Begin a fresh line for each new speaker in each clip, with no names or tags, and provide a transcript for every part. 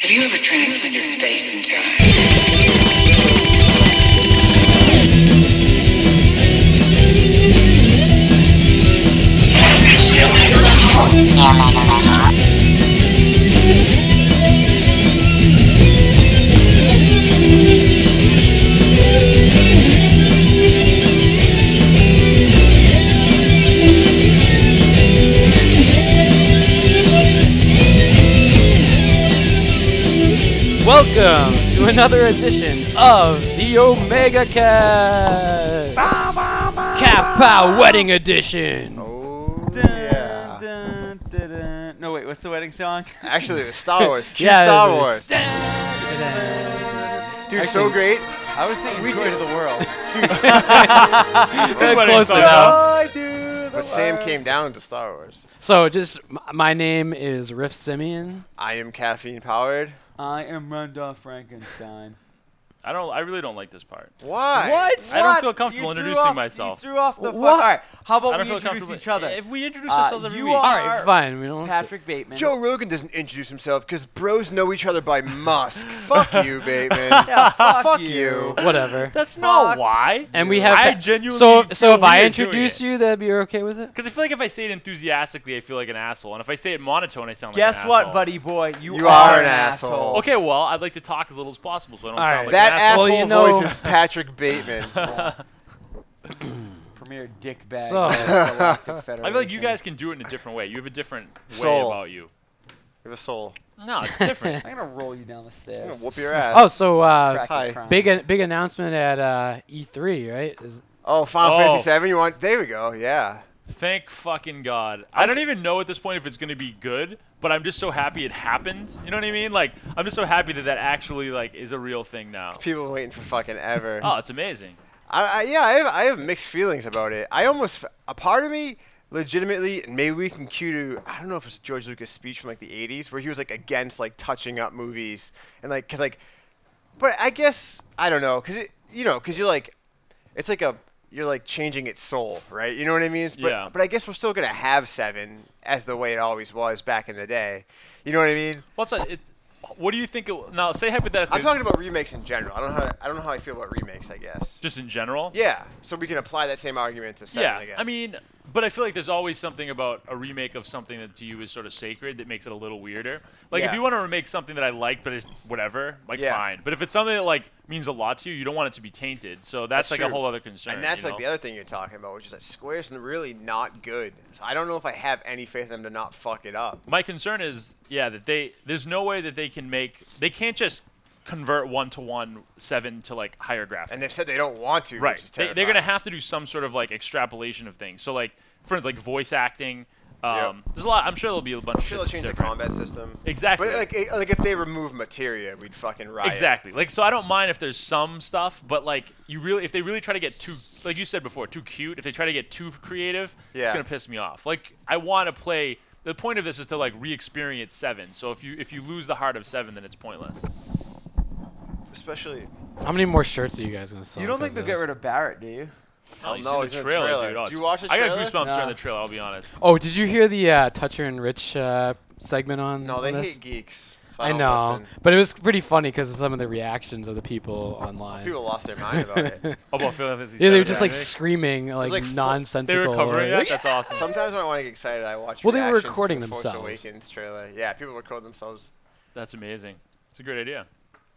Have you ever transcended space and time?
Welcome to another edition of the Omega Cast. Calf Pow Wedding Edition.
Oh,
Dun,
yeah.
dun, dun, dun. No, wait, what's the wedding song?
Actually, it was Star Wars. Cue
Yeah,
Star
it was-
Wars. Dude, so great.
I was saying
We
Joy
did-
to the World.
Uh, Close enough.
Joy to the
But Sam came down to Star Wars.
So, just m- my name is Riff Simeon.
I am caffeine powered.
I am Randolph Frankenstein.
I don't. I really don't like this part.
Why?
I don't
What?
feel comfortable
You threw
introducing
off-
myself.
You threw off the fuck.
What?
All right, how about
I don't
we
feel
introduce
comfortable.
each other?
If we introduce
Uh,
ourselves every
you
week,
are-
All right, fine. We don't. have to-
Patrick Bateman.
Joe Rogan doesn't introduce himself because bros know each other by Musk. Fuck you, Bateman.
Yeah, fuck,
Fuck
you.
you.
Whatever.
that's not
Fuck.
why.
And we have.
I
Pa-
genuinely.
So,
feel
so if I
weird
introduce
doing
you, that'd be you're okay with it.
because I feel like if I say it enthusiastically, I feel like an asshole, and if I say it monotone, I sound like
Guess
an
what,
asshole.
buddy boy? You,
You
are,
are
an
an
asshole.
asshole.
Okay, well, I'd like to talk as little as possible, so I don't
All
sound
right.
like
That
an asshole.
asshole
Well, you know-
voice is Patrick Bateman.
Premier dickbag.
So-
of the Galactic
I feel like you
Federation.
guys can do it in a different way. You have a different way
Soul.
about you.
With a soul.
No, it's different.
I'm gonna roll you down the
I'm
stairs.
gonna whoop your ass.
Oh, so uh,
Crack your
hi.
crown.
big big announcement at uh, E3, right? Is,
Oh, Final
Oh.
Fantasy Seven. You want? There we go. Yeah.
Thank fucking God. I don't even know at this point if it's gonna be good, but I'm just so happy it happened. You know what I mean? Like, I'm just so happy that that actually like is a real thing now.
People been waiting for fucking ever.
Oh, it's amazing.
I, I yeah, I have, I have mixed feelings about it. I almost f- a part of me legitimately, and maybe we can cue to I don't know if it's George Lucas' speech from like the '80s where he was like against like touching up movies and like because like, but I guess I don't know because it you know because you're like it's like a you're like changing its soul, right? You know what I mean? But,
Yeah.
But I guess we're still gonna have seven as the way it always was back in the day. You know what I mean?
What's that? It, what do you think? It, now, say hypothetically.
I'm talking about remakes in general. I don't know how I don't know how I feel about remakes. I guess.
just in general.
Yeah, so we can apply that same argument to seven.
Yeah.
I, guess.
I mean, but I feel like there's always something about a remake of something that to you is sort of sacred that makes it a little weirder. Like if
Yeah.
you want to remake something that I like, but it's whatever, like
Yeah.
fine. But if it's something that like means a lot to you, you don't want it to be tainted. So
That's
that's, like a
true.
whole other concern.
And that's
you
like the
know?
other thing you're talking about, which is that Square's really not good. So I don't know if I have any faith in them to not fuck it up.
My concern is, yeah, that they there's no way that they can make they can't just convert one to one seven to like higher graphics.
And they've said they don't want to.
right.
Which is
They, they're gonna
terrifying.
have to do some sort of like extrapolation of things. So like for instance, like voice acting.
Yep.
Um, There's a lot. I'm sure there'll be a bunch. of
Sure,
shit
they'll
that's
change the
different.
combat system.
Exactly.
But like, eh, like if they remove materia, we'd fucking riot.
Exactly. Like so I don't mind if there's some stuff, but like you really if they really try to get too like you said before, too cute, if they try to get too creative, it's
Yeah.
going to piss me off. Like I want to play the point of this is to like re-experience 7. So if you if you lose the heart of 7 then it's pointless.
Especially.
how many more shirts are you guys gonna sell?
You don't
because
think they'll
of
get
this?
rid of Barrett, do you?
Oh,
no,
no,
it's
the
in the
trailer,
trailer.
dude. Oh,
Did
it's-
you watch the
I got
trailer?
goosebumps during
Nah.
the trailer, I'll be honest.
Oh, did you hear the uh, Toucher and Rich uh, segment on?
No, they
on this?
hate geeks. so
I
don't
know,
listen.
but it was pretty funny because of some of the reactions of the people online.
People lost their mind about it.
Oh, well, Final Fantasy
yeah, they were
7,
just
yeah.
like screaming like,
like, fu-
nonsensical.
they were covering
like,
that. That's awesome.
Sometimes when I want to get excited, I watch.
Well, they were
reactions to
recording
the Force
themselves.
Awakens trailer. Yeah, people record themselves.
That's amazing. It's a great idea.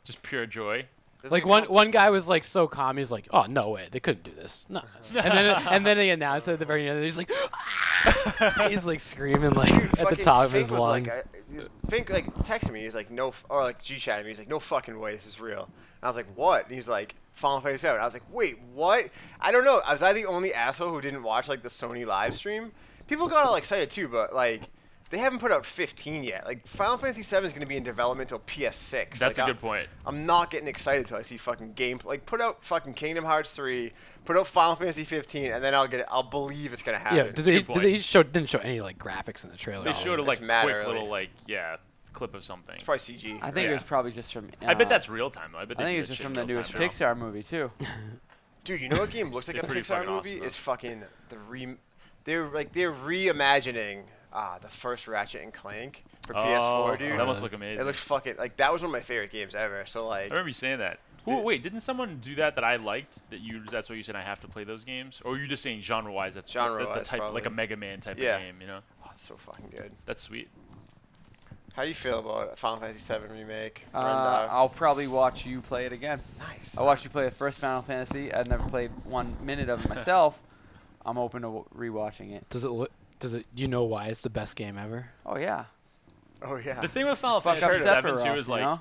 Just pure joy.
There's
Like
a
one
couple-
one guy was like so calm, he's like, "Oh no way, they couldn't do this." No, and then and then they announced it at the very end. and He's like, "Ah!" he's like screaming like
Dude,
at the
fucking
top of
Fink
his
was
lungs.
Like, I- he was- Fink like texted me. He's like, no, f- or like G chatted me. He's like, no fucking way, this is real. And I was like, what? And he's like, Final Fantasy Seven. I was like, wait, what? I don't know. I was I the only asshole who didn't watch like the Sony live stream? People got all excited too, but like. They haven't put out 15 yet. Like Final Fantasy 7 is going to be in development till PS6. Like,
That's
uh,
a
I-
good point.
I'm not getting excited till I see fucking game. Like put out fucking Kingdom Hearts 3, put out Final Fantasy 15, and then I'll get. I'll believe it's going to happen.
yeah, did they,
good
did they show didn't show any like graphics in the trailer?
They showed a like
mad
quick
early.
little like yeah, clip of something.
It's probably CG.
I think
Yeah.
it was probably just from.
I bet
uh,
that's real time though. I bet
I
they
think
do
it's
that
just
shit
from
in
the
real
newest
time now.
Pixar movie too.
Dude, you know what game looks like
They're
a
pretty
Pixar
fucking awesome,
movie?
though.
It's fucking the re. They're like they're reimagining uh, the first Ratchet and Clank for
Oh,
PS4, dude.
that must look Er amazing.
It looks fucking like that was one of my favorite games ever. So like,
I remember you saying that. Who, wait, didn't someone do that that I liked? That you? That's why you said I have to play those games, or are you just saying genre-wise? That's the- that- the
Genre-wise,
type, like a
probably.
Mega Man type
Yeah.
of game. You know,
oh, it's so fucking good.
that's sweet.
How do you feel about Final Fantasy VII remake?
Uh,
Brenda?
I'll probably watch you play it again.
nice.
I watched you play the first Final Fantasy. I'd never played one minute of it myself. I'm open to w- rewatching it.
Does it look? Does it? You know why it's the best game ever?
Oh yeah.
Oh yeah.
The thing with Final
Fuck up
Fantasy VII
Sephiroth,
too is
you
like,
know?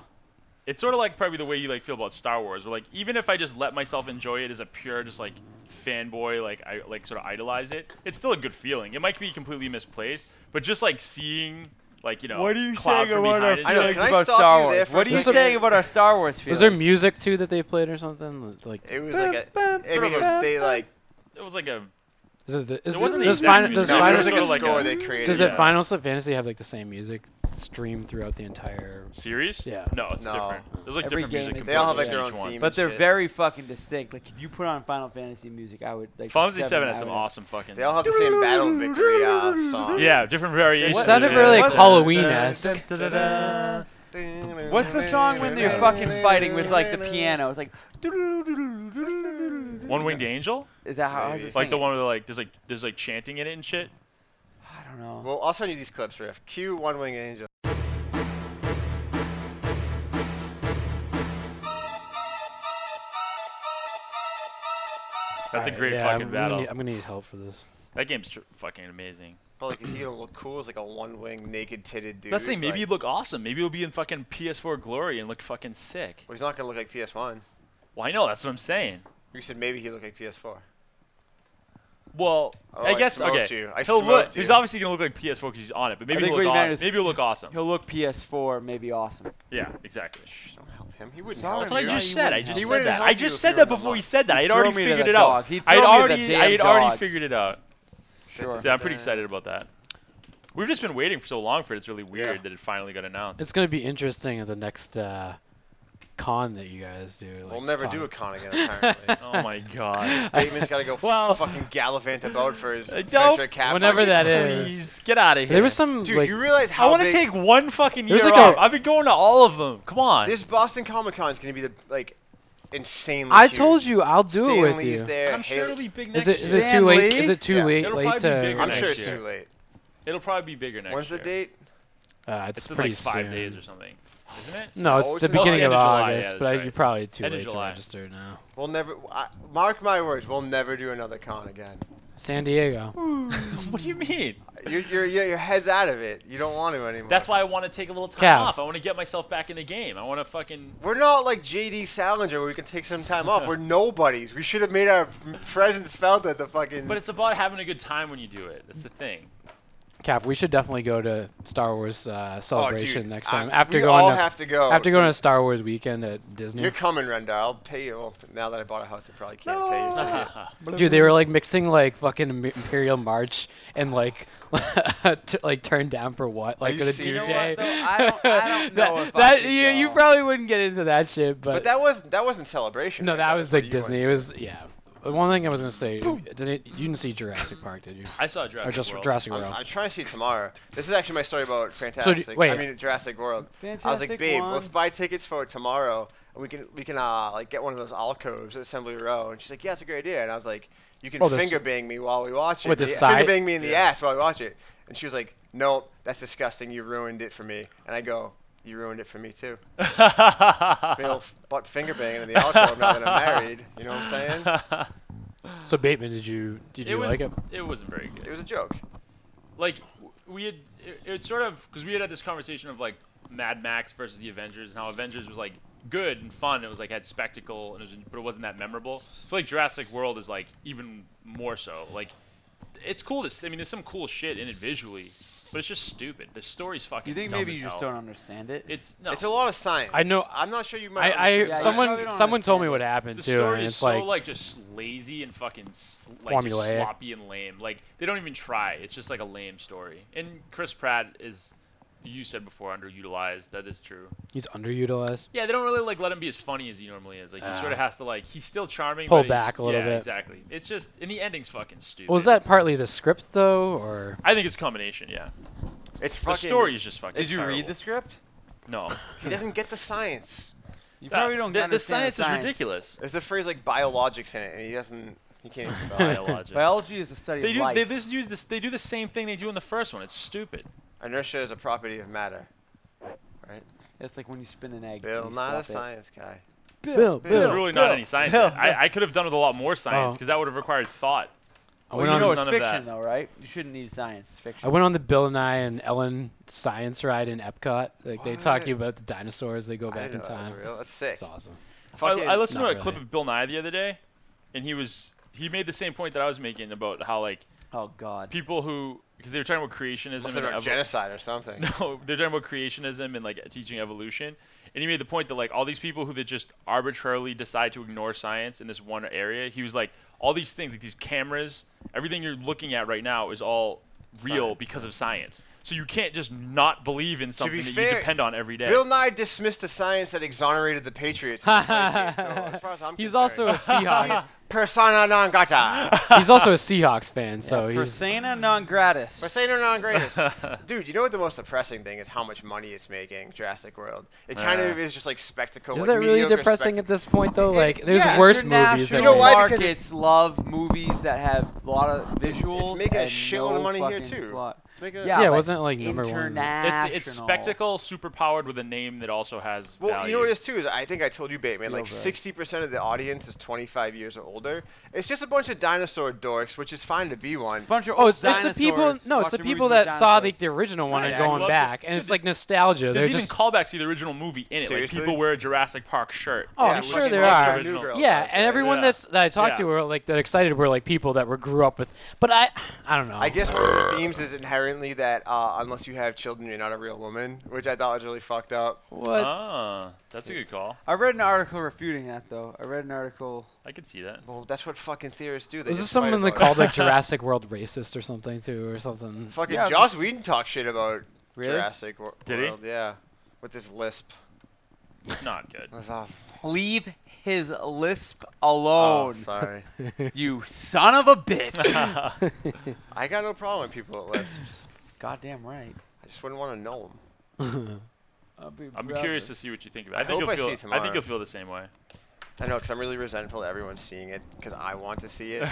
it's sort of like probably the way you like feel about Star Wars. Where like, even if I just let myself enjoy it as a pure, just like fanboy, like I like sort of idolize it, it's still a good feeling. It might be completely misplaced, but just like seeing, like you know,
What are you
Cloud
saying
from
about our-
behind it,
I
you're
know.
like,
Can I
about
stop
Star
you
Wars.
there for a
What are you
second?
saying about our Star Wars
Was
feelings?
there music too that they played or something? Like,
It was like a.
Bum,
I mean, it
bum,
was, they like.
it was like a
is it? The, is
It wasn't
the, does
the exact
Final,
music,
does,
no, it
it
Final,
was like a
Sort of like
score
a-
they created.
does it
yeah.
Final Fantasy have like the same music streamed throughout the entire?
series.
Yeah.
No, it's
No.
different. There's like
Every
different
game
music.
is They all have, like,
composers in
their
each
own
one.
theme.
But they're
shit.
very fucking distinct. Like if you put on Final Fantasy music, I would like.
Final Fantasy VII
I
has some
would-
awesome fucking.
They all have the same battle victory uh, song.
yeah, different variations.
It
of
sounded
it.
really
What
like
the-
Halloween-esque.
What's the song when they're fucking fighting with like the piano? It's like.
One winged angel,
Is that how? How's
Maybe.
it
like the
sing?
one with like there's like there's like chanting in it and shit.
I don't know.
Well, I'll send you these clips, Riff. Cue One Wing Angel.
That's a
Alright,
great
yeah,
fucking
I'm
battle.
Gonna need, I'm gonna need help for this.
that game's tr- fucking amazing.
But like, is he gonna look cool as like a one wing naked titted dude?
That's the thing. Maybe
like,
you'd look awesome. Maybe you'll be in fucking PS4 glory and look fucking sick.
Well, he's not gonna look like PS One.
Well, I know. That's what I'm saying.
You said maybe he looked like PS Four.
Well,
Oh,
I
I
guess
smoked
okay.
you. I
he'll look.
smoked
He's
you.
obviously gonna look like PS4 because he's on it. But maybe
think
he'll
what
look.
you meant
Aw-
is-
maybe he'll look awesome.
He'll look PS4, maybe awesome.
yeah, exactly.
Don't help him. He wouldn't
Sorry,
help
That's what I
you.
Yeah,
just
he
said. I
wouldn't
just
help.
He
said
wouldn't
that.
help
I
you
just
if
said
you
that
were
before he
alone.
said that. I had
throw
already
me to the
figured it out.
dogs. He'd
I
throw me
had
to the
already. I
damn
had already
dogs.
figured it out.
Sure.
So I'm pretty excited about that. We've just been waiting for so long for it. It's really weird that it finally got announced.
It's gonna be interesting at the next uh, con that you guys do. Like,
We'll never
talk.
do a con again. Apparently,
oh my god.
Bateman's gotta go
Well-
fucking gallivant about for his
Nope.
venture capital.
Whenever that is.
Please get out of here.
There was some
Dude,
like
you realize
I
how
want to
big-
take one fucking year
There's like
off.
a-
i I've been going to all of them. Come on.
this Boston Comic Con is gonna be the like insanely.
I
huge.
told you I'll do
Stan
it with
Lee's
you.
There,
I'm sure
Halo-
it'll be big
Is
next
it is it
year.
Stan
too late?
Lee?
Is it too
Yeah.
late?
It'll
late
probably be
to-
bigger
I'm
next
sure it's
year.
too late.
It'll probably be bigger next
When's the
year.
date?
Uh, it's,
It's in
pretty
like five
soon.
days or something, isn't it?
No,
Oh,
it's
it's
the
in July.
beginning of
End of July,
August,
yeah,
but I,
that's
you're
right.
probably too
End of
late to
July.
register now.
We'll never. I, mark my words. We'll never do another con again.
San Diego.
What do you mean?
Your your your your head's out of it. You don't want to anymore.
That's why I want to take a little time
Cav.
off. I want to get myself back in the game. I want to fucking.
We're not like J.D. Salinger where we can take some time off. We're nobodies. We should have made our presence felt as a fucking.
But it's about having a good time when you do it. That's the thing.
Calf, we should definitely go to Star Wars uh,
Oh,
celebration next
I-
time. after
we
going
all
to,
have to go
after
to-
going to Star Wars weekend at Disney.
you're coming, Rendar. I'll pay you. Well, now that I bought a house, I probably can't pay you.
Dude, they were like mixing like fucking Im- Imperial March and like t- like turned down for what like
you
with a
serious?
You know
DJ.
what, though? I don't- I don't know
that,
if I
that-
could
you, you
go.
probably wouldn't get into that shit, but,
But that was that wasn't celebration.
no,
right?
that was
what
like
you
Disney. It
went
was yeah. Uh, One thing I was gonna say, did it, you didn't see Jurassic Park, did you?
I saw
Or
Jurassic
just
World.
Jurassic
to.
World?
I'm, I'm trying to see it tomorrow. This is actually my story about Fantastic. I
wait.
mean Jurassic World. I was
Fantastic
like, babe,
one.
let's buy tickets for tomorrow, and we can we can uh like get one of those alcoves at Assembly Row. And she's like, yeah, it's a great idea. And I was like, you can
Oh, this-
finger bang me while we watch it.
With the
Yeah,
side-
finger bang me in the ass while we watch it. And she was like, nope, that's disgusting. You ruined it for me. And I go. You ruined it for me too. Big old f- butt finger banging in the alcove now that I'm married. You know what I'm saying?
So Bateman, did you did
It
you
was.
like it?
it wasn't very good.
It was a joke.
like w- we had it, it sort of because we had had this conversation of like Mad Max versus the Avengers and how Avengers was like good and fun. It was like had spectacle and it was, but it wasn't that memorable. I feel like Jurassic World is like even more so. Like it's cool to. s- I mean, there's some cool shit in it visually, but it's just stupid. The story's fucking.
You think
dumb
maybe
as
you just
hell.
don't understand it?
It's no.
It's a lot of science.
I know-
I'm not sure you
I,
might.
I
understand the
someone
you probably don't
science.
someone told me
understand
what
it.
happened
the
too, and
story is
it's
so
like,
like, just lazy and fucking s- like just
Formulaic.
sloppy and lame. Like they don't even try. It's just like a lame story. And Chris Pratt is you said before underutilized. That is true.
He's underutilized.
Yeah, they don't really like let him be as funny as he normally is. Like he
Ah.
sort of has to like he's still charming.
Pull
but he's-
back a little
yeah,
bit.
Exactly. It's just and the ending's fucking stupid.
Was that
It's-
partly the script though, or
I think it's a combination. Yeah.
It's fucking.
The story is just fucking.
Did you read
terrible.
the script?
No.
He doesn't get the science.
You probably don't.
The, the
understand
science
the
is
science
ridiculous.
There's the phrase like biologics in it, and he doesn't. He can't even spell it.
Biologic.
Biology is the study
they
of
do.
life.
They just use this. They do the same thing they do in the first one. It's stupid.
Inertia is a property of matter. Right?
it's like when you spin an egg.
Bill,
and you
not a
stop it.
science guy.
Bill?
Bill.
There's really not any science. in it. I, I could have done with a lot more science
Oh.
because that would have required thought.
I
Well,
went
you
on.
know
there's
it's
none of
fiction,
that.
though, right? You shouldn't need science. It's fiction.
I went on the Bill and I and Ellen science ride in Epcot. Like they talk
What?
to you about the dinosaurs. They go
I
back in
didn't know that was
time.
real. That's sick.
It's awesome.
Fucking,
I, I listened to a
not
clip
really.
of Bill Nye the other day, and he was he made the same point that I was making about how like
oh God.
people who because they were talking about creationism
must
and
have been
evo-
genocide or something.
no they're talking about creationism and like teaching evolution, and he made the point that like all these people who that just arbitrarily decide to ignore science in this one area, he was like all these things like these cameras, everything you're looking at right now is all real
Science.
because of science. So you can't just not believe in something
be
that you
fair,
depend on every day.
Bill Nye dismissed the science that exonerated the Patriots. in 2018, so as far as I'm
He's
concerned,
also a Seahawks.
persona non grata.
he's also a Seahawks fan, so he's
persona non gratis.
persona non gratis. Dude, you know what the most depressing thing is? How much money it's making. Jurassic World. It kind
Yeah.
of is just like spectacle.
is
like
that really
mediocre
depressing
spectacle.
at this point though?
It-
Like there's
yeah,
worse movies.
International
That
You know
we-
why? Because-
markets love movies that have a lot of visuals.
making a
and
shitload of
no
money here,
fucking
too.
Plot.
It's making a-
yeah,
Yeah,
but
wasn't it, like, number one?
international.
It's it's spectacle superpowered with a name that also has
Well,
value.
you know what it is too is I think I told you, Bateman. Like
Spielberg.
sixty percent of the audience is twenty-five years or older. It's just a bunch of dinosaur dorks, which is fine to be one.
It's a bunch of
Oh,
old
it's, it's the people.
dinosaurs
No, it's the
watching movies
people
with
that saw
dinosaurs.
like the original one
Yeah,
and
I
going
love it.
back, and
Dude,
it's like nostalgia. They're
There's even
just
callbacks to the original movie in it.
Seriously?
Like people wear a Jurassic Park shirt.
Oh,
Yeah,
I'm
we
sure
can
there
watch
are.
the New Girl
Yeah,
does,
and
right?
everyone
Yeah.
that's that I talked to
Yeah.
were like that excited were like people that were grew up with. But I, I don't know.
I guess one of the themes is inherently that uh, unless you have children, you're not a real woman, which I thought was really fucked up.
what
Ah, that's a good call.
I read an article refuting that though. I read an article.
I could see that.
Well, that's what fucking theorists do. They
was
just
this
fight
someone that
about it.
called like Jurassic World racist or something too or something?
Fucking
Yeah,
Joss Whedon talk shit about
Really?
Jurassic Wor-
Did he?
World. Yeah, with this lisp.
It's not good.
Leave his lisp
Oh,
alone,
sorry.
you son of a bitch.
I got no problem with people with lisps.
Goddamn right.
I just wouldn't want to know them.
I'll be
I'm
proud of
curious
it.
to see what you think of it. I think
hope I see it
you'll feel. I
tomorrow.
think you'll feel the same way.
I know, 'cause I'm really resentful that everyone's seeing it 'cause I want to see it.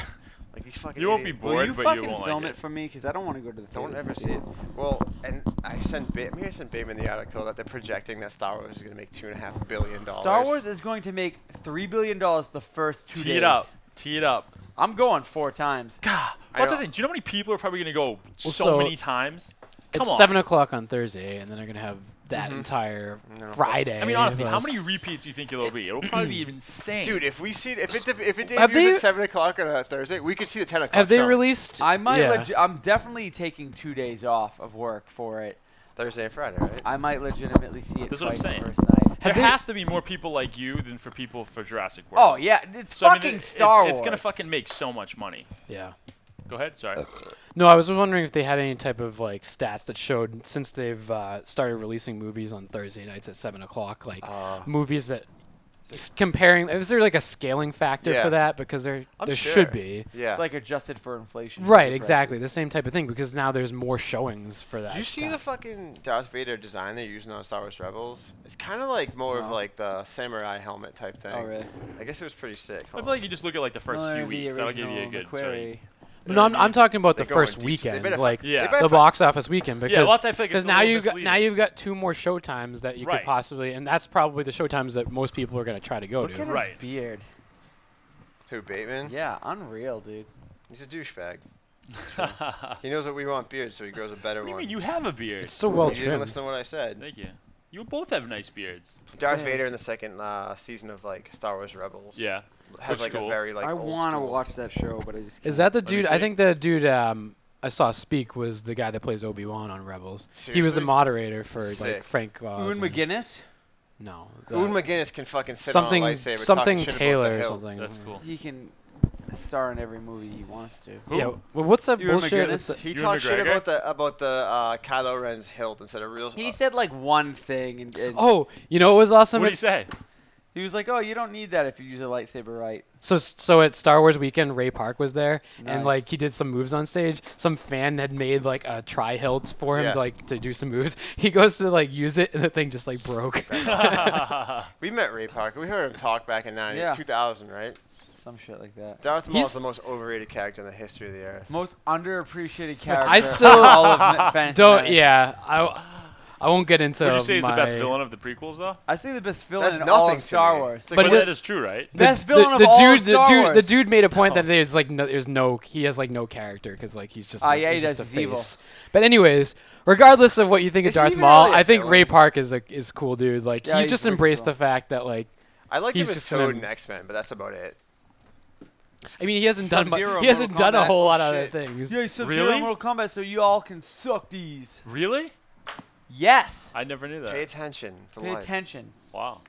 Like these fucking.
You won't be
idiots.
bored,
Will you
but you
fucking
won't like
film
it.
it for me? Because I don't want to go to the
Don't
theaters
ever
and
see it. Well, and I sent ba- maybe I sent Bateman the article that they're projecting that Star Wars is gonna make two and a half billion dollars.
Star Wars is going to make three billion dollars the first two
Tee
days.
it up. Tee it up.
I'm going four times.
God,
I
what's I
know.
saying? Do you know how many people are probably gonna go so,
so-
many times? Come
it's
on.
seven o'clock on Thursday, and then they're gonna have that
Mm-hmm.
entire Friday.
I mean, honestly,
of
how
us.
many repeats do you think it'll be? It'll probably be insane.
Dude, if we see it, if it de- if it
Have
debuts
they-
at seven o'clock on a Thursday, we could see the ten o'clock.
have they
show.
released?
I might.
Yeah.
Legi- I'm definitely taking two days off of work for it.
Thursday and Friday, right?
I might legitimately see it
That's what I'm
twice the
saying.
first night.
there
Have they-
has to be more people like you than for people for Jurassic
Oh
World.
yeah, it's
so, I mean,
fucking
it-
Star
it's,
Wars.
It's gonna fucking make so much money.
yeah.
Go ahead. Sorry.
No, I was wondering if they had any type of like stats that showed since they've uh, started releasing movies on Thursday nights at seven o'clock, like
Uh.
movies that s- comparing. Is there like a scaling factor
Yeah.
for that? Because there
I'm
there
sure.
should be.
Yeah.
It's like adjusted for inflation.
Right,
prices.
exactly. The same type of thing because now there's more showings for that.
you see
time.
the fucking Darth Vader design they're using on Star Wars Rebels? It's kind of like more of
No. Oh,
like the samurai helmet type thing.
really?
I guess it was pretty sick.
I feel like you just look at like the first
Learn
few
the
weeks. That'll give you a
original
good.
McQuarrie.
Sorry.
No, I'm, I'm talking about
They
the
go in
first
deep- they
weekend,
better fu-
like
Yeah.
they better
the
fu-
box office weekend. Because
Yeah, lots I think it's a
because now
little
you got, now
misleading.
you've got two more show times that you
Right.
could possibly, and that's probably the show times that most people are going to try to go
Look
to.
at his
Right.
beard.
Who Bateman?
Yeah, unreal, dude.
He's a douchebag. He knows what we want beard, so he grows a better
What do you
one.
mean you have a beard?
It's so well
You didn't
trimmed.
listen to what I said.
Thank you. You both have nice beards.
Darth
Yeah.
Vader in the second uh, season of like Star Wars Rebels.
Yeah.
has
Looks
like
cool.
a very like.
I
want to
watch that show, but I just. Can't.
Is that the
me
dude? I
see.
think the dude um, I saw speak was the guy that plays Obi Wan on Rebels. He was the
Seriously?
moderator for
Sick.
like Frank. Oz
Owen
and-
McGinnis?
No. the-
Oon McGinnis can fucking sit
something
on a lightsaber. talking
something
shit about the
Taylor or
hill.
something.
That's cool.
He can star in every movie he wants to.
Who?
Yeah. Well, what's that
Ewan
bullshit?
McGregor?
With the,
He
Ewan
talked shit
McGregor?
about the about the uh, Kylo Ren's hilt instead of real.
He
uh,
said like one thing, and, and
oh, you know what was awesome?
What do you
It's-
say?
he was like, "Oh, you don't need that if you use a lightsaber right."
So so at Star Wars weekend, Ray Park was there,
Nice.
and like he did some moves on stage. Some fan had made like a tri hilt for him,
Yeah.
to, like to do some moves. He goes to like use it, and the thing just like broke.
we met Ray Parker. We heard him talk back in 90,
Yeah.
2000, right?
Some shit like that.
Darth Maul is
He's-
the most overrated character in the history of the earth.
Most underappreciated character.
I
of
still-
all of Ma- Phantom
Don't
Menace.
yeah. I I won't get into.
Would you say he's
my,
the best villain of the prequels, though?
I say the best villain
That's
in
nothing
all of
to
Star
me.
Wars.
It's like,
But
But
what
it-
that is true, right?
The,
Best villain
the,
of
the
all
dude,
of
the
Star
dude, the
Wars. Oh.
dude made a point that there's like no, there's no, he has like no character because like he's just,
Ah,
like,
yeah, he
he's just
does,
a
he's evil.
face. But anyways, regardless of what you think
Is he
of Darth
even
Maul,
really a
I think
villain?
Ray Park is a is cool dude. Like
Yeah,
he's,
he's
just
pretty
embraced
cool.
the fact that like,
I like him
He's
as
just
Toad
an-
in X Men, but that's about it.
I mean, he hasn't done much.
Sub-Zero
He hasn't
Mortal
done a
Kombat.
whole lot
Oh,
of other
shit.
things.
Yeah, sub
Really?
Mortal Kombat, so you all can suck these.
Really?
Yes.
I never knew that.
Pay attention. To
Pay
life.
attention.
Wow.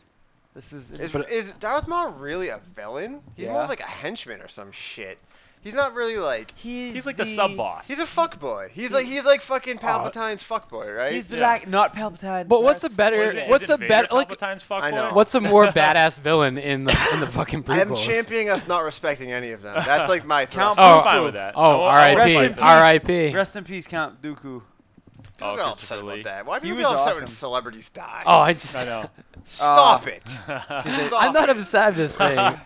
This is.
Is,
But-
is Darth Maul really a villain? He's more
Yeah.
of like a henchman or some shit. He's not really like.
he's,
He's like the sub boss.
He's a fuckboy. He's like he's like fucking Palpatine's fuckboy, right?
He's the
Yeah.
like not Palpatine.
But what's a
perhaps.
Is
better?
it-
What's
is it
a better?
Vader
Like,
Palpatine's fuck
I
boy?
know.
what's a more badass villain in the in the fucking
I am
prequels?
championing us not respecting any of them. That's like my
Count
thrust.
I'm
Oh,
fine with that. I
Oh,
won't- I won't
Rest
R.I.P.
fight
in
that.
peace.
R.I.P.
Rest in peace, Count Dooku.
Oh,
I'm not
Christopher
upset about
Lee.
that. Why
He
people be
was
upset when
awesome.
celebrities die?
Oh, I just.
I know.
Stop
Uh,
it.
I'm
Stop
not
Oh.
it.
upset. I'm just saying.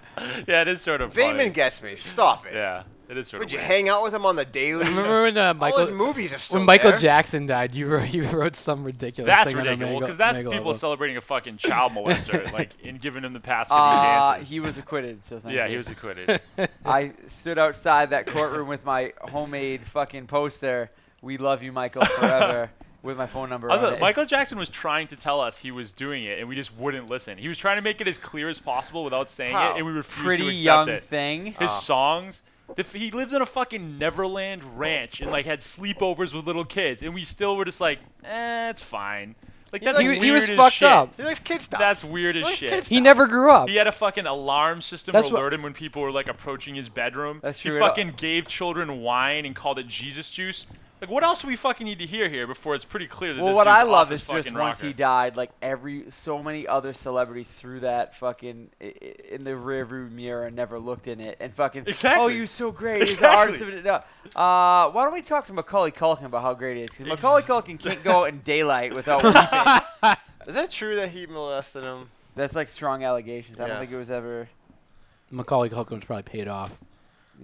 Yeah, it is sort of funny.
Bateman gets me. Stop it.
Yeah, it is sort
Would
of
you
weird.
hang out with him on the daily?
Remember when uh,
All his
Michael
movies are still
when Michael
there.
Jackson died, you wrote you wrote some ridiculous
That's
thing on a
ridiculous
mega-
because that's
mega
people
level.
celebrating a fucking child molester, like and giving him the pass because
Uh,
he dances.
he was acquitted. So thank
yeah,
you.
he was acquitted.
I stood outside that courtroom with my homemade fucking poster. We love you, Michael, forever. with my phone number.
Other-
on it.
Michael Jackson was trying to tell us he was doing it, and we just wouldn't listen. He was trying to make it as clear as possible without saying
How?
it, and we refused
pretty
to accept
young
it.
thing.
Ah.
His songs. the f- He lives in a fucking Neverland ranch and like had sleepovers with little kids, and we still were just like, eh, it's fine. Like that's
He-
weird
he was
as
fucked
shit.
up.
He likes kid stuff.
That's weird as
Nice
shit.
kids.
He never grew up.
He had a fucking alarm system
That's
to
what-
alert him when people were like approaching his bedroom.
That's
He
true.
fucking gave children wine and called it Jesus juice. Like, what else do we fucking need to hear here before it's pretty clear that
Well,
this
what
dude's
I
off
love
his
is just
fucking
once
rocker.
he died, like every so many other celebrities threw that fucking i- i- in the rearview mirror and never looked in it, and fucking oh,
Exactly.
you're so great, he's the artist of
Exactly.
it. No. Uh, why don't we talk to Macaulay Culkin about how great he is? Because Macaulay Culkin can't go out in daylight without weeping.
Is that true that he molested him?
That's like strong allegations. I don't
Yeah.
think it was ever.
Macaulay Culkin was probably paid off.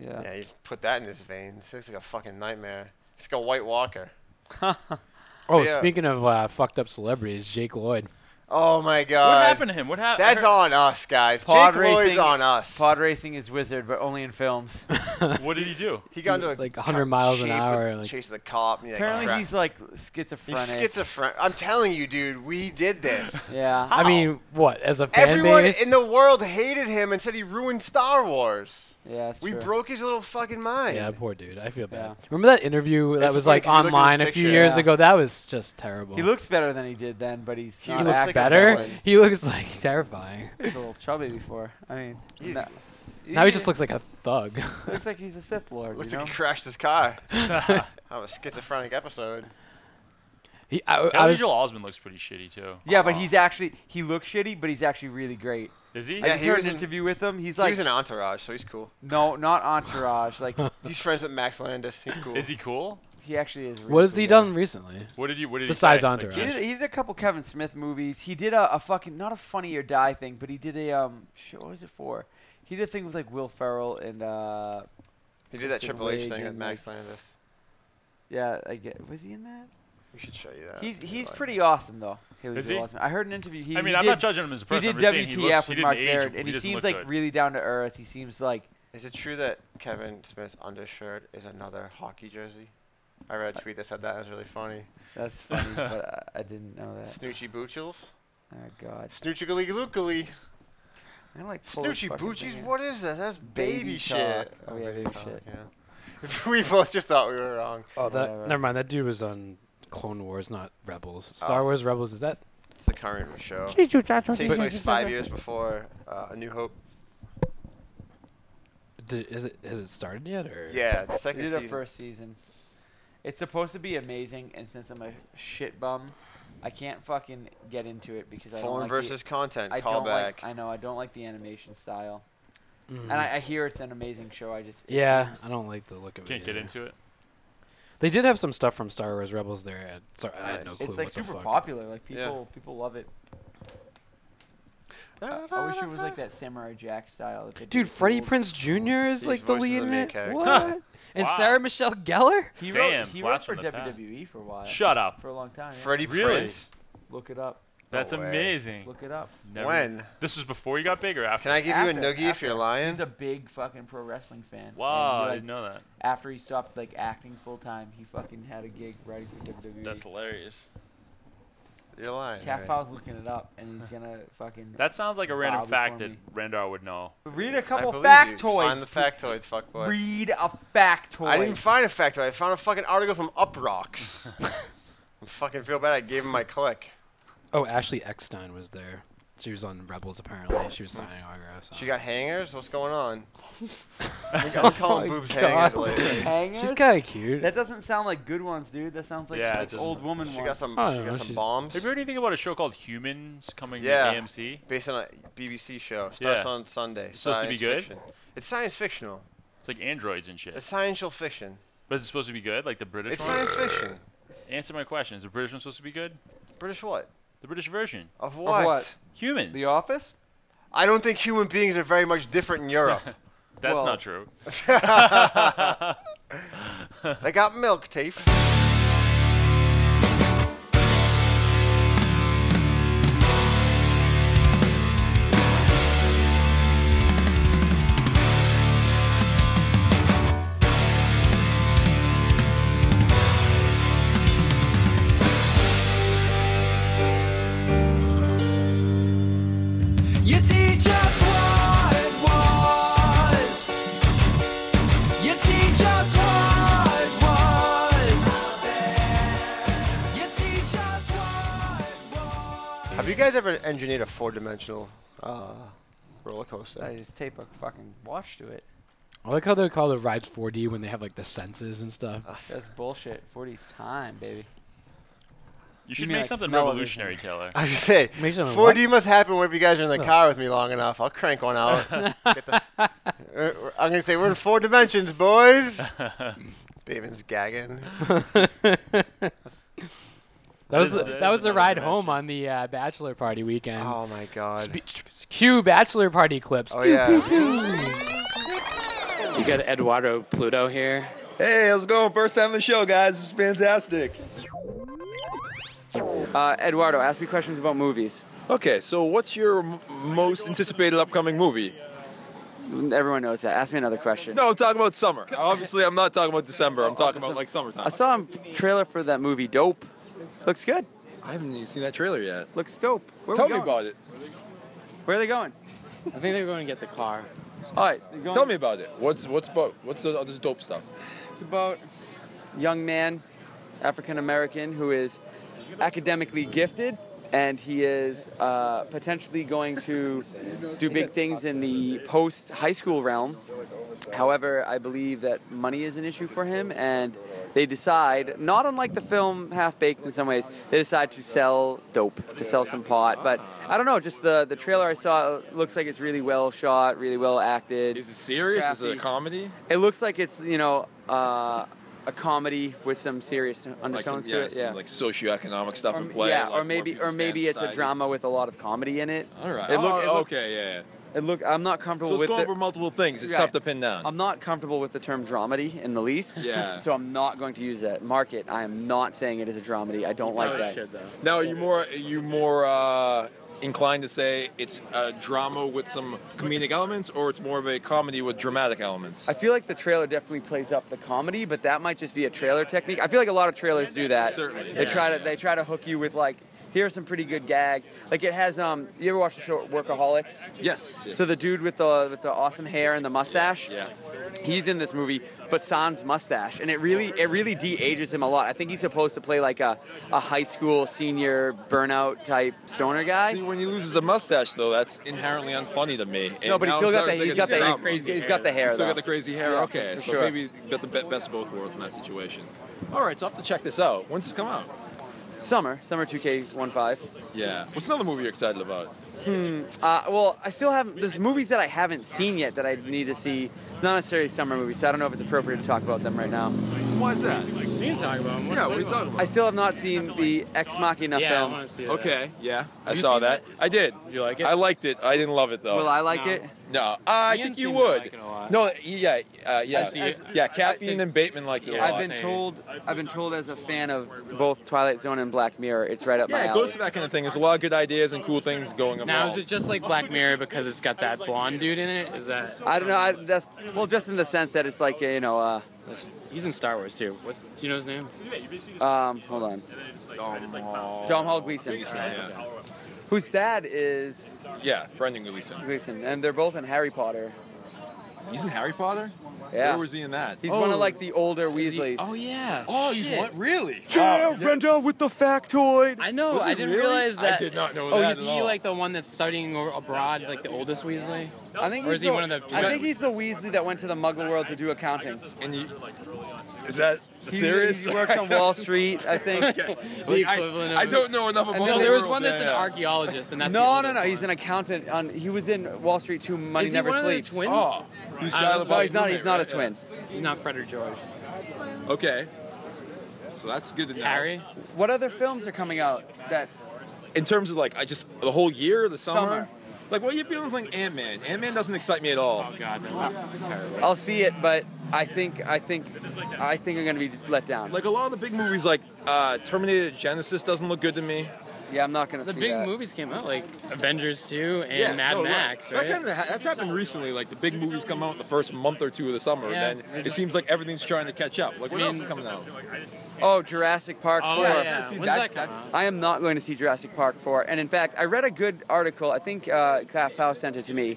Yeah.
Yeah, he's put that in his veins. He looks like a fucking nightmare. He's like a White Walker.
Oh,
Yeah.
speaking of uh, fucked up celebrities, Jake Lloyd.
Oh my god.
What happened to him? What happened?
That's on us, guys.
Pod
Jake Lloyd's
racing-
on us.
Pod racing is wizard, but only in films.
What did he do?
he got into
It's
a
like
cop
100 miles an
chase with-
hour, like-
chase with a cop. And he, like,
Apparently,
crap.
he's like
he's
schizophrenic.
schizophrenic. I'm telling you, dude. We did this.
Yeah.
I mean, what as a fan
Everyone
base?
in the world hated him and said he ruined Star Wars.
yeah. That's
We
true.
broke his little fucking mind.
yeah, poor dude. I feel bad.
Yeah.
Remember that interview that
It's
was
funny
like
'cause you look at his
online a few
picture,
years
yeah.
ago? That was just terrible.
He looks better than he did then, but he's
He
He
not
looks
acting
better.
that way.
he looks like terrifying.
was a little chubby before. I mean,
He's-
no-
Now he just looks like a thug.
looks like he's a Sith Lord.
Looks
you
like
know?
he crashed his car. Have a schizophrenic episode.
he, I, I
Now,
was,
Joel Osment looks pretty shitty too.
yeah, but he's actually he looks shitty, but he's actually really great.
Is he?
I
Yeah,
just
he
heard
was
an
in-
interview with him. He's
He
like,
was in Entourage, so he's cool.
no, not Entourage. Like
He's friends with Max Landis. He's cool.
Is he cool?
he actually is. Really
what has he
cool.
done recently?
What did you? What did
Besides
he? say?
Entourage.
He
Like,
did, he did a couple Kevin Smith movies. He did a, a fucking not a Funny or Die thing, but he did a um shit. What was it for? He did a thing with like Will Ferrell and uh
He did that
Kristen
Triple H
Wiig
thing with
and,
Max Landis.
yeah. I get, was he in that?
We should show you that.
He's
You'd
he's
Uh, like
pretty awesome though. Haley
Is
Joel
he?
Osment. I heard an interview. He,
I mean,
he
I'm
did,
not judging him as a
He
person.
did
I'm just
WTF
saying he looks,
with
he
Mark
didn't
Barrett,
age,
and he,
doesn't
seems
look
like
good.
really down to earth. He seems like
it. Is it true that Kevin Smith's undershirt is another hockey jersey? I read
Uh,
a tweet that said that. It was really funny.
that's funny, but I, I didn't know that.
Snoochie Boochles?
Oh God,
Snoochigally lookily.
I'm gonna, like pull this
Snoochie
fucking thing
Boochies?
in.
What is this? That's baby,
Baby
shit.
talk. Oh, yeah, baby shit.
yeah. we both just thought we were wrong.
Oh,
Whatever.
that. Never mind. That dude was on Clone Wars, not Rebels. Star
Oh.
Wars Rebels. Is that?
It's the current show. Takes place five years before uh, A New Hope.
Did, is it has it started yet or?
Yeah, the second
They did
season.
the first season. It's supposed to be amazing, and since I'm a shit bum, I can't fucking get into it because I don't
Form
like
versus
the,
content.
I don't
callback.
like. I know I don't like the animation style,
Mm.
and I, I hear it's an amazing show. I just it
yeah,
seems-
I don't like the look of it.
Can't get
either.
into it.
They did have some stuff from Star Wars Rebels there. At, sorry, I had no
Nice.
clue
It's like
what the
super
fuck.
popular. Like
Yeah.
people people love it. I, I wish it was like that Samurai Jack style. that they did
Dude,
with the
Freddie
old-
Prince Jr. is
These
like the
voices
lead
of
in
main
it.
characters.
What? And
Wow.
Sarah Michelle Gellar?
He
Damn,
wrote, he wrote
blast
for
from the past.
WWE for a while.
Shut up.
For a long time. yeah.
Freddie
Really?
Prinze.
Look it up.
That's
way.
amazing.
Look it up.
Never-
When?
This was before you got big or after?
Can I give
After-
you a noogie if
after.
you're lying?
He's a big fucking pro wrestling fan. and he,
Wow, I
like,
didn't know that.
After he stopped like acting full time, he fucking had a gig writing for WWE.
That's hilarious.
You're lying.
Cat
right?
File's looking it up, and he's gonna fucking.
That sounds like a random
Bobby
fact
for
that
me.
Randar would know.
read a
I
couple
believe you.
factoids.
Find the factoids, fuckboy.
Read a factoid.
I didn't find a factoid. I found a fucking article from Uprocks. I fucking feel bad. I gave him my click.
Oh, Ashley Eckstein was there. She was on Rebels apparently. She was signing autographs.
She got hangers. What's going on? I'm calling
my
boobs
God.
hangers lately.
Hangers?
She's kind of cute.
That doesn't sound like good ones, dude. That sounds like,
Yeah,
some,
it
like,
doesn't-
old woman
She
ones.
got some.
I don't
She
know,
got some
she's-
bombs.
Have you heard anything about a show called Humans coming
Yeah.
to AMC?
Based on a BBC show. Starts
Yeah.
on Sunday. It's
supposed to be good?
Fiction. It's science fictional.
It's like androids and shit.
It's science fiction.
But is it supposed to be good? Like the British
It's
one?
science fiction.
Answer my question. Is the British one supposed to be good?
British what?
The British version.
Of what?
what?
Humans.
The Office?
I don't think human beings are very much different in Europe.
That's
Well-
not true.
they got milk teeth.
You teach us what it was. You teach us what it was. You teach us what it was.
Have you guys ever engineered a four-dimensional uh, roller coaster?
I just tape a fucking watch to it.
I like how they call the rides 4D when they have like the senses and stuff.
That's bullshit. 40's time, baby.
You should
mean,
make
like,
something
smell
revolutionary, Taylor.
I was just say,
Makes it a
4D must happen whenever you guys are in the car with me long enough. I'll crank one out. Get this. Uh, I'm gonna say we're in four dimensions, boys. Baben's gagging.
That was
is-
the,
that
that
is
was the
another
ride
dimension.
home on the uh, bachelor party weekend.
Oh my god.
Spe- cue bachelor party clips.
oh yeah.
You got Eduardo Pluto here.
Hey, how's it going? First time on the show, guys. It's fantastic.
Uh, Eduardo, ask me questions about movies.
Okay, so what's your m- most anticipated upcoming movie?
Everyone knows that. Ask me another question.
No, I'm talking about summer. Obviously, I'm not talking about December. I'm talking about like summertime.
I saw a trailer for that movie, Dope. Looks good.
I haven't even seen that trailer yet.
Looks dope. Where
Tell
are we
me
going?
about it.
Where are they going?
I think they're going to get the car.
All right.
Tell me about it. What's what's about what's the other dope stuff?
It's about a young man, African American, who is academically gifted, and he is uh, potentially going to do big things in the post high school realm. However, I believe that money is an issue for him, and they decide, not unlike the film Half Baked in some ways, they decide to sell dope, to sell some pot. But I don't know, just the, the trailer I saw looks like it's really well shot, really well acted.
Is it serious? Is it a
Crafty.
comedy?
It looks like it's you know uh, a comedy with some serious
Like some,
undertones
yeah,
to it.
some,
Yeah.
like socioeconomic stuff
or,
in play.
yeah,
like,
or
where
maybe
people
or
stand
maybe it's a
society.
drama with a lot of comedy in it.
All right.
It look,
oh,
it look,
okay, yeah, yeah.
It look. I'm not comfortable
So it's
with
going
it.
over multiple things. It's
Right.
tough to pin down.
I'm not comfortable with the term dramedy in the least.
Yeah.
so I'm not going to use that. Mark it. I am not saying it is a dramedy. I don't like that.
Now, are you more are you more uh, inclined to say it's a drama with some comedic elements, or it's more of a comedy with dramatic elements?
I feel like the trailer definitely plays up the comedy, but that might just be a trailer technique. I feel like a lot of trailers do that.
Certainly,
They
yeah,
try to
yeah.
they try to hook you with like here are some pretty good gags. Like it has um you ever watch the show Workaholics?
yes.
So the dude with the with the awesome hair and the mustache.
yeah.
he's in this movie, but sans mustache, and it really it really de-ages him a lot. I think he's supposed to play like a, a high school senior burnout type stoner guy.
See, when he loses a mustache, though, that's inherently unfunny to me. And
no, but he's still
now I'm
got the
starting to
he's
think
got
it's a
the
problem.
he's, he's got the hair.
He's still
though.
got the crazy hair.
Yeah,
okay,
for
so
sure.
maybe you got the be- best of both worlds in that situation. All right, so I will have to check this out. When's this come out?
Summer, summer 2K15.
Yeah. What's another movie you're excited about?
Uh, well, I still haven't. There's movies that I haven't seen yet that I need to see. It's not necessarily summer movies, so I don't know if it's appropriate to talk about them right now.
Why is that? Yeah,
We can talk about them. What
what are you talking
I
about?
still have not seen the Ex Machina
yeah, I
film.
want to see that.
Okay, yeah, I
you
saw
seen
that. I did.
You like it?
I liked it. I didn't love it though.
Will I like
No.
it?
No, I
Ian
think you
seemed to
would.
like it a lot.
No, yeah, uh, yeah,
I see it.
yeah. Caffeine
think-
and Bateman liked it a lot.
I've been
same.
told. I've been told as a fan of both Twilight Zone and Black Mirror, it's right up my
yeah, it
alley.
goes to that kind of thing. There's a lot of good ideas and cool things going on.
Now is it just like Black Mirror because it's got that blonde dude in it? Is that
I don't know. I, that's well, just in the sense that it's like you know. Uh,
that's- he's in Star Wars too? What's do you know his name?
um, hold on. Dom Hall Gleason,
yeah.
whose dad is
yeah, Brendan Gleeson.
Gleason, and they're both in Harry Potter.
He's in Harry Potter.
Yeah.
Where was he in that?
He's one
Oh.
of like the older Weasleys.
Oh yeah. shit.
Really?
Yeah, Brenda with the factoid.
I know.
Was
I
it
didn't
really?
realize
I
that.
did not know
oh,
that
is
at
he
all.
like the one that's studying o- abroad, like the oldest Weasley?
I think
Or
he's
is he
the,
one of the-
I think he's the Weasley that went to the Muggle world to do accounting.
And you, is that
He-
serious?
He works on Wall Street, I think.
The
I,
equivalent of-
I don't know enough about.
No,
the
there was
world.
one that's an
Yeah, yeah.
archaeologist, and that's the
No, no,
oldest
no.
one.
He's an accountant. On he was in Wall Street 2 Money
Is he
Never
one of the
Sleeps.
twins?
Oh, he's
Uh,
Shia
no,
No,
LaBeouf's
he's not. He's
roommate,
not a
right?
twin.
not Fred or George.
Yeah. Okay. So that's good to know.
Harry.
What other films are coming out? That
In terms of like, I just the whole year, the summer.
Summer.
Like, what are you feeling like Ant Man? Ant Man doesn't excite me at all.
Oh God, that was terrible.
I'll see it, but I think I think I think I'm gonna be let down.
Like a lot of the big movies, like uh, Terminator Genesis, doesn't look good to me.
Yeah, I'm not gonna
The
see
big
that.
movies came out like Avengers 2 and Mad
no, right.
Max,
That
right?
kinda ha- that's happened recently. Like the big movies come out in the first month or two of the summer,
Yeah.
and then it seems like everything's trying to catch up. Like what
mean-
else is coming out?
Oh, Jurassic Park
Oh
4.
yeah,
See,
when's
that-
that, come
that-
out?
I am not going to see Jurassic Park 4. And in fact, I read a good article. I think uh, Claff Powell sent it to me.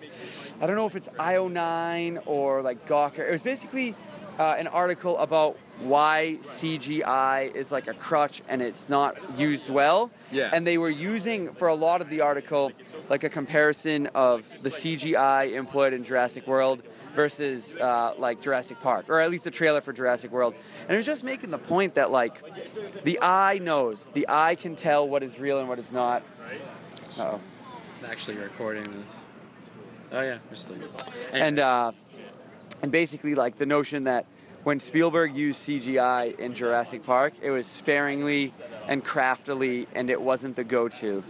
I don't know if it's IO9 or like Gawker. It was basically uh, an article about why CGI is like a crutch and it's not used well.
Yeah.
And they were using, for a lot of the article, like a comparison of the CGI employed in Jurassic World versus uh, like Jurassic Park, or at least the trailer for Jurassic World. And it was just making the point that like the eye knows. The eye can tell what is real and what is not. Uh-oh.
I'm actually recording this. Oh yeah, we're still good.
And uh, and basically, like the notion that when Spielberg used CGI in Jurassic Park, it was sparingly and craftily, and it wasn't the go-to.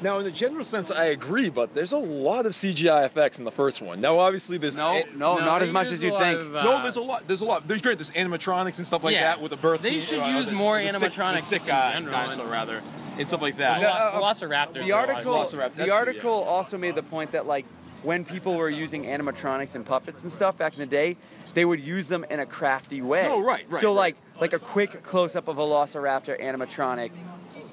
Now, in a general sense, I agree, but there's a lot of CGI effects in the first one. Now, obviously, there's
No,
an-
no,
No,
not
they
as much
use
as
a
you'd
lot
think.
of, uh,
No, there's a lot. There's a lot. There's great. There's animatronics and stuff like
Yeah.
that with the birth.
They
scene-
should
uh,
use
the-
more
the six- the
animatronics
six,
in
uh,
general.
Dinosaur rather, and stuff like that.
No, uh,
Velociraptor.
The article,
Velociraptor, that's
the
it,
article also made the point that like when people were using animatronics and puppets and stuff back in the day, they would use them in a crafty way.
No, right, right,
So
right.
like like a quick close up of a Velociraptor animatronic.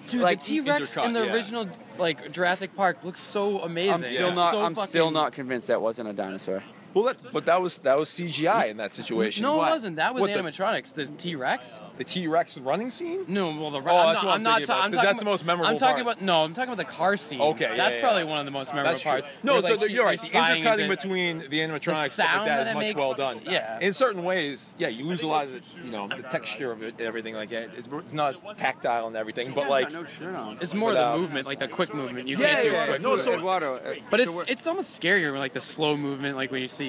Dude,
like,
the T Rex
intercut,
in the
yeah.
original like Jurassic Park looks so amazing.
I'm still
It's
not
so
I'm
fucking-
still not convinced that wasn't a dinosaur.
Well, that, but that was that was CGI in that situation.
No,
What?
it wasn't. That was
What, the-
animatronics. The T Rex.
The T Rex running scene.
No, well the.
Oh,
I'm not,
that's what I'm
I'm not.
thinking
ta-
about,
I'm
'cause
talking
that's the most memorable
I'm talking
part.
about. No, I'm talking about the car scene.
Okay, yeah,
that's
yeah,
probably
yeah.
one of the most memorable
That's true.
parts.
No,
Where,
so
like,
the-
she-
you're right. The
she's spying into-
intercutting between the animatronics stuff like
sound
that
that
is
it
much
makes-
well done.
yeah.
In certain ways, yeah, you lose a lot of the, you know the texture of it, everything like that. It's, it's not as tactile and everything, but like
shirt on.
It's more
without-
the movement, like the quick movement. You
Yeah,
can't do
yeah,
a quick.
no,
movement.
so-
Eduardo, uh,
But it's
so we're,
it's almost scarier when like the slow movement, like when you see.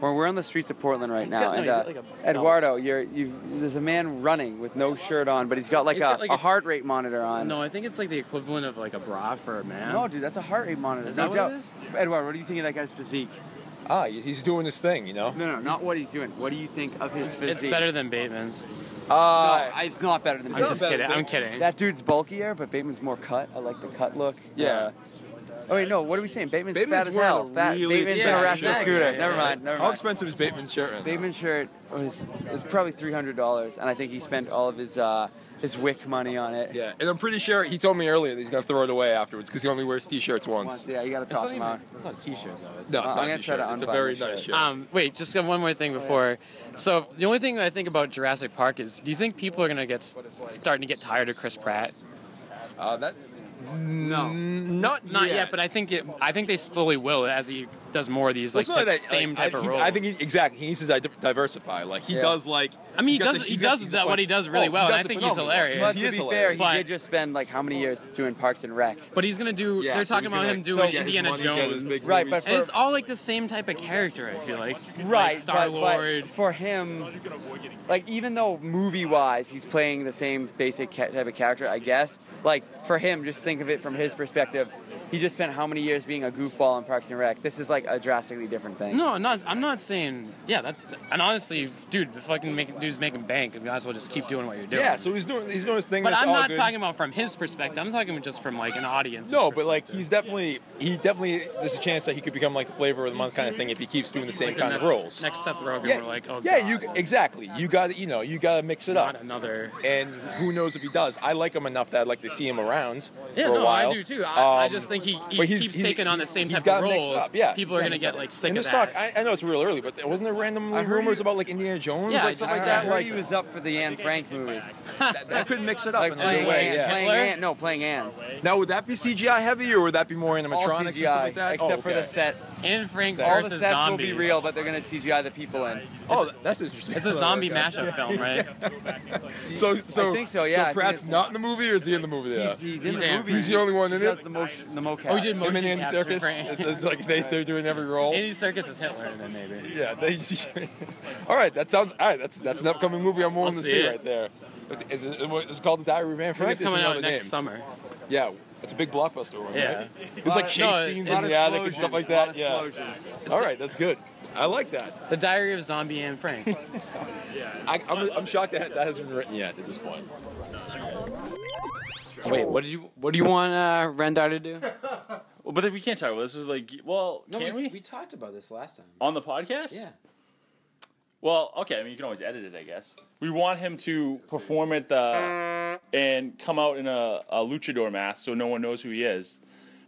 we're, we're on the streets of Portland right
He's
now,
got- no,
and
he's
uh,
got like a-
Eduardo, you're you there's a man running with no shirt on, but he's got like,
He's
a,
got like
a
a-
heart rate monitor on.
No, I think it's like the equivalent of like a bra for a man.
No, dude, that's a heart rate monitor.
Is
no
that what
doubt.
it
Eduardo, what do you think of that guy's physique?
ah, he's doing his thing, you know.
No, no, not what he's doing. What do you think of his physique?
it's better than Bateman's.
No,
Uh,
I- it's not better than
I'm
Bateman.
just
better
kidding.
than
I'm kidding.
That dude's bulkier, but Bateman's more cut. I like the cut look.
yeah.
Oh wait, no. What are we saying? Bateman's,
Bateman's
fat as
wearing
hell.
a
Fat.
really
Bateman's been
expensive
harassed on a
shirt.
scooter.
Yeah, yeah,
never
yeah.
mind. Never
How
mind.
expensive is Bateman's shirt?
Bateman's shirt was is probably three hundred dollars, and I think he spent all of his uh, his Wick money on it.
Yeah, and I'm pretty sure he told me earlier that he's gonna throw it away afterwards because he only wears t-shirts once.
Yeah, you gotta toss him out.
It's not a t-shirt though. It's
No, it's
I'm
not
gonna
a
try
t-shirt.
to
it's a
unbutton
very
the
nice
shirt.
shirt.
Um, wait, just got one more
Oh,
thing before. So the only thing I think about Jurassic Park is, do you think people are gonna get s- starting to get tired of Chris Pratt?
uh, that
No,
not
not yet. But I think it, I think they slowly will as he does more of these
Well,
like
it's not
type-
that,
same
like,
type
I,
of
he-
role.
I think he, exactly he needs to di- diversify. Like he
Yeah.
does like.
I mean, he
he's got
does-
the-
he
he's got-
does
he's
that-
a-
what he does really
he
well, and
does
I
a
think he's
phenomenal
hilarious.
job.
Plus,
He
to
is
be fair, he
hilarious.
But-
did just spend like how many years doing Parks and Rec?
but he's gonna do.
Yeah,
they're
so
talking
he's
about
gonna,
him
like,
doing
so yeah, his
Indiana
money got
Jones.
this big
Right,
movie.
but
And it's
For-
all like the same type of character. I feel like
Right,
Star
but-
Lord.
But for him, like even though movie-wise he's playing the same basic ca- type of character, I guess. Like for him, just think of it from his perspective. He just spent how many years being a goofball in Parks and Rec? This is like a drastically different thing.
No, I'm not. I'm not saying. Yeah, that's. And honestly, dude, the fucking make, dude's making bank. You might as well just keep doing what you're doing.
yeah, so he's doing he's doing his thing.
But
that's
I'm
all
not
good.
talking about from his perspective. I'm talking just from like an audience.
No, but like he's definitely he definitely there's a chance that he could become like the flavor of the month kind of thing if he keeps doing the same kind of
next,
roles.
Next Seth Rogen,
yeah,
we're like, oh
yeah,
God,
you exactly. You got to you know you got to mix it
Not
up.
another.
And who knows if he does? I like him enough that I'd like to see him around
Yeah,
for a
no,
while.
I do too. I, I
Um,
just think he, he
but he's-
keeps
he's-
taking on the same
he's
type of
gotta mix it
roles.
up, Yeah,
people are
Yeah,
gonna
he's
get
got-
like sick
and
of
this
that.
talk, I, I know it's real early, but there- wasn't there randomly
I heard
rumors
he-
about like Indiana Jones,
Yeah, I
like
I
stuff
just
like
heard-
that?
I heard
Like
he was up for the Anne Frank movie,
that, that could mix it up
like
in a
playing
good way.
Anne,
Yeah.
playing
Hitler?
Anne, no, playing Anne,
Now would that be CGI heavy or would that be more
all
animatronics and
CGI
stuff like that?
except
Oh,
for the
okay.
sets.
And Frank
All the
versus
sets
zombies.
will be real, but they're gonna CGI the people in.
Oh, that- that's interesting.
It's a zombie
Okay.
mashup film, right?
So, so
I think so, yeah, I
So
think
Pratt's
it's-
not in the movie, or is he in the movie? Yeah.
He's, he's in
He's
the
Anne
movie.
Frank.
He's the only one in
He does
it?
the, mo- the mocap.
Oh, he did
Him
motion
and Andy
capture
Circus.
Frank.
It's, it's like they they're doing every role.
Andy Circus is Hitler, and then maybe.
Yeah. They, all right. That sounds. All right. That's that's an upcoming movie I'm willing
I'll
to
see
see
it.
right there. But Is it, what- is it called The Diary of Man?
I think it's
Frank? This is
coming out
another
next
name.
summer.
Yeah. It's a big blockbuster one.
Yeah.
Right? It's like chase
No,
scenes
it's-
in the attic and stuff like that. Yeah. All right. That's good. I like that.
The Diary of Zombie Anne Frank.
I, I'm, I'm shocked that that hasn't been written yet at this point.
Wait, what do you what do you want uh, Rendar to do?
Well, but then we can't talk about this. Was like, well, can we,
talked about this last time.
on the podcast? Well, okay. I mean, you can always edit it, I guess. We want him to perform at the and come out in a, a luchador mask so no one knows who he is,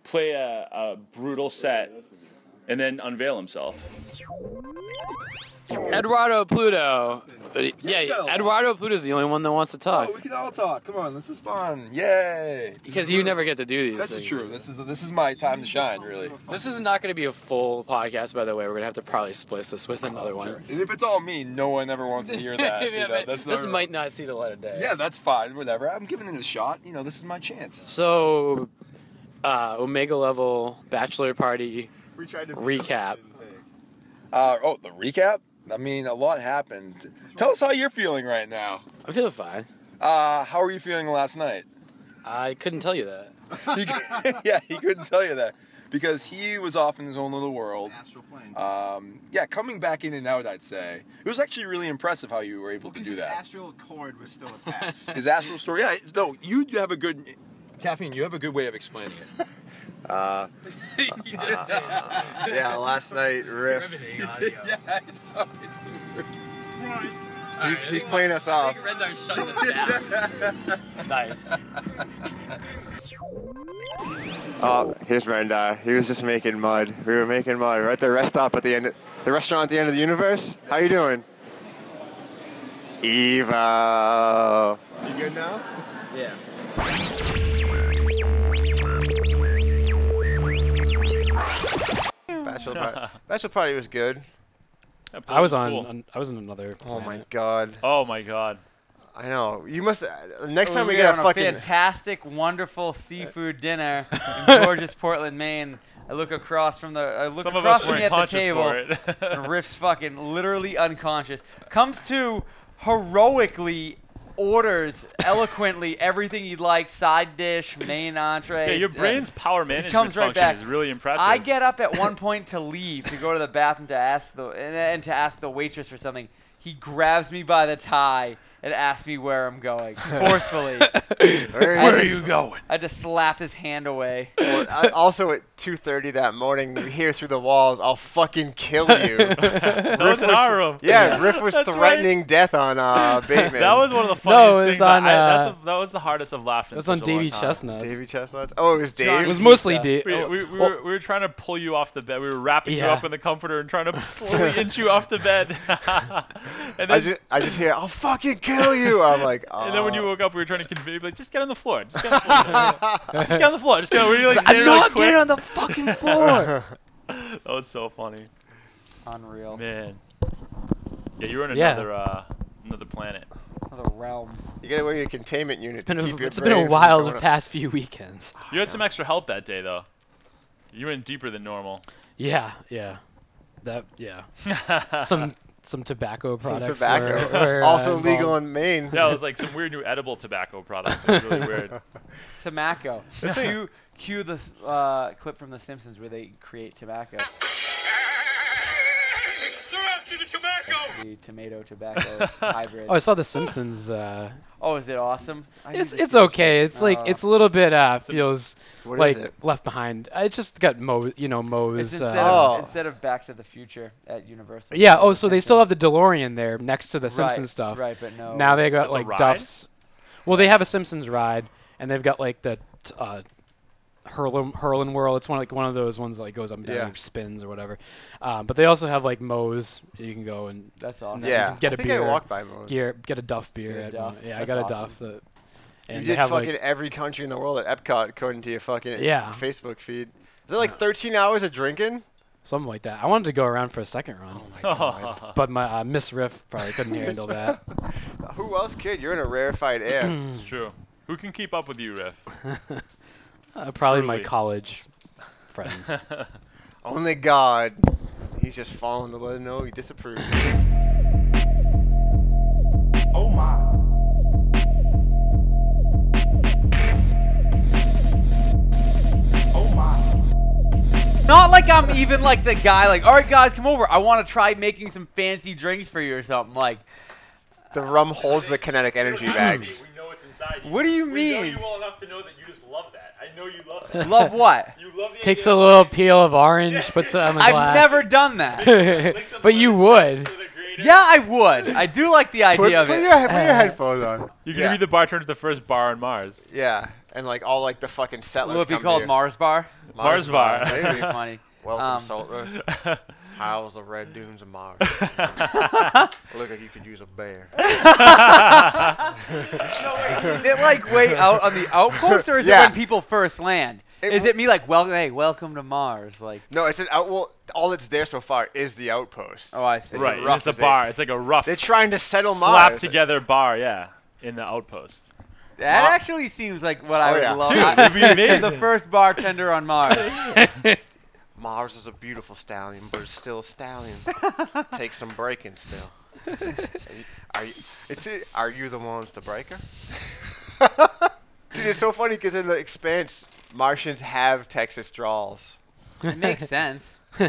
play a, a brutal set, and then unveil himself.
Eduardo Pluto. Uh, Yeah, Eduardo Pluto's the only one that wants to talk
we can all talk. Come on, this is fun. Yay!
because you never get to do these.
This is
things.
true. This is this is my time to shine, really.
This is not going to be a full podcast, by the way. We're going to have to probably split this with another one.
And if it's all me, no one ever wants to hear that. you know, that's
this
not-
might not see the light of day.
Yeah, that's fine. Whatever. I'm giving it a shot. You know, this is my chance.
So, uh, Omega level bachelor party
We tried to
recap.
Uh, oh, the recap. I mean, a lot happened. Tell us how you're feeling right now.
I'm feeling fine.
Uh, how were you feeling last night?
I couldn't tell you that.
He cou- yeah, he couldn't tell you that because he was off in his own little world.
plane.
Uh,
Um, yeah, coming back in and out, I'd say it was actually really impressive how you were able to
Because
do
his
that.
astral cord was still attached.
His astral story. Yeah, no, you have a good caffeine. You have a good way of explaining it.
yeah, last night riff. He's, he's playing us off.
nice.
Oh, here's Rendar. He was just making mud. We were making mud. We're at the rest stop at the end, the restaurant at the end of the universe. How you doing? Evil. You good now?
Yeah.
Bachelor party. Bachelor party was good.
That
I was
cool.
on, on- I was in another.
Oh
planet.
my god.
Oh my god.
I know. You must. Uh, next time
we,
we
were
get
on
a
a
fucking.
fantastic, wonderful seafood dinner in gorgeous Portland, Maine. I look across from the I look
Some of
across
us
from me
weren't
at the
conscious
table.
for it.
and Riff's fucking literally unconscious. Comes to heroically orders eloquently everything he likes, side dish, main entree.
yeah, your
uh,
brain's power
it
management
comes right
function
back.
is really impressive.
I get up at one point to leave to go to the bathroom to ask the and, and to ask the waitress for something. He grabs me by the tie
and asked me where I'm going forcefully.
Where
I
are
had
you
to-
going?
I had to slap his hand away.
Well, I- uh, also at 2:30 that morning, you hear through the walls, "I'll fucking kill you." Riff
was in our room.
Yeah, Riff was
That's right.
threatening death on uh, Bateman.
That was one of the
No, it
funniest
was
things. I-
on,
I, that's
uh,
a- that was the hardest of laughing.
That's on Davy Chestnuts.
Davy Chestnuts. Oh, it was
John
Dave.
It was mostly Pizza. Dave-
We,
oh,
we, we,
well-
were, we were trying to pull you off the bed. We were wrapping you
Yeah.
up in the comforter and trying to slowly inch you off the bed. and then,
I just, I just hear, "I'll fucking kill you." I'm like, oh.
and then when you woke up, we were trying to convey, like, just get on the floor. Just get on the floor. just get on the floor. Just get on the floor. Like,
I'm
standing,
not
like, quick.
getting on the fucking floor.
that was so funny.
Unreal.
Man. Yeah, you were in
Yeah.
another uh, another planet.
Another realm.
you gotta wear your containment unit.
It's been
to keep
a,
your
it's been a
brain from
wild
going-
past few weekends.
You had some extra help that day, though. You went deeper than normal.
Yeah, yeah. That yeah. some some tobacco
Some
products. were-
tobacco.
were, uh,
Also legal
involved.
in Maine.
Yeah, it was like some weird new edible tobacco product. It was really weird.
Tobacco. Cue, cue the uh, clip from The Simpsons where they create tobacco. The tomato tobacco hybrid.
Oh, I saw The Simpsons. Uh,
Oh, is it awesome? I need
it's
to
it's
see this.
okay. It's like
Oh.
Uh,
it's a little bit uh, feels
What is
like
it?
left behind. I just got Mo. You know
It's
Mo's.
instead,
Uh,
of,
Oh.
instead of Back to the Future at Universal.
Yeah. Oh, so they still have the DeLorean there next to the
Right,
Simpsons stuff.
right, but
oh,
no-
Now they got
That's a
like
ride?
Duff's. Well, they have a Simpsons ride, and they've got like the t- uh, Hurlin Hurlin Whirl. It's one like one of those ones that like, goes up and down
Yeah.
or spins or whatever. Um, but they also have like Moe's. You can go and
That's
and
awesome.
then
Yeah,
You can get
I
a
think I
beer.
walked by Moe's.
Gear, get a Duff beer.
Get a
at
Duff.
one- Yeah, I
That's
got a
awesome.
Duff. That, and
you
they
did
have
fucking
like
every country in the world at Epcot according to your fucking
Yeah.
Facebook feed. Is it like 13 hours of drinking?
something like that. I wanted to go around for a second round,
Oh God.
but my uh, Miss Riff probably couldn't handle that.
Who else could? You're in a rarefied air.
It's true. Who can keep up with you, Riff?
Uh, probably my
Truly.
college friends.
Only God. He's just falling to let him know he disapproves.
Oh my.
Not like I'm even like the guy. Like, all right, guys, come over. I want to try making some fancy drinks for you or something. Like,
the rum holds the kinetic energy bags.
We know what's inside
What do you
We know
mean?
you well enough to know that you just love that. I know you love that.
love what?
You love the
Takes a
idea
little peel of orange, puts it on the
I've
glass.
never done that.
but you would.
yeah, I would. I do like the idea of it.
Uh,
headphones on.
You're gonna be the bartender at the first bar on Mars.
Yeah, and like all like the fucking settlers.
Will it be
come
called
here.
Mars Bar?
Mars Bar.
That'd
Maybe.
be funny.
Welcome,
Um,
Saltlers. How's the red dunes of Mars? Look like you could use a bear.
Is it like way out on the outpost, or is
Yeah.
it when people first land?
It
Is
w-
it me like, well, hey, welcome to Mars? Like,
No, it's an out. Well, all that's there so far is the outpost.
Oh, I see.
right, and
rough
it's a
as they-
bar. It's like a rough.
They're trying to settle
slap
Mars.
together bar. Yeah, in the outpost.
that
Mar-
actually seems like what I
Oh,
would
yeah.
love.
Dude,
I-
it'd be
The
amazing.
first bartender on Mars.
Mars is a beautiful stallion, but it's still a stallion. Takes some breaking still. Are you- Are you, it's it, are you the ones to break her? Dude, it's so funny because in the Expanse, Martians have Texas drawls.
It makes sense Oh,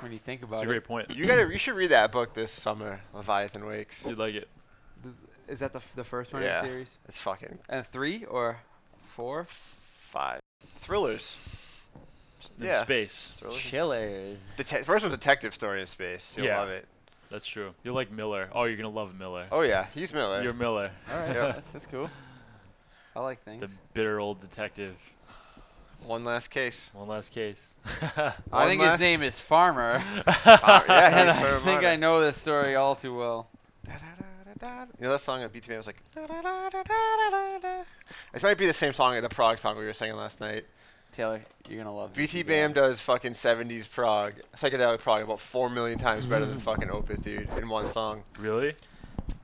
when you think about
That's a
it.
great point.
You gotta, you should read that book this summer, Leviathan Wakes.
You'd like it.
Is that the, f- the first one
Yeah.
in the series?
It's fucking
And three or four?
five thrillers.
In
yeah,
space.
Thrillers.
Chillers.
Dete- first one's detective story in space. You'll
Yeah.
love it.
That's true. You'll like Miller. Oh, you're gonna love Miller.
Oh yeah, he's Miller.
You're Miller,
All right,
Yep.
that's, that's cool. I like
the
things.
bitter old detective.
One last case.
One last case.
I think
One
his
last-
name is Farmer.
Farmer, Oh, yeah,
and
he's
I
Farmer
think I
Martin.
know this story all too well.
You know that song at BTM was like. It might be the same song, the prog song we were singing last night.
Taylor, you're gonna love
BT Bam does fucking 70s prog, psychedelic prog, about four million times better than fucking Opeth, dude, in one song.
really?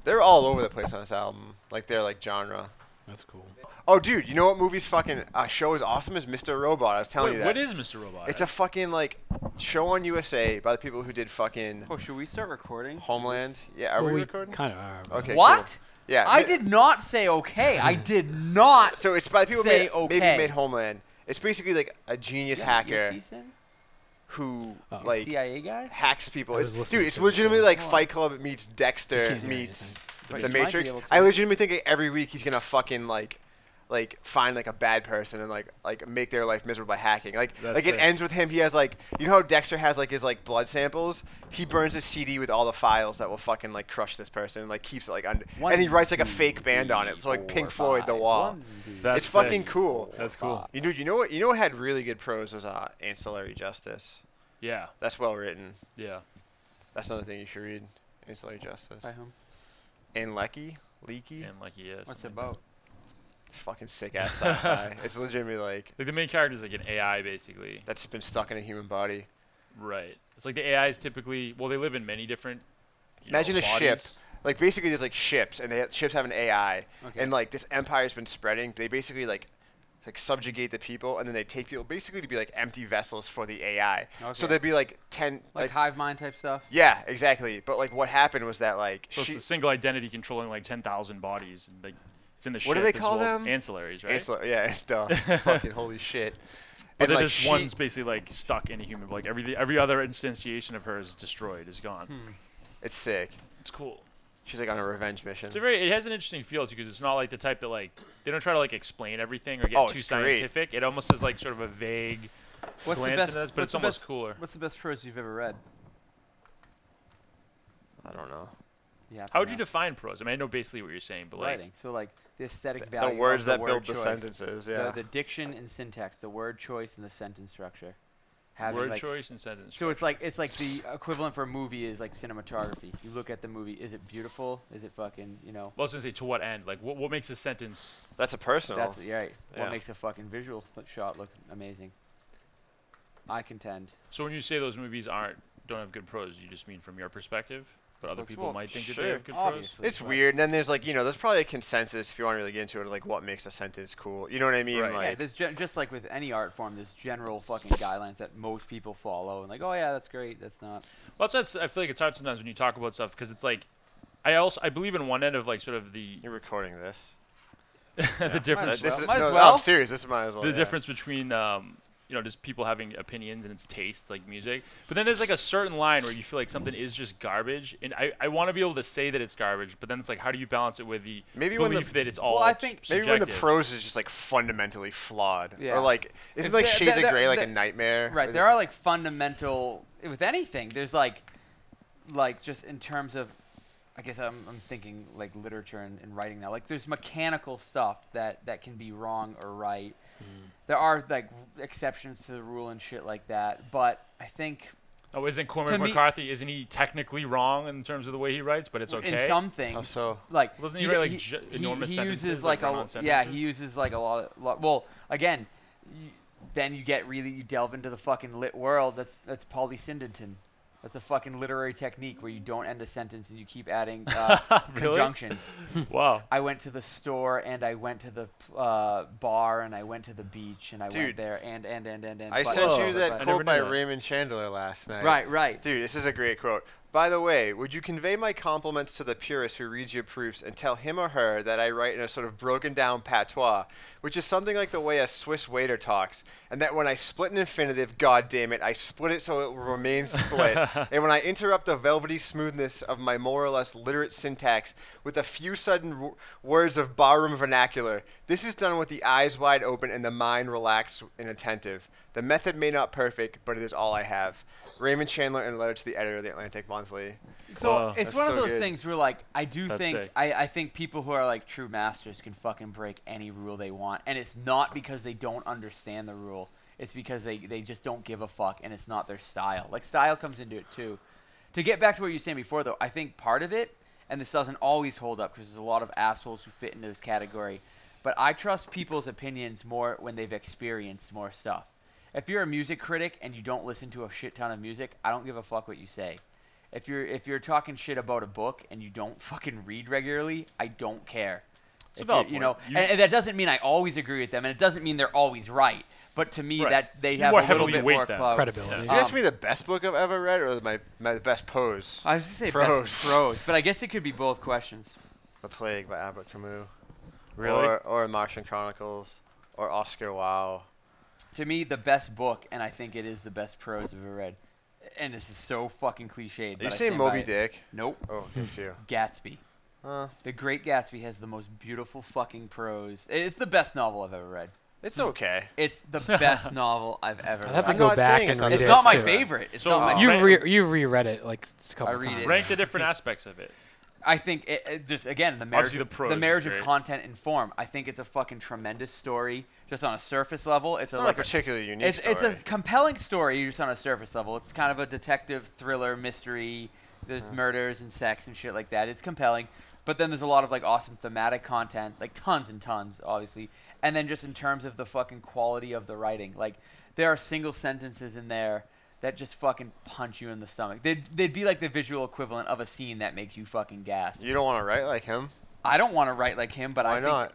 They're all over the place on this album, like they're like genre.
That's cool.
Oh, dude, you know what movie's fucking uh, show is awesome is Mr. Robot. I was telling
Wait,
you that.
what is Mr. Robot?
It's a fucking like show on USA by the people who did fucking
Oh, should we start recording?
Homeland. Yeah, are
Well,
we
we
recording?
kinda are, but-
Okay. cool.
What?
Yeah.
I
mi-
did not say okay. I did not.
So it's by the people who
say
made,
okay.
maybe made Homeland. It's basically like a genius hacker who like
CIA guy.
hacks people.
I
It's,
was listening
dude, it's
to it before.
legitimately like Fight Club meets Dexter
can't hear
meets
The
the Matrix. I legitimately think every week he's gonna fucking like, like find like a bad person and like like make their life miserable by hacking. Like
That's
like it,
it.
ends with him. He has like you know how Dexter has like his like blood samples. He burns his CD with all the files that will fucking like crush this person and like keeps it like under.
One,
and he writes like a
two,
fake band on it. So like Pink Floyd, The Wall.
That's
it's fucking
sick.
cool.
That's cool.
You dude, you know what? You know what had really good prose was uh, Ancillary Justice.
Yeah.
That's well written.
Yeah.
That's another thing you should read. Ancillary Justice.
By whom?
And Lecky. Leaky.
And Lecky, yeah.
What's
something
it
like
about?
It's fucking sick ass sci-fi. it's legitimately like
like the main character is like an AI basically
that's been stuck in a human body.
Right. It's like the AIs typically well they live in many different. you know,
Imagine a ship.
bodies.
Like basically, there's like ships, and they have, ships have an AI, and like this empire's been spreading. They basically like like subjugate the people, and then they take people basically to be like empty vessels for the AI. So
Okay.
there'd be like ten
Like hive mind type stuff.
Yeah, exactly. But like, what happened was that like
So
she-
it's a single identity controlling like ten thousand bodies. And like it's in the
what do
ship
they
as
call
well.
them?
Ancillaries, right?
Ancillary, yeah, it's dumb. fucking holy shit.
But
And,
then
like,
this
she-
one's basically like stuck in a human. Like every every other instantiation of her is destroyed, is gone.
Hmm.
It's sick.
It's cool.
She's like on a revenge mission.
It's a very. It has an interesting feel too, because it's not like the type that like they don't try to like explain everything or get
Oh,
too
it's great.
scientific. It almost is like sort of a vague
What's
glance
the best?
into this,
what's
but it's
the
almost
best-
cooler.
What's the best prose you've ever read?
I don't know.
Yeah.
How would you define prose? I mean, I know basically what you're saying, but like
writing. So like the aesthetic
the
value. of
words
the
that
word
build the
choice,
sentences, yeah.
The, the diction and syntax, the word choice and the sentence structure.
Word choice and sentence
So it's like it's like the equivalent for a movie is like cinematography. You look at the movie. Is it beautiful? Is it fucking you know?
Well, I was gonna say to what end? Like, what what makes a sentence?
That's a personal.
That's yeah, right.
Yeah.
What makes a fucking visual th- shot look amazing? I contend.
So when you say those movies aren't don't have good prose, you just mean from your perspective, but other
Well,
people
well,
might think that they
sure,
have good
obviously,
prose.
It's weird. And then there's like, you know, there's probably a consensus if you want to really get into it, like what makes a sentence cool. You know what I mean?
Right. yeah,
Like,
there's gen- just like with any art form, there's general fucking guidelines that most people follow, and like, oh yeah, that's great, that's not.
Well, that's, that's I feel like it's hard sometimes when you talk about stuff because it's like, I also I believe in one end of like sort of the.
You're recording this.
the difference.
This is- Might as no, no, well. I'm serious, this might as well,
The
Oh, yeah.
difference between um, you know just people having opinions and it's taste like music, but then there's like a certain line where you feel like something is just garbage, and I, I want to be able to say that it's garbage, but then it's like how do you balance it with the
maybe when
belief
the,
that it's all s-
maybe when the
subjective?
prose is just like fundamentally flawed,
Yeah.
or like isn't
It's
like
the-
Shades
the-
of Grey
the-
like a
the-
nightmare?
Right. There are like fundamental with anything. There's like, like just in terms of, I guess I'm, I'm thinking like literature and, and writing now. Like there's mechanical stuff that that can be wrong or right.
Mm.
There are like exceptions to the rule and shit like that. But I think
Oh, isn't
To
Cormac
me-
McCarthy? Isn't he technically wrong in terms of the way he writes? But it's okay.
in some things. like
doesn't he
d-
write like ju- enormous
he
sentences?
uses like,
run-on
a yeah, he
sentences?
uses like a lot. lot well, again, you, then you get really you delve into the fucking lit world. That's that's Pauli Sindington. That's a fucking literary technique where you don't end a sentence and you keep adding uh,
Really?
conjunctions.
Wow.
I went to the store and I went to the uh, bar and I went to the beach and I
Dude.
went there and and and and and.
I
but-
sent
Oh,
you
but-
that
but-
quote by Raymond Chandler last night.
Right, right.
Dude, this is a great quote. By the way, would you convey my compliments to the purist who reads your proofs and tell him or her that I write in a sort of broken down patois, which is something like the way a Swiss waiter talks, and that when I split an infinitive, god damn it, I split it so it will remain split, and when I interrupt the velvety smoothness of my more or less literate syntax with a few sudden w- words of barroom vernacular, this is done with the eyes wide open and the mind relaxed and attentive. The method may not perfect, but it is all I have. Raymond Chandler in a letter to the editor of the Atlantic Monthly.
So
Oh,
it's one of those things where like I do
That's
think
sick.
I, I think people who are like true masters can fucking break any rule they want. And it's not because they don't understand the rule. It's because they, they just don't give a fuck and it's not their style. Like style comes into it too. To get back to what you were saying before though, I think part of it and this doesn't always hold up because there's a lot of assholes who fit into this category. But I trust people's opinions more when they've experienced more stuff. If you're a music critic and you don't listen to a shit ton of music, I don't give a fuck what you say. If you're if you're talking shit about a book and you don't fucking read regularly, I don't care.
It's a
If you're-
valid
you know,
point.
and,
You-
and that doesn't mean I always agree with them, and it doesn't mean they're always right. But to me,
Right.
that they
You
have
more
a little
heavily
bit
weight
more
them.
clout.
Credibility.
Did
Um,
you ask me the best book I've ever read or my, my best pose?
I was just say
prose.
best prose, but I guess it could be both questions.
The Plague by Albert Camus.
Really?
Or, or Martian Chronicles. Or Oscar Wilde.
to me the best book, and I think it is the best prose I've ever read. And this is so fucking cliched.
Are you
but I
saying
stand by
Moby
it.
Dick?
Nope.
Oh, good for you.
Gatsby.
Uh.
the Great Gatsby has the most beautiful fucking prose. It's the best novel I've ever read.
It's okay.
It's the best novel I've ever.
I'd have
read.
to go back and
It's
read it.
not my
too.
favorite. It's
So
not my
you
favorite.
re- you reread it like a couple
I read
times.
it.
Rank the different aspects of it.
I think it, it just again the marriage
Obviously, the
of-
prose
the
is
marriage of
great.
content and form. I think it's a fucking tremendous story. Just on a surface level, it's a
Not a
like
particularly unique
It's, it's a
story.
compelling story just on a surface level. It's kind of a detective thriller mystery. There's murders and sex and shit like that. It's compelling, but then there's a lot of like awesome thematic content, like tons and tons, obviously. And then just in terms of the fucking quality of the writing, like there are single sentences in there that just fucking punch you in the stomach. They'd, they'd be like the visual equivalent of a scene that makes you fucking gasp.
You don't want to write like him.
I don't want to write like him, but I
Why
think
not?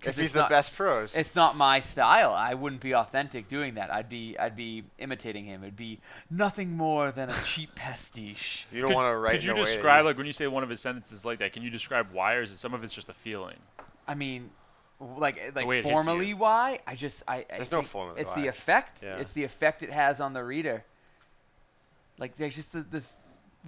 'cause
If he's
it's
the
not-
best prose.
it's not my style. I wouldn't be authentic doing that. I'd be I'd be imitating him. It'd be nothing more than a cheap pastiche.
You don't want to write.
Could you
in a way that
describe like when you say one of his sentences like that? Can you describe why, or is it some of it's just a feeling?
I mean, w- like
way
like
it hits you.
formally why? I just I, I
There's no
think
formally
It's
why.
the effect.
Yeah.
It's the effect it has on the reader. Like there's just the, this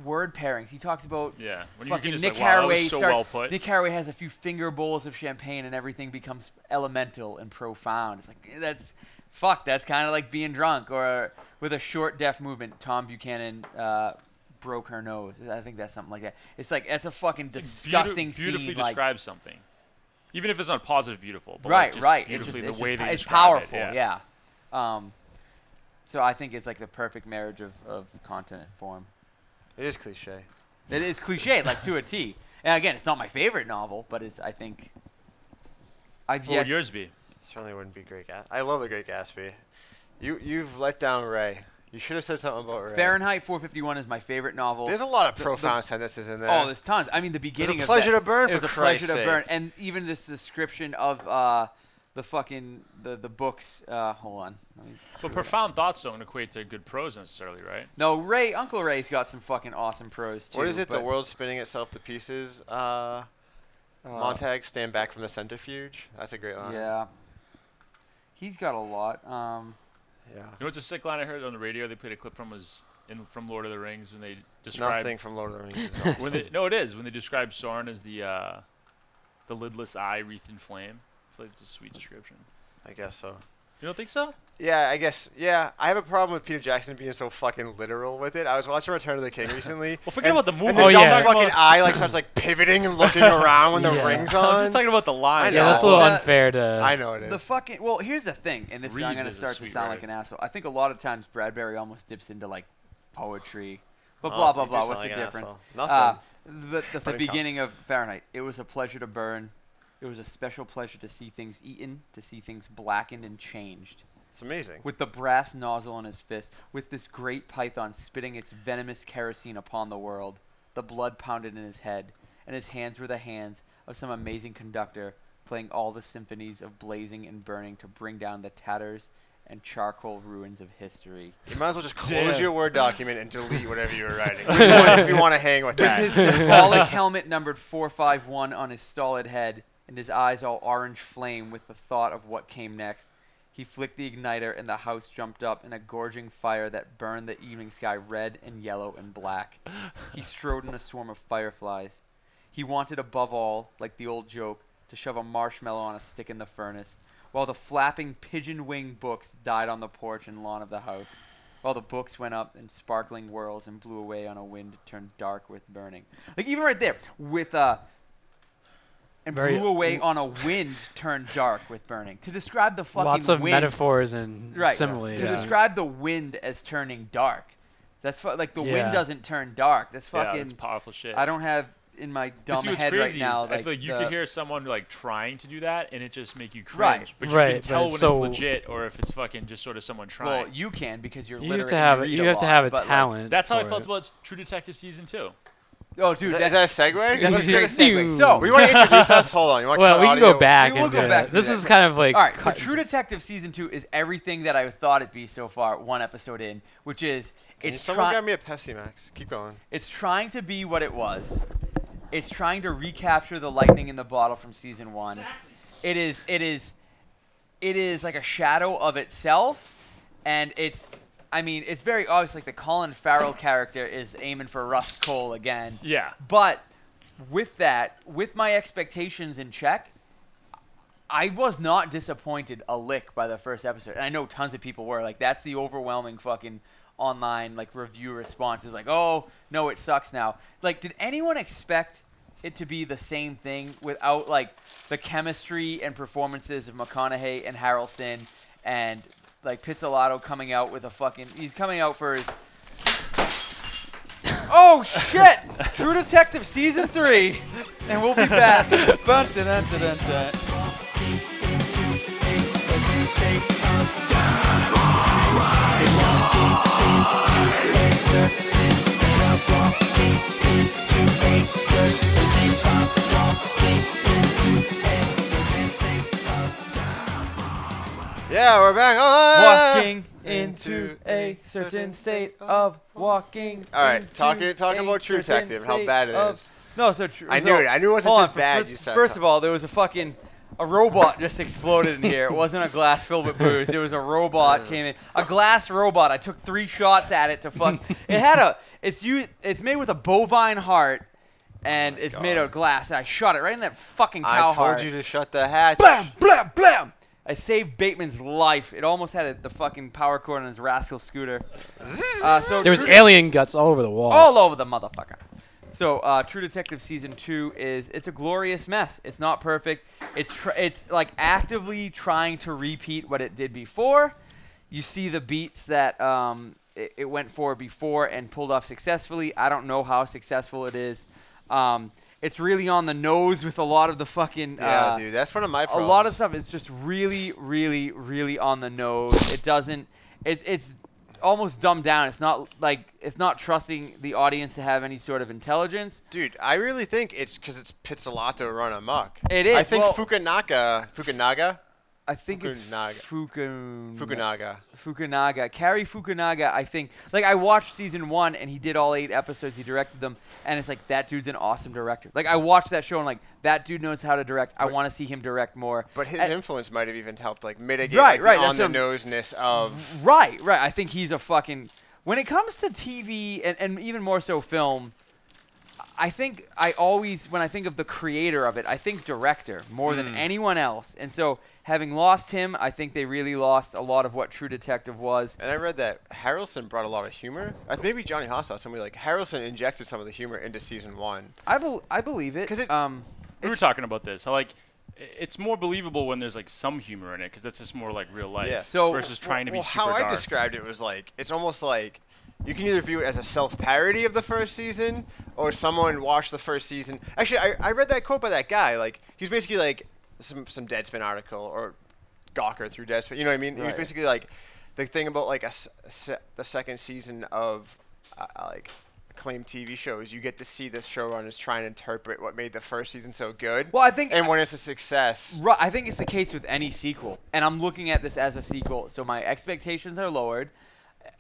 word pairings. He talks about
Yeah, when you can
fucking
just,
Nick
like, wow, that was
Carraway
so
starts,
well put.
Nick Carraway has a few finger bowls of champagne and everything becomes elemental and profound. It's like eh, that's fuck. That's kind of like being drunk or with a short deaf movement. Tom Buchanan. Uh, broke her nose. I think that's something like that. It's like that's a fucking
Beauti-
disgusting
beautifully
scene. Like
describe something, even if it's not positive, beautiful. But
right,
like, just
right. It's, just,
Beautifully,
it's,
the way
just,
they
it's
describe
powerful.
It,
yeah. Um, so I think it's like the perfect marriage of, of content and form.
It is cliche.
It is cliche, like to a T. And again, it's not my favorite novel, but it's I think I've
What
Oh,
yet
would yours be?
Certainly wouldn't be Great Gatsby. I love the Great Gatsby. You you've let down Ray. You should have said something about Ray.
Fahrenheit 451 is my favorite novel.
There's a lot of
The- the-
profound sentences in there.
Oh, there's tons. I mean, the beginning
It's a
of
pleasure
that-
to burn
It was
for
a pleasure
Christ's
to
sake.
burn, and even this description of uh, the fucking the the books. Uh, hold on. Let me
But
pull it up.
profound thoughts don't equate to good prose necessarily, right?
No, Ray, Uncle Ray's got some fucking awesome pros too.
What is it? The
but-
world spinning itself to pieces. Uh, Montag, stand back from the centrifuge. That's a great line.
Yeah. He's got a lot. Um,
yeah.
You know what's a sick line I heard on the radio? They played a clip from was in from Lord of the Rings when they described
Nothing from Lord of the Rings. Is
when
awesome.
they, no, it is when they describe Sauron as the uh, the lidless eye wreathed in flame. I feel like it's a sweet description.
I guess so.
You don't think so?
Yeah, I guess. Yeah, I have a problem with Peter Jackson being so fucking literal with it. I was watching Return of the King recently.
Well, forget
and-
about the movie.
And the
Oh,
dumb
yeah.
fucking
Talking about-
eye like starts like pivoting and looking around when the
Yeah.
ring's on.
I'm just talking about the line.
I
Yeah, that's a
know.
little
That-
unfair to-
I know it
The
is.
fucking well, here's the thing, and this I'm
Reed
gonna
is a
stord to
sweet
sound
writer.
like an asshole. I think a lot of times Bradbury almost dips into like poetry, but
Oh,
blah
you
blah
do
blah.
sound
What's
like
the
an
difference?
asshole.
Uh,
Nothing.
the, the, the
Funny com-
beginning of Fahrenheit. It was a pleasure to burn. It was a special pleasure to see things eaten, to see things blackened and changed.
It's amazing.
With the brass nozzle in his fist, with this great python spitting its venomous kerosene upon the world, the blood pounded in his head, and his hands were the hands of some amazing conductor playing all the symphonies of blazing and burning to bring down the tatters and charcoal ruins of history.
You might as well just close
Damn.
your Word document and delete whatever you were writing if you wanna- if you want to hang with that.
With his symbolic helmet numbered 451 on his stolid head and his eyes all orange flame with the thought of what came next, he flicked the igniter and the house jumped up in a gorging fire that burned the evening sky red and yellow and black. He strode in a swarm of fireflies. He wanted above all, like the old joke, to shove a marshmallow on a stick in the furnace, while the flapping pigeon wing books died on the porch and lawn of the house, while the books went up in sparkling whirls and blew away on a wind turned dark with burning. Like even right there, with uh and
Very-
blew away on a wind turned dark with burning. To describe the fucking
Lots of
wind-
metaphors and
right.
similes,
To
yeah.
describe the wind as turning dark. That's fu- like the
Yeah.
wind doesn't turn dark. That's
Yeah,
fucking
that's powerful shit.
I don't have in my
You
dumb
see what's
head right
crazy is
now.
I feel like you
the-
could hear someone like trying to do that, and it just make you cringe.
Right.
But you
Right,
can
but
tell
it's
when
so-
it's legit or if it's fucking just sort of someone trying.
Well, you can because you're
You have
literate.
to
and
have-
read
you have to have a
lot, but, like-
talent.
That's how I
for
felt
it.
about True Detective season two.
Oh, dude,
Is that,
that-
is that a segue?
that's
Let's
a
get
great segue. So
we want to introduce us. Hold on. You want
Well,
cut
we can go
audio?
back
We will
and
go
do
back.
that.
to
This
that.
is kind of like
all right.
cut-
So True Detective season two is everything that I thought it'd be so far, one episode in, which is
Can
it's
someone
trying.
grab me a Pepsi Max. Keep going.
It's trying to be what it was. It's trying to recapture the lightning in the bottle from season one. It is. It is. It is like a shadow of itself, and it's. I mean, it's very obvious. Like the Colin Farrell character is aiming for Russ Cole again.
Yeah.
But with that, with my expectations in check, I was not disappointed a lick by the first episode. And I know tons of people were. Like, that's the overwhelming fucking online like review response is like, oh no, it sucks now. Like, did anyone expect it to be the same thing without like the chemistry and performances of McConaughey and Harrelson and like Pizzolatto coming out with a fucking he's coming out for his Oh shit! True Detective season three, and we'll be back. Bun, dun, dun, dun, dun, dun.
Yeah, we're back. Oh,
Walking into a certain state of walking.
All right,
into
talking talking
a
about True
certain
Detective and how
state
bad it
of-
is.
No, so true.
I knew it. I knew once I
hold
said
on, fir-
bad,
First,
you started
first of all, there was a fucking a robot just exploded in here. It wasn't a glass filled with booze. There was a robot came in. A glass robot. I took three shots at it to fuck. it had a. It's you. It's made with a bovine heart, and it's made out of glass. And I shot it right in that fucking cow
Oh I told
heart.
you to shut the hatch.
Blam, blam, blam. I saved Bateman's life. It almost had a, the fucking power cord on his rascal scooter. Uh, so
There was
True-
alien guts all over the wall.
all over the motherfucker. So, uh, True Detective season two is it's a glorious mess. It's not perfect. It's tr- it's like actively trying to repeat what it did before. You see the beats that um, it, it went for before and pulled off successfully. I don't know how successful it is. Um, it's really on the nose with a lot of the fucking
Yeah,
uh,
dude, that's one of my
a lot of stuff is just really, really, really on the nose. It doesn't. It's it's almost dumbed down. It's not like it's not trusting the audience to have any sort of intelligence.
Dude, I really think it's because it's Pizzolatto run amok.
It is,
I think
well-
Fukunaga. Fukunaga?
I think it's
Fukunaga.
Fukun
Fukunaga.
Fukunaga. Cary Fukunaga, I think. Like I watched season one and he did all eight episodes, he directed them, and it's like that dude's an awesome director. Like I watched that show and like that dude knows how to direct. I want to see him direct more.
But his
And-
influence might have even helped like mitigate
Right,
like,
right,
the
that's
on the
what I'm-
noseness of
Right, right. I think he's a fucking. When it comes to TV and, and even more so film, I think I always, when I think of the creator of it, I think director more than
Mm.
anyone else. And so having lost him, I think they really lost a lot of what True Detective was.
And I read that Harrelson brought a lot of humor. I th- Maybe Johnny Haas saw somebody like Harrelson injected some of the humor into season one.
I, bel I believe it. Because it. Um,
we were talking about this. How like i- it's more believable when there's like some humor in it because that's just more like real life. versus trying to be
well,
super
how
dark.
I described it was like it's almost like you can either view it as a self-parody of the first season or someone watched the first season. Actually, I, I read that quote by that guy. Like he's basically like some some Deadspin article or Gawker through Deadspin. You know what I mean? He was
Right.
basically like the thing about like a s- se- the second season of uh, uh, like acclaimed TV shows. You get to see the showrunners try and interpret what made the first season so good.
Well, I think
and when it's a success.
Right, I think it's the case with any sequel, and I'm looking at this as a sequel, so my expectations are lowered.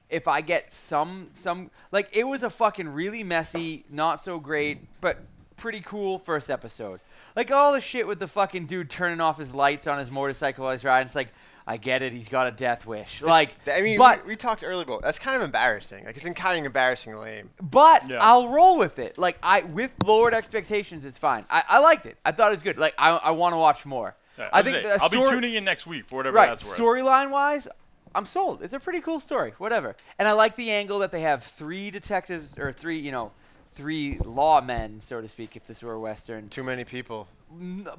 If I get some some like it was a fucking really messy, not so great, but pretty cool first episode. Like all the shit with the fucking dude turning off his lights on his motorcycle while he's riding. It's like I get it, he's got a death wish.
It's-
like
I mean,
but
we, we talked earlier about that's kind of embarrassing. Like it's in kind of embarrassing lame.
But I'll roll with it. Like I with lowered expectations, it's fine. I, I liked it. I thought it was good. Like I, I want to watch more.
Yeah,
I
that's it.
the
I'll be
story-
tuning in next week for whatever
right.
that's worth.
Storyline wise, I'm sold. It's a pretty cool story. Whatever. And I like the angle that they have three detectives or three, you know, three lawmen, so to speak, if this were a western.
Too many people.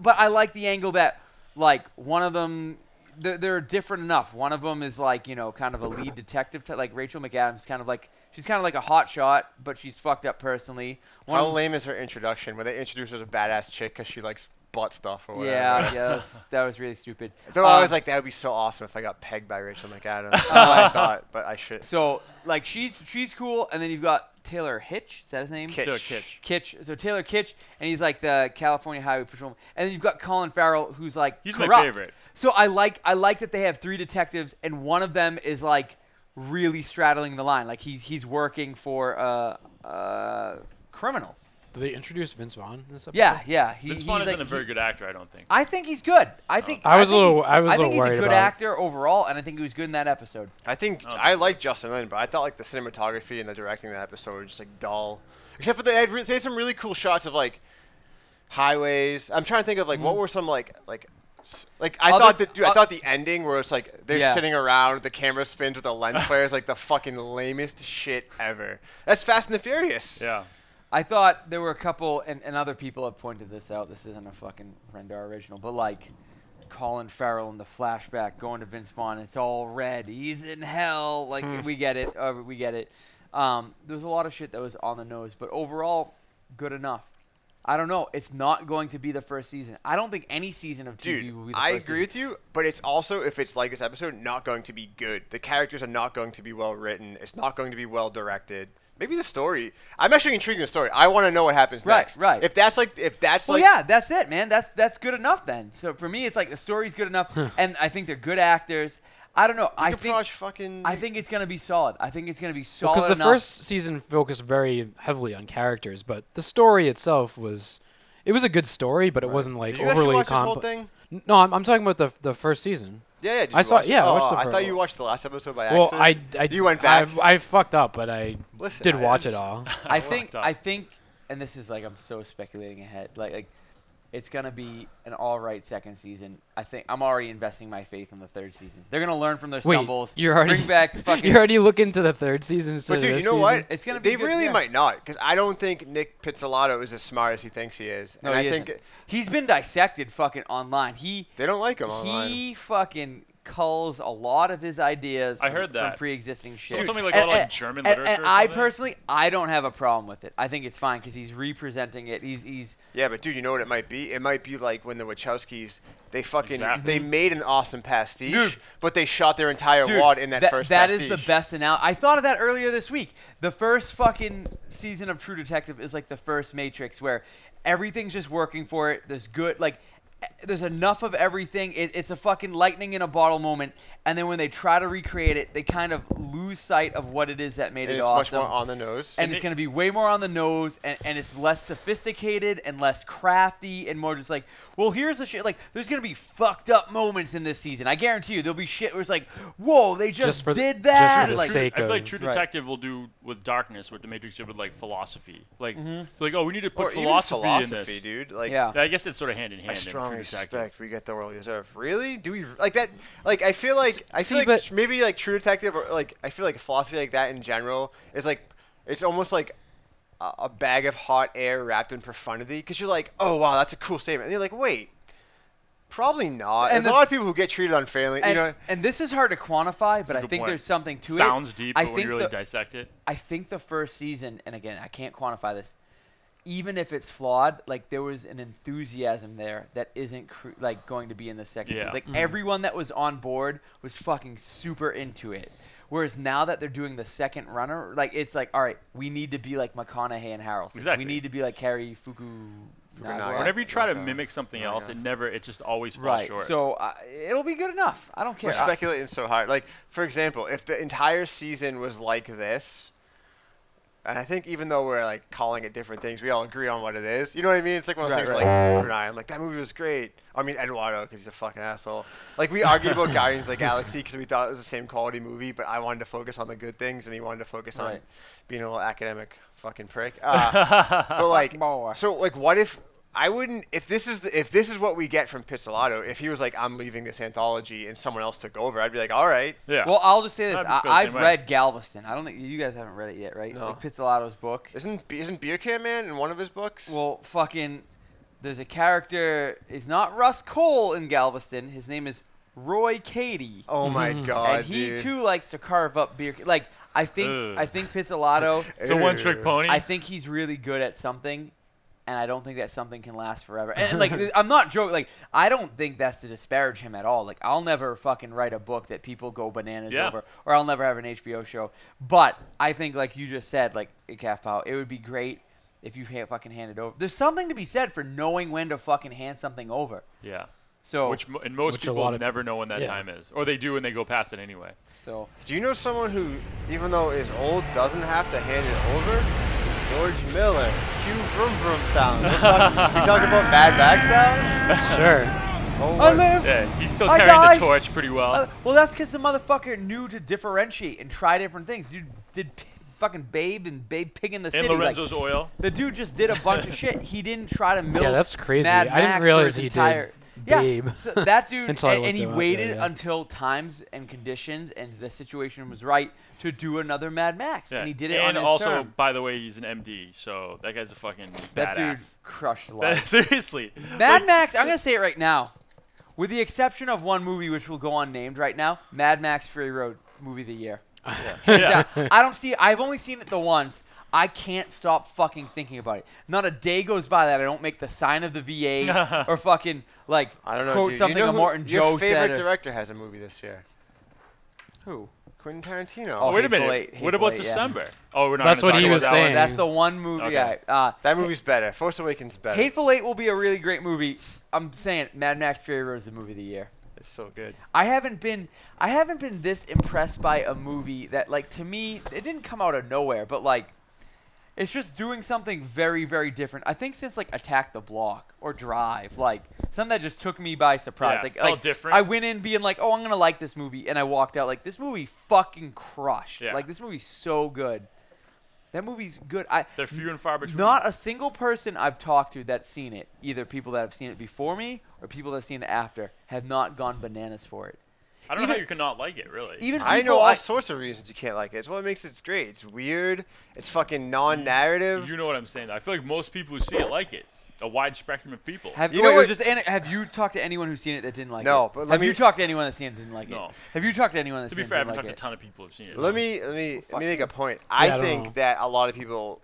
But I like the angle that like one of them. They're, they're different enough. One of them is like you know, kind of a lead detective, type like Rachel McAdams, kind of like she's kind of like a hot shot, but she's fucked up personally. One
How
of 'em's-
lame is her introduction when they introduce her as a badass chick because she likes butt stuff or whatever?
Yeah, yeah, that was, that was really stupid.
Though I
Um,
was like, that would be so awesome if I got pegged by Rachel McAdams. That's what I thought, but I should.
So like she's she's cool, and then you've got Taylor Hitch. Is that his name?
Kitch. Taylor
Kitch.
Kitch. So Taylor Kitch, and he's like the California Highway Patrol. And then you've got Colin Farrell, who's like
He's my
corrupt.
favorite.
So I like I like that they have three detectives, and one of them is like really straddling the line. Like he's he's working for a uh, uh, criminal.
Did they introduce Vince Vaughn in this episode?
Yeah, yeah. He,
Vince
he's
Vaughn isn't
like-
a very
he-
good actor, I don't think.
I think he's good. I think
I was a
think
little-
he's-
I was a
think
little
he's
worried
a good
about it.
actor overall, and I think he was good in that episode.
I
Oh,
think I like Justin Lin, but I thought like the cinematography and the directing of that episode were just like dull. Except for they had, re- they had some really cool shots of like highways. I'm trying to think of like what were some like like s- like I
Mm. Other-
thought the dude, I
uh,
thought the ending where it's like they're
Yeah.
sitting around, the camera spins with the lens flares, like the fucking lamest shit ever. That's Fast and the Furious.
Yeah.
I thought there were a couple, and, and other people have pointed this out. This isn't a fucking Rendar original, but like Colin Farrell in the flashback going to Vince Vaughn, it's all red. He's in hell. Like,
Hmm.
we get it. Uh, we get it. Um, there was a lot of shit that was on the nose, but overall, good enough. I don't know. It's not going to be the first season. I don't think any season of TV will
Dude,
be the
I
first
agree
season.
with you, but it's also if it's like this episode, not going to be good. The characters are not going to be well written. It's not going to be well directed. Maybe the story. I'm actually intrigued in the story. I want to know what happens
Right,
next.
right.
If that's like, if that's
well,
like,
yeah, that's it, man. That's that's good enough then. So for me, it's like the story's good enough, and I think they're good actors. I don't know. I think I think it's gonna be solid. I think it's gonna be solid
Because the
enough.
first season focused very heavily on characters, but the story itself was, it was a good story, but it wasn't like
Did you actually
overly
watch this whole
compli-
thing?
N- No, I'm, I'm talking about the the first season.
yeah, yeah. Did
I
you
saw.
watch it?
Yeah,
oh,
I watched the
I
first.
thought you watched the last episode by
well, I,
accident.
I
you went back.
I, I fucked up, but I
Listen,
did
I
watch it all.
I think I think, and this is like I'm so speculating ahead. Like like, it's gonna be an all right second season. I think I'm already investing my faith in the third season. They're gonna learn from their
Wait,
stumbles.
you're already
bring back fucking.
You're already looking to the third season. instead
But
of
dude, you know
this
what?
season?
they really might not, because I don't think Nick Pizzolatto is as smart as he thinks he is.
No,
and
he
I think
isn't. he's been dissected fucking online. He
they don't like him
He
online.
fucking culls a lot of his ideas.
I
from-
heard that.
from pre-existing shit.
Don't tell me, like,
and,
all, like,
and-
German
and-
literature
And
or
I
something?
personally, I don't have a problem with it. I think it's fine because he's representing it. He's he's
Yeah, but dude, you know what it might be? It might be like when the Wachowskis they fucking
Exactly.
they made an awesome pastiche, but they shot their entire
Dude,
wad in that,
that-
first
that is
pastiche.
the best analogy. I thought of that earlier this week. The first fucking season of True Detective is like the first Matrix, where everything's just working for it. There's good, like, e- there's enough of everything. It, it's a fucking lightning in a bottle moment. And then when they try to recreate it, they kind of lose sight of what it is that made
It
it,
is much
awesome.
more on the nose.
and
And
it's
it-
gonna be way more on the nose, and, and it's less sophisticated and less crafty, and more just like, well, here's the shit. Like, there's gonna be fucked up moments in this season. I guarantee you, there'll be shit where it's like, whoa, they just,
Just for the-
did
just for
that.
the
like,
sake
I feel like True
Right.
Detective will do with Darkness, what The Matrix did with like philosophy. Like,
Mm-hmm.
Mhm.
like oh, we need to put
Or even
philosophy, in
philosophy,
this,
dude, like-
yeah.
Yeah.
I guess it's sort of hand in hand.
I
in True
strongly
Detective.
suspect we get the world we deserve. Really? Do we like that? Like I feel like I
see,
feel like maybe like True Detective or like I feel like philosophy like that in general is like it's almost like a, a bag of hot air wrapped in profundity because you're like, oh wow, that's a cool statement, and you're like, wait, probably not.
And
There's
the-
a lot of people who get treated unfairly.
and,
you know,
and this is hard to quantify, but
a
I
good
think
point.
there's something to it.
Sounds deep,
I
but when you
think
really
the-
dissect it.
I think the first season, and again, I can't quantify this. Even if it's flawed, like there was an enthusiasm there that isn't cr- like going to be in the second
Yeah.
season. Like
Mhm.
everyone that was on board was fucking super into it. Whereas now that they're doing the second runner, like it's like, all right, we need to be like McConaughey and Harrelson.
Exactly.
We need to be like Carrie Fuku.
Fukunaga. Whenever you try to mimic something else, it never, it just always falls
Right.
short.
So uh, it'll be good enough. I don't care.
We're speculating so hard. Like, for example, if the entire season was like this, and I think even though we're like calling it different things, we all agree on what it is. You know what I mean? It's like one of those
Right,
things where, like Brunei. I'm like that movie was great. I mean Eduardo because he's a fucking asshole. Like we argued about Guardians of the Galaxy because we thought it was the same quality movie, but I wanted to focus on the good things and he wanted to focus on
Right.
being a little academic fucking prick. Uh, but like, so like, what if I wouldn't? If this is the, if this is what we get from Pizzolatto, if he was like, I'm leaving this anthology and someone else took over, I'd be like, all right.
Well, I'll just say this:
I'd
I,
feel the
I've
same way.
read Galveston. I don't think you guys haven't read it yet, right? Like Pizzolatto's book.
Isn't Be- isn't Beer Can Man in one of his books?
Well, fucking, there's a character. It's not Russ Cole in Galveston. His name is Roy Cady.
Oh my Mhm. God,
mm-hmm. And he
dude.
too likes to carve up beer. ca- Like I think
Ugh.
I think Pizzolatto.
It's a one-trick Ugh. pony?
I think he's really good at something. And I don't think that something can last forever. And like, I'm not joking. Like, I don't think that's to disparage him at all. Like, I'll never fucking write a book that people go bananas
Yeah.
over, or I'll never have an HBO show. But I think, like you just said, like Calf Pow, it would be great if you ha- fucking hand it over. There's something to be said for knowing when to fucking hand something over.
yeah.
So-
which mo- and most
Which a
people
lot of-
never know when that
yeah.
time is, or they do and they go past it anyway.
So
Do you know someone who, even though is old, doesn't have to hand it over? George Miller. Cue vroom vroom sound. Let's talk, we talking about Mad Max now?
Sure.
Oh,
I
what-
live.
Yeah, he's still
I
carrying
died.
the torch pretty well.
Uh, well, that's because the motherfucker knew to differentiate and try different things. You did p- fucking Babe and Babe Pig in the City. like,
Lorenzo's Oil.
The dude just did a bunch of shit. He didn't try to milk.
Yeah, that's crazy.
Mad
I didn't
Max for
realize
his
he did
entire,
Babe.
Yeah, so that dude,
Until I
and,
looked
and he
him up, yeah,
waited
yeah.
until times and conditions and the situation was right to do another Mad Max,
Yeah.
and he did it on
And
his
also,
term.
by the way, he's an MD, so that guy's a fucking
That dude
badass.
crushed
That-
life.
Seriously.
Mad
Like,
Max, I'm going to say it right now. With the exception of one movie which will go unnamed right now, Mad Max Fury Road movie of the year. Hands
Yeah.
down. I don't see I've only seen it the once. I can't stop fucking thinking about it. Not a day goes by that I don't make the sign of the VA or fucking like
I don't know.
quote
dude.
something
you know
a
who-
Martin
your
Joe
favorite
said. or-
director has a movie this year.
Who?
Quentin Tarantino.
Oh, Wait a Hateful minute. Eight, What Hateful about Eight, yeah. December?
Oh, we're not
That's
gonna
what
talk
he
about
was
that
saying.
One.
That's the one movie.
Okay.
I, uh,
that movie's better. Force Awakens better.
Hateful Eight will be a really great movie. I'm saying Mad Max Fury Road is the movie of the year.
It's so good.
I haven't been I haven't been this impressed by a movie that like to me it didn't come out of nowhere, but like it's just doing something very very different. I think since like Attack the Block or Drive, like something that just took me by surprise.
Yeah,
like
felt
like,
different.
I went in being like, "Oh, I'm going to like this movie." And I walked out like, "This movie fucking crushed."
Yeah.
Like this movie's so good. That movie's good. I
They're few and far between.
Not a single person I've talked to that's seen it, either people that have seen it before me or people that have seen it after, have not gone bananas for it.
I don't know how
even-
you cannot like it, really.
even
I know
people
all
I-
sorts of reasons you can't like it. It's what makes it great. It's weird. It's fucking non-narrative.
You know what I'm saying. I feel like most people who see it like it. A wide spectrum of people.
Have
You
you,
know
wait,
what-
was just an- have you talked to anyone who's seen it that didn't like it?
No, but let
have
me-
you talked to anyone that's seen it that didn't like
No.
it? Have you talked to anyone that's
to be
seen
fair, I
it
haven't
didn't like
talked to a
it?
ton of people who've seen it.
Let me let me let me make a point.
I
I
don't
think
know.
that a lot of people.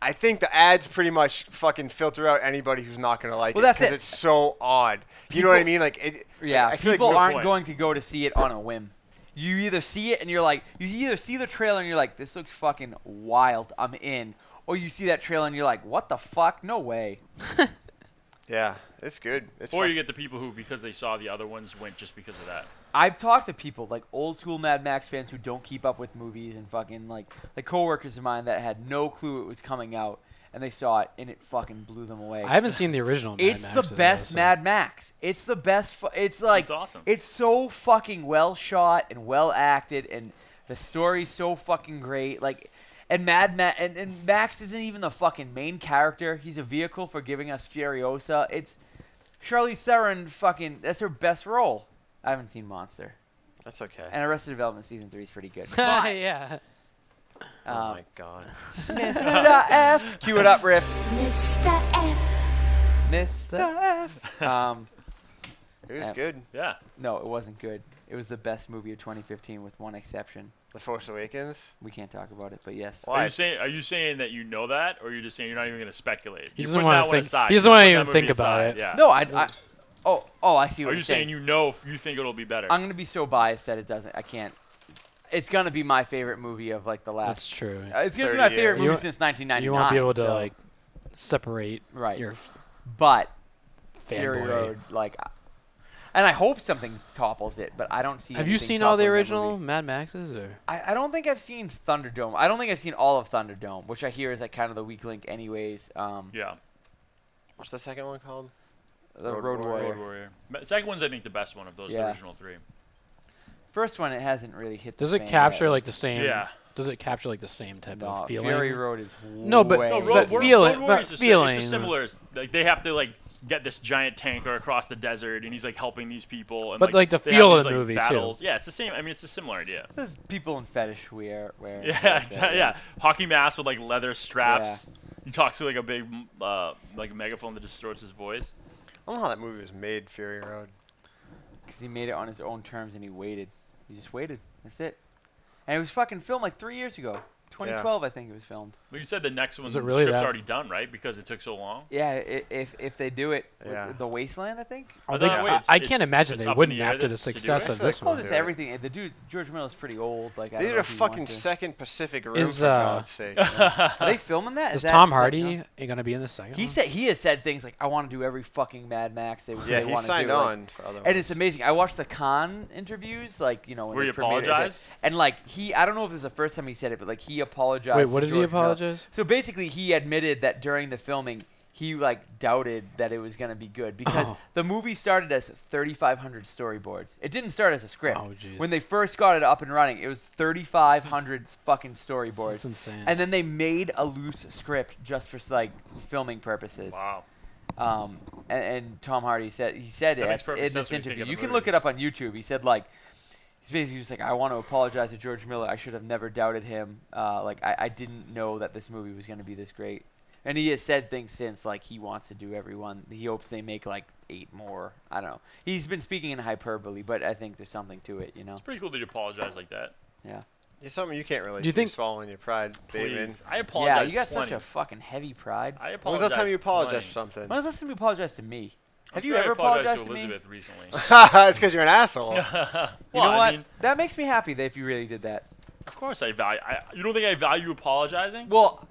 I think the ads pretty much fucking filter out anybody who's not gonna like
Well,
it
that's
because
it.
it's so odd. you know what I
People-
mean? Like, it,
Yeah,
I feel
people
like
aren't going to go to see it on a whim. You either see it and you're like, you either see the trailer and you're like, this looks fucking wild, I'm in, or you see that trailer and you're like, what the fuck, no way.
Yeah, it's good. It's
or
fun.
you get the people who, because they saw the other ones, went just because of that.
I've talked to people like old school Mad Max fans who don't keep up with movies and fucking like like coworkers of mine that had no clue it was coming out and they saw it and it fucking blew them away.
I haven't seen the original Mad
It's
Max
the
though,
best
so-
Mad Max. It's the best. Fu- it's like
It's awesome.
It's so fucking well shot and well acted, and the story's so fucking great. Like, and Mad Ma- and, and Max isn't even the fucking main character. He's a vehicle for giving us Furiosa. It's Charlize Theron. Fucking, that's her best role. I haven't seen Monster,
That's okay.
and Arrested Development season three is pretty good.
yeah.
oh
um,
my god.
Mr. F, cue it up, riff.
Mr. F.
Mr. F. Um,
It was
Yeah.
good.
Yeah.
No, it wasn't good. It was the best movie of 2015 with one exception.
The Force Awakens.
We can't talk about it, but yes.
Are you saying are you saying that you know that, or you're just saying you're not even going to speculate?
He
You're
doesn't
putting
wanna
that one
think-
aside.
he doesn't
You're
wanna
putting
even
that movie
think about
aside.
it.
Yeah.
No, I, I. Oh, oh, I see what
Are
you're
you saying you know? if You think it'll be better?
I'm gonna be so biased that it doesn't. I can't. It's gonna be my favorite movie of like the last.
That's true.
Uh, it's gonna be my favorite movie
You-
since 1999.
You won't be able to
so-
like separate
Right.
your f-
But Fury
Fanboy.
Road, like, I- and I hope something topples it, but I don't see.
Have you
anything
seen all the
toppling that
original
movie.
Mad Maxes or
I, I don't think I've seen Thunderdome. I don't think I've seen all of Thunderdome, which I hear is like kind of the weak link, anyways. Um,
yeah.
What's the second one called?
the Road, Warrior.
Road Warrior. Ma- Second one's I think the best one of those the
Yeah.
original three.
First one, it hasn't really hit. the
does it
fan
capture
yet.
like the same
Yeah.
does it capture like the same type
No,
of feeling?
Fury Road is
No, but
way-
No,
but
Road, War-
feeling
Road
but
Warrior's a, si-
feeling
It's a similar. Like they have to like get this giant tanker across the desert, and he's like helping these people. And,
But, like, the
they have
feel of
these,
the
like,
movie, too.
battles. Yeah, it's the same. I mean, it's a similar idea.
There's people in fetish wear. wear
Yeah, yeah. Hockey mask with like leather straps. He talks to like a big m- uh, like megaphone that distorts his voice.
I don't know how that movie was made. Fury Road.
Because he made it on his own terms and he waited. He just waited. That's it. And it was fucking filmed like three years ago. 2012, I think it was filmed.
But you said the next one
Was
the
it really
script's
that-
already done, right? Because it took so long.
Yeah, i- if if they do it, with
Yeah.
the Wasteland, I think.
I,
I
think,
thought, wait,
I,
it's-
I
it's-
can't imagine
it's
they
up in
wouldn't
the air
after
to-
the
to do
success
it?
of this
Well,
one.
just
do it.
everything. uh, The dude George Miller's pretty old. Like
They
I don't
did
know
a
if he wants
fucking
to.
second Pacific Rim.
Is,
for
uh,
God's sake. Yeah.
Are they filming that?
Is
that-
Tom
that
Hardy
done?
going to be in the second
He
one?
said he has said things like, "I want to do every fucking Mad Max." They,
Yeah,
they
he
wanna
signed
do, like-
on for other
and it's
ones.
amazing. I watched the Khan interviews, like you know, when
Where
they
he
premiered it.
apologized?
and like he, I don't know if this is the first time he said it, but like he apologized.
Wait, what
to
did he
George Miller.
apologize?
So basically, he admitted that during the filming, he like doubted that it was gonna be good because
Oh.
the movie started as 3,500 storyboards. It didn't start as a script.
Oh, jeez.
when they first got it up and running, it was 3,500 fucking storyboards.
That's insane.
And then they made a loose script just for like filming purposes.
Wow.
Um, and, and Tom Hardy said he said
That
it
makes
at-
perfect
in
sense
this
when you think
interview.
of the
You can
movie.
look it up on YouTube. He said like he's basically just like I want to apologize to George Miller. I should have never doubted him. Uh, like I, I didn't know that this movie was going to be this great. And he has said things since like he wants to do everyone. He hopes they make like eight more. I don't know. He's been speaking in hyperbole, but I think there's something to it. You know.
It's pretty cool that you apologize like that.
Yeah.
It's something you can't really
Do you
do.
think-
swallowing your pride, David.
Please. I apologize
Yeah, you got
plenty.
such a fucking heavy pride.
I
When was the last time you apologized for
When
something?
was the last time you apologized to me?
I'm
Have you
sure I
ever
apologized to
apologized to,
Elizabeth
me?
recently.
it's because you're an asshole.
you
Well,
know
I
what?
mean-
that makes me happy that if you really did that.
Of course, I value. I, you don't think I value apologizing?
Well,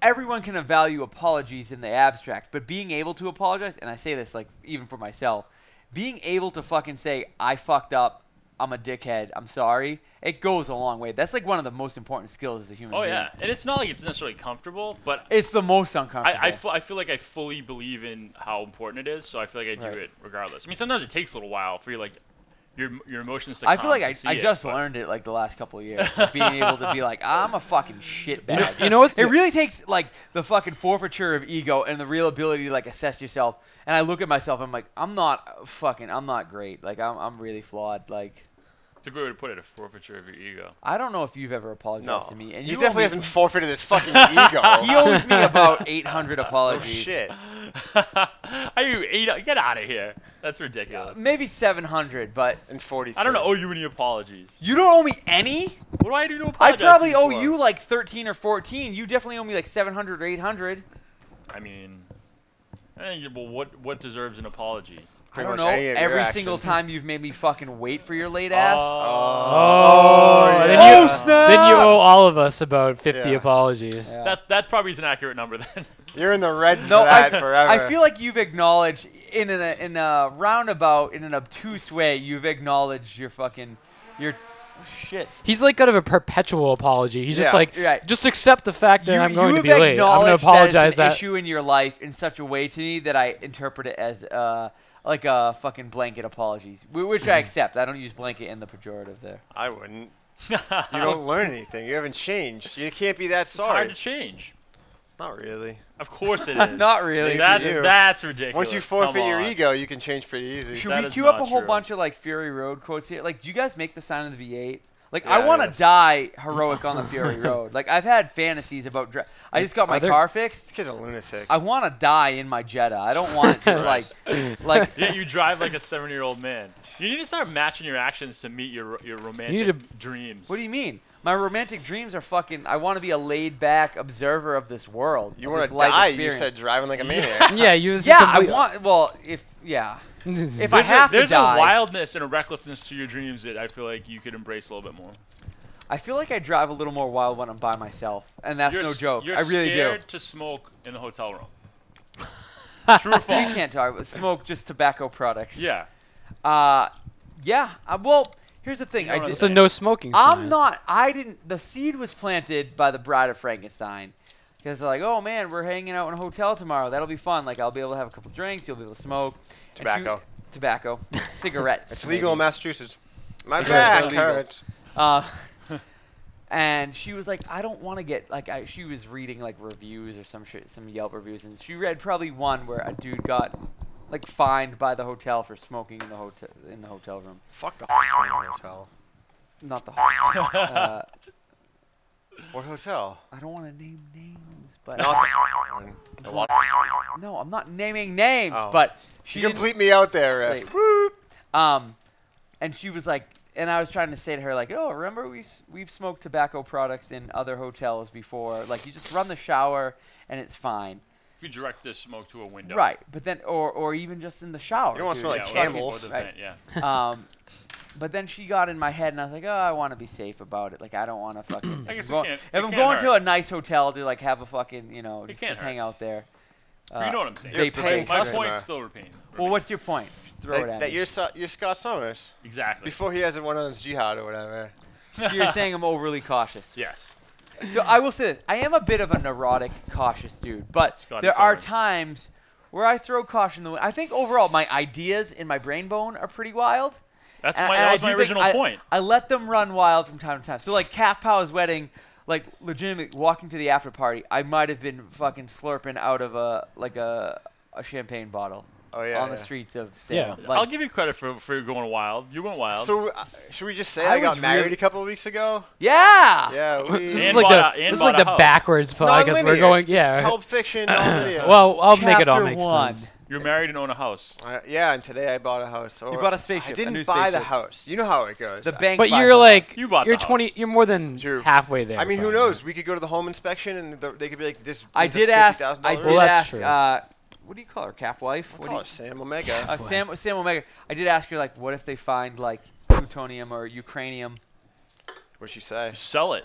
everyone can value apologies in the abstract, but being able to apologize, and I say this like even for myself, being able to fucking say I fucked up, I'm a dickhead, I'm sorry, it goes a long way. That's like one of the most important skills as a human.
Oh
being.
yeah, and it's not like it's necessarily comfortable, but
It's the most
I,
uncomfortable.
I, fu- I feel like I fully believe in how important it is, so I feel like I do
Right.
it regardless. I mean, sometimes it takes a little while for you like your your emotions to.
I
calm
feel like
to
I,
see
I
it,
just
but-
learned it like the last couple of years, like, being able to be like I'm a fucking shitbag.
you know what's
It
the-
really takes like the fucking forfeiture of ego and the real ability to like assess yourself. And I look at myself, I'm like I'm not uh, fucking, I'm not great. Like I'm I'm really flawed. Like
It's a great way to put it: a forfeiture of your ego.
I don't know if you've ever apologized
No.
to me. And
He
you owe
definitely
me-
hasn't forfeited his fucking ego.
he owes me about 800
Oh,
apologies.
Oh, shit. I owe you eight. Get out of here. That's ridiculous.
Maybe 700, but
and 40.
I don't owe you any apologies.
You don't owe me any.
What do I do to
I
apologize?
probably
to
owe
for?
you like 13 or 14. You definitely owe me like 700 or 800.
I mean, I think, well, what what deserves an apology?
I don't know. Every single time you've made me fucking wait for your late ass. Oh,
Oh,
Oh, then, you, then you owe all of us about 50 apologies.
Oh.
That's that probably is an accurate number then.
You're in the red for
No, I,
that forever.
I feel like you've acknowledged in a in a roundabout, in an obtuse way, you've acknowledged your fucking your shit.
He's like out of a perpetual apology. He's just
Yeah,
like,
you're right.
just accept the fact that
you,
I'm going
you
to be
have
late. I'm going to
acknowledged that
apologize
it's an
that.
issue in your life in such a way to me that I interpret it as uh, like a fucking blanket apologies, wh- which I accept. I don't use blanket in the pejorative there.
I wouldn't. you don't learn anything. You haven't changed. You can't be that sorry.
to change.
Not really.
Of course it is.
Not really.
That's
You do.
that's ridiculous.
Once you
Come
forfeit your
on.
ego, you can change pretty easy.
Should we queue up a whole bunch of like Fury Road quotes here? Like, do you guys make the sign of the V8? Like, I
Yeah,
want to
yes.
die heroic on the Fury Road. Like, I've had fantasies about. Dra- I just got
Are
my
there-
car fixed.
This kid's a lunatic.
I want to die in my Jetta. I don't want to like, like.
yeah, you drive like a seven-year-old man. You need to start matching your actions to meet your your romantic
to-
dreams.
What do you mean? My romantic dreams are fucking. I want to be a laid-back observer of this world.
You
want to
die, you said driving like a maniac.
Yeah, you was a
Yeah, I
complete-
want. Well, if yeah, if I
There's,
have
a, there's
to die,
a wildness and a recklessness to your dreams that I feel like you could embrace a little bit more.
I feel like I drive a little more wild when I'm by myself, and that's
You're
no
s-
joke.
You're
I really do.
scared to smoke in the hotel room.
True or false? We can't talk about smoke, just tobacco products.
Yeah.
Uh, yeah. Uh, well, here's the thing.
You know
I
what
did-
I'm It's a saying. no smoking
I'm
sign.
not. I didn't. The seed was planted by the Bride of Frankenstein. Because they're like, oh man, we're hanging out in a hotel tomorrow. That'll be fun. Like, I'll be able to have a couple drinks. You'll be able to smoke. And she-
Tobacco.
tobacco. Cigarettes.
It's legal in
maybe.
Massachusetts. My
Cigarettes are
back
legal.
hurts.
Uh, and she was like, I don't want to get like. I, she was reading like reviews or some shit, some Yelp reviews, and she read probably one where a dude got like fined by the hotel for smoking in the hotel in the hotel room.
Fuck the hotel.
Not the. uh,
What hotel?
I don't want to name names, but
Not the one. The one.
no, I'm not naming names,
Oh.
but she
You can
didn't-
bleep me out there, Riff.
Wait. Um, and she was like, and I was trying to say to her like, oh, remember we s- we've smoked tobacco products in other hotels before. Like you just run the shower and it's fine.
If you direct this smoke to a window.
Right, but then, or or even just in the shower.
You don't wanna
dude.
smell like
It's
Yeah,
fucking-
camels. or the
right.
vent, yeah.
um, but then she got in my head, and I was like, oh, I want to be safe about it. Like I don't want to fucking.
I guess it
go-
can't-
if
it
I'm
can't
going to a
hurt.
nice hotel to like have a fucking, you know, just,
can't
just hang out there.
But you know what I'm saying.
vapor
My
based
point
cigarette.
still remains.
Well, what's your point? Throw
that,
it at
that
me.
you're, Su- you're Scott Summers.
Exactly.
Before he has one of those jihad or whatever.
So you're saying I'm overly cautious.
Yes.
So I will say this: I am a bit of a neurotic, cautious dude, but
Scotty
there are
Sorensen.
times where I throw caution the wind. I think overall my ideas in my brain bone are pretty wild.
That's
And-
my-
and
that
I
was my
do think
original
I-
point.
I let them run wild from time to time. So like Calf Pow's wedding, like legitimately walking to the after party, I might have been fucking slurping out of a like a a champagne bottle.
Oh, yeah,
on the
yeah.
streets of Salem.
Yeah.
Like,
I'll give you credit for for going wild. You went wild.
So uh, should we just say
I
I,
was
got married
really-
a couple of weeks ago?
Yeah.
Yeah. We,
This is like the, this is like the backwards
It's
podcast. We're
nonlinear.
going,
It's-
yeah.
It's Pulp Fiction. nonlinear.
well, I'll make it all make sense.
You're married and own a house.
Uh, yeah, and today I bought a house. Or
bought a spaceship, a
I didn't
new
buy the
spaceship.
house. You know how it goes.
The
I-
bank
But you're like, you are 20. You're more than halfway there.
I mean,
but-
who knows? We could go to the home inspection and the, they could be like, "This."
I
needs a
did ask.
$50,000
I did
raise."
ask. Uh, what do you call her? Calf wife. What do
call
you-
her Sam Omega.
Uh,
Calf
Sam Sam Omega. I did ask her like, what if they find like plutonium or ukrainium?
What'd she say?
Sell it.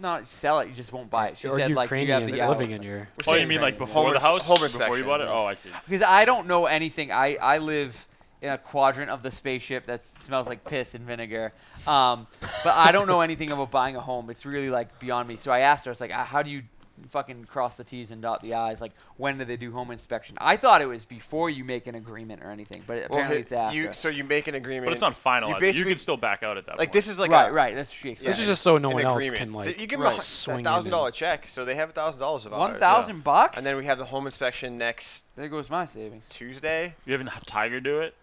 Not sell it. You just won't buy it. She
Or
said like you have
Ukrainians
the hour.
living in your-
Oh, you mean like before the house,
home
before you
inspection.
bought it? Oh, I see.
Because I don't know anything. I, I live in a quadrant of the spaceship that smells like piss and vinegar. Um, but I don't know anything about buying a home. It's really like beyond me. So I asked her, I was like, "Ah, how do you fucking cross the T's and dot the I's? Like, when do they do home inspection? I thought it was before you make an agreement or anything, but
Well,
apparently
hey,
it's after.
You, so you make an agreement.
But it's not finalized. You
You basically
can still back out at that
like
point.
this is like
Right,
a-
right, that's what she explained.
This is just so no
an
one else
agreement.
can, like,
Th- you give
right,
them
swing
a
in
thousand
and-
dollar check, so they have a thousand dollars of ours.
$1,000 bucks?
and then we have the home inspection next.
There goes my savings.
Tuesday.
You haven't had Tiger do it?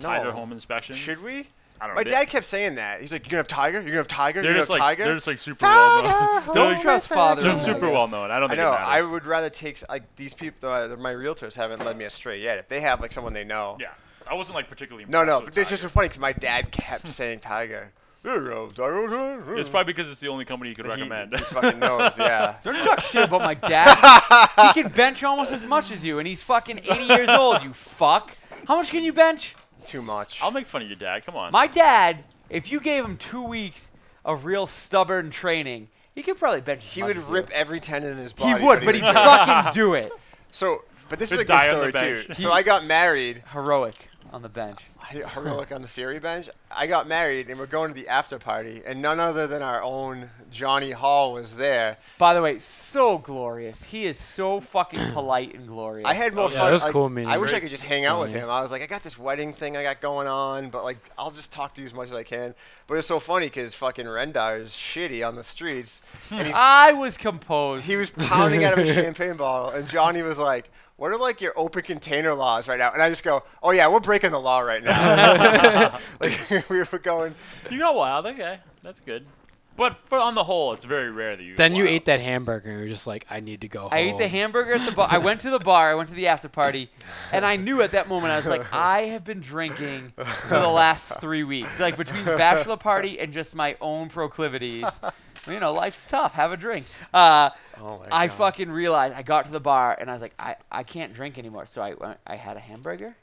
No.
Tiger home inspection?
Should we?
I don't
My
know.
dad kept saying that. He's like, "You're gonna have Tiger. You're gonna have Tiger.
They're
You're
just
gonna have
like
Tiger."
they're just like super well known.
Don't trust father
They're
in law.
super well known. I don't think
know.
it
I
matters.
would rather take s- like these people. Uh, my realtors haven't led me astray yet. If they have like someone they know.
Yeah. I wasn't like particularly
No,
impressed
no.
with
But this
Tiger.
is so funny because my dad kept saying Tiger. There you go, Tiger.
It's probably because it's the only company you could recommend.
he fucking knows, yeah.
Don't talk shit about my dad. he can bench almost as much as you, and he's fucking 80 years old, you fuck. How much can you bench?
Too much.
I'll make fun of your dad. Come on.
My dad, if you gave him two weeks of real stubborn training, he could probably bench. as
He
much
would
as you.
rip every tendon in his
He
body.
would, but he'd
would do it.
fucking do it.
So, but this is
He'd
a good
die on the
story too.
bench.
So I got married.
Heroic on the bench.
Heroic on the theory bench. I got married, and we're going to the after party, and none other than our own Johnny Hall was there.
By the way, so glorious. He is so fucking polite and glorious.
I had more
Yeah,
fun.
it was
like,
cool meeting
I wish I
Rick.
could just hang out with
Johnny.
him. I was like, I got this wedding thing I got going on, but like, I'll just talk to you as much as I can. But it's so funny because fucking Rendar is shitty on the streets, and he's
I was composed.
He was pounding out of a champagne bottle, and Johnny was like, "What are like your open container laws right now?" And I just go, "Oh yeah, we're breaking the law right now." like we were going.
You got wild. Okay, that's good. But for, on the whole, it's very rare that you.
Then you ate that hamburger and you're just like, I need to go home.
I ate the hamburger at the bar. I went to the bar. I went to the after party, and I knew at that moment I was like, I have been drinking for the last three weeks, like between the bachelor party and just my own proclivities. You know, life's tough. Have a drink. Uh,
Oh my
I
God.
fucking realized I got to the bar and I was like, I, I can't drink anymore. So I went, I had a hamburger,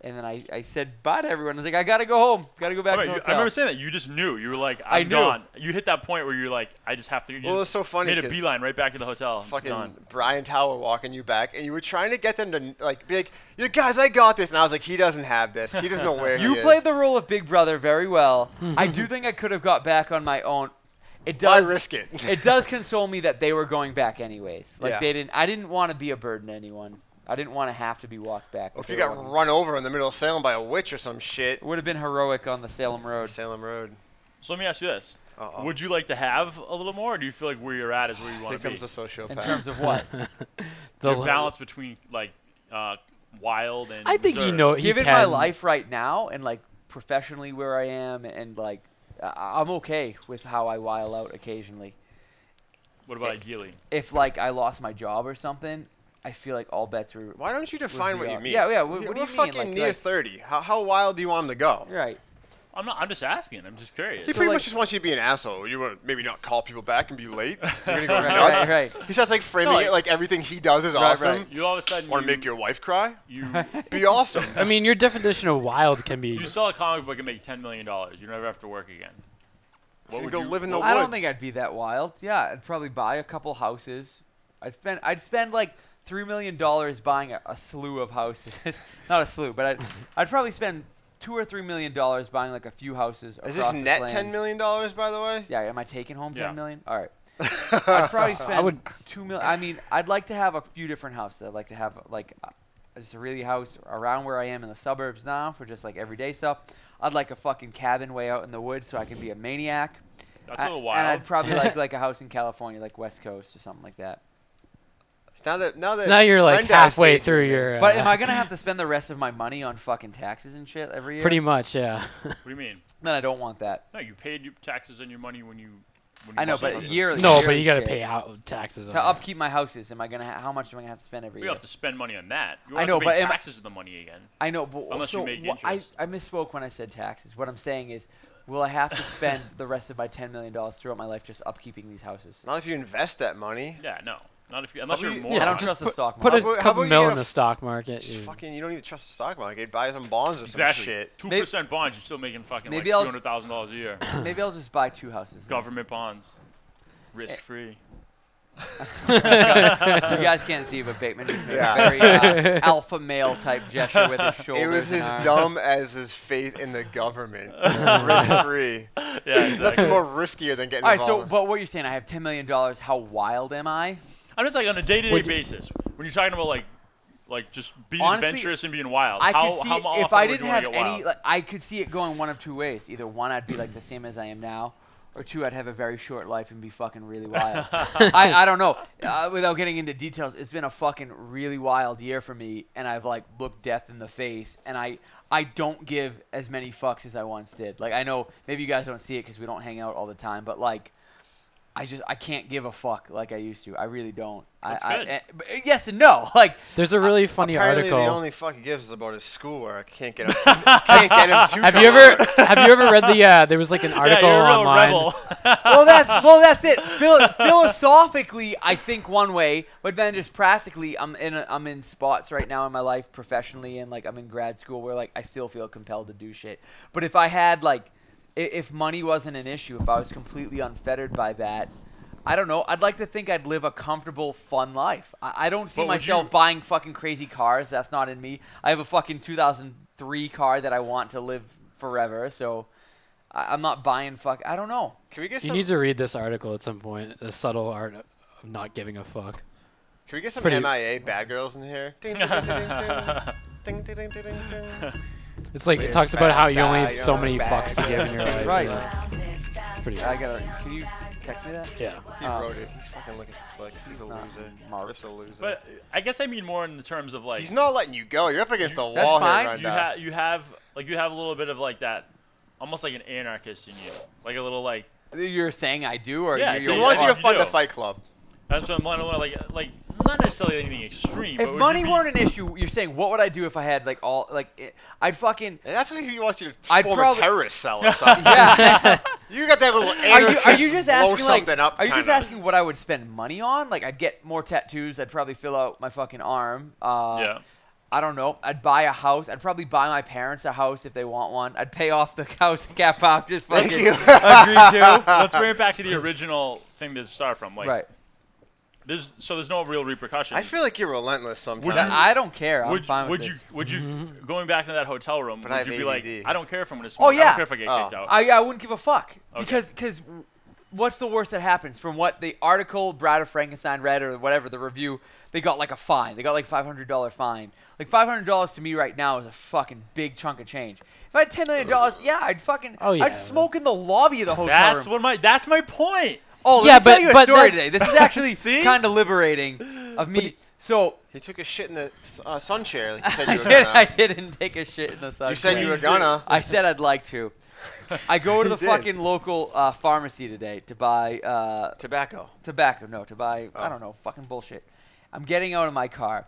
and then I, I said bye to everyone. I was like, I gotta go home. Gotta go
I
back. to
remember,
the
you- I
hotel.
remember saying that you just knew you were like
I
I'm
knew.
gone. You hit that point where you're like I just have to. You
Well,
just
it's so funny
Made a
'cause
beeline right back to the hotel. It's
Fucking
done.
Brian Tower walking you back, and you were trying to get them to like be like, "You guys, I got this," and I was like, "He doesn't have this. He doesn't know where
You
he is."
played the role of Big Brother very well. I
Mm-hmm.
do think I could have got back on my own. It does
risk it?
it does console me that they were going back anyways. Like
Yeah.
they didn't. I didn't want to be a burden to anyone. I didn't want to have to be walked back.
If you got run over in the middle of Salem by a witch or some shit,
it would have been heroic on the Salem Road.
Salem Road.
So let me ask you this:
Uh-oh.
Would you like to have a little more, or do you feel like where you're at is where you want
Here
to be?
comes the sociopath.
In terms of what?
the
li-
balance between like uh, wild and.
I think you
reserved.
know- Oh, he
Given my
can-
life right now and like professionally where I am and like I- I'm okay with how I while out occasionally.
What about ideally?
If like I lost my job or something, I feel like all bets were.
Why don't you define what you mean?
Yeah, yeah. What,
We're
what do you
fucking
mean? Like,
near
like,
30. How, how wild do you want him to go?
right.
I'm not. I'm just asking. I'm just curious.
He pretty much just wants you to be an asshole. You want to maybe not call people back and be late. You're gonna go
Right,
nuts.
right, right.
He starts like framing
No,
it like
like-
everything he does is
Right,
awesome.
right. You all of a sudden
want to
you-
make your wife cry?
You
be awesome.
I mean, your definition of wild can be.
you sell a comic book and make ten million dollars. You never have to work again. What
You
would
go
you
live in the
I don't
woods.
think I'd be that wild. Yeah, I'd probably buy a couple houses. I'd spend I'd spend like three million dollars buying a, a slew of houses. Not a slew, but I'd, I'd probably spend two or three million dollars buying like a few houses.
Is this
across
net
land.
ten million dollars, by the way?
Yeah, am I taking home
Yeah.
ten million? All right. I'd probably spend
I would.
two mil. I mean, I'd like to have a few different houses. I'd like to have like uh, just a really house around where I am in the suburbs now for just like everyday stuff. I'd like a fucking cabin way out in the woods so I can be a maniac.
That's
I-
a little
And
wild.
I'd probably like like a house in California, like West Coast or something like that.
Now that now that
So now you're, like,
Brenda has
halfway
taken
through
it.
your, uh,
But am I gonna have to spend the rest of my money on fucking taxes and shit every year?
Pretty much, yeah.
What do you mean?
Then I don't want that.
No, you paid your taxes on your money when you. When you
I know,
bought the
but
house.
yearly.
No, but
yearly
you gotta
shit.
pay out taxes on
to
that.
upkeep my houses. Am I gonna? Ha- how much am I gonna have to spend every
You
year?
have to spend money on that. You
I
won't
know,
have to
but
pay
am I-
taxes on the money again.
I know, but
unless
so
you make
wha-
interest.
I, I misspoke when I said taxes. What I'm saying is, will I have to spend the rest of my ten million dollars throughout my life just upkeeping these houses?
Not if you invest that money.
Yeah, no. Not if you, unless you're more.
I don't trust the stock
put
market.
a couple mil in the stock market.
Just
you-
fucking, you don't even trust the stock market. Buy some bonds or
Exactly.
some shit.
Two percent bonds. You're still making fucking
Maybe I'll-
like two hundred thousand dollars a year.
Maybe I'll just buy two houses. then.
Government bonds, risk free.
you guys can't see, but Bateman just made
Yeah.
a very uh, alpha male type gesture with his shoulders.
It was
and
as
arms.
dumb as his faith in the government. Risk free.
exactly.
Nothing more riskier than getting
All right,
involved.
so but what you're saying, I have ten million dollars. How wild am I?
I'm just like on a day-to-day
Would you-
basis. When you're talking about like, like just being
Honestly,
adventurous and being wild.
I
how,
could see
how often
if I
would you
didn't
wanna
have
get
any,
wild?
like, I could see it going one of two ways. Either one, I'd be like the same as I am now, or two, I'd have a very short life and be fucking really wild. I, I don't know. Uh, without getting into details, it's been a fucking really wild year for me, and I've like looked death in the face, and I I don't give as many fucks as I once did. Like I know maybe you guys don't see it because we don't hang out all the time, but like. I just I can't give a fuck like I used to. I really don't.
That's
I,
good.
I, eh, but yes and no. Like
There's a really funny
Apparently
article.
the only fuck he gives is about his schoolwork. Can't get him. can't get him to
have
come
you ever
out.
have you ever read the uh, there was like an article
you're a real
online
rebel.
well, that's well, that's it. Phil- philosophically, I think one way, but then just practically, I'm in a, I'm in spots right now in my life, professionally, and like I'm in grad school where like I still feel compelled to do shit. But if I had like, i- if money wasn't an issue, if I was completely unfettered by that. I don't know. I'd like to think I'd live a comfortable, fun life. I, I don't see
But would
myself
you-
buying fucking crazy cars. That's not in me. I have a fucking 2003 car that I want to live forever. So I, I'm not buying fuck. I don't know.
Can we get
You
some?
need to read this article at some point. The subtle art of not giving a fuck.
Can we get some
Pretty-
MIA bad girls in here? Ding, ding, ding, ding, ding. Ding, ding, ding, ding, ding.
It's like
We're
it talks about how
fast,
you only
I
have so
am
many
back.
fucks to give in your life.
Right.
yeah. It's pretty.
I gotta. Can you text me that?
Yeah.
He
Um,
wrote it. He's fucking looking for flicks. He's a loser. Marv's a loser.
But I guess I mean more in the terms of like
he's not letting you go. You're up against the
That's
wall
fine.
here right
you
now.
have you have like you have a little bit of like that, almost like an anarchist in you, like a little like
You're saying I do, or
Yeah,
you're,
so
you're
he
you
wants you
are.
to fund
do.
a fight club.
that's what I'm wanna- wanna, like like not necessarily anything extreme. but
If
would you
money
be-
weren't an issue, you're saying what would I do if I had like all like it, I'd fucking
And that's what he wants you to
I'd
form
probably-
a terrorist cell or something.
yeah.
You got that little
are you
anarchist
are you just
blow
asking like
something up
are you just
kinda.
asking what I would spend money on? Like I'd get more tattoos. I'd probably fill out my fucking arm. Uh,
Yeah.
I don't know. I'd buy a house. I'd probably buy my parents a house if they want one. I'd pay off the house cap out. Just fucking
you.
agree to.
Let's bring it back to the original thing to start from. Like
Right.
there's so there's no real repercussions.
I feel like you're relentless sometimes.
I don't care. I'm
would
fine with
would
this.
you would you
Mm-hmm.
going back to that hotel room?
But I
would
have
you be like,
ADD.
I don't care if I'm gonna smoke. I
yeah.
don't care if I get
Oh.
kicked out.
I, I wouldn't give a fuck
Okay.
because because what's the worst that happens from what the article Brad of Frankenstein read or whatever the review they got like a fine they got like five hundred dollar fine like five hundred dollars to me right now is a fucking big chunk of change if I had ten million dollars yeah I'd fucking
Oh, yeah,
I'd smoke in the lobby of the hotel
that's
room
what my that's my point.
oh let
Yeah,
me tell
but-
you a
but
story today
that's-
this is actually
See?
kind of liberating of me so
He took a shit in the uh, sun chair. Like you said
I,
you were
did,
gonna.
I didn't take a shit in the sun
you said you were
chair.
gonna.
I said I'd like to. I go to
You
the
did.
fucking local uh, pharmacy today to buy uh,
Tobacco.
tobacco. No, to buy I
Oh.
don't know fucking bullshit. I'm getting out of my car.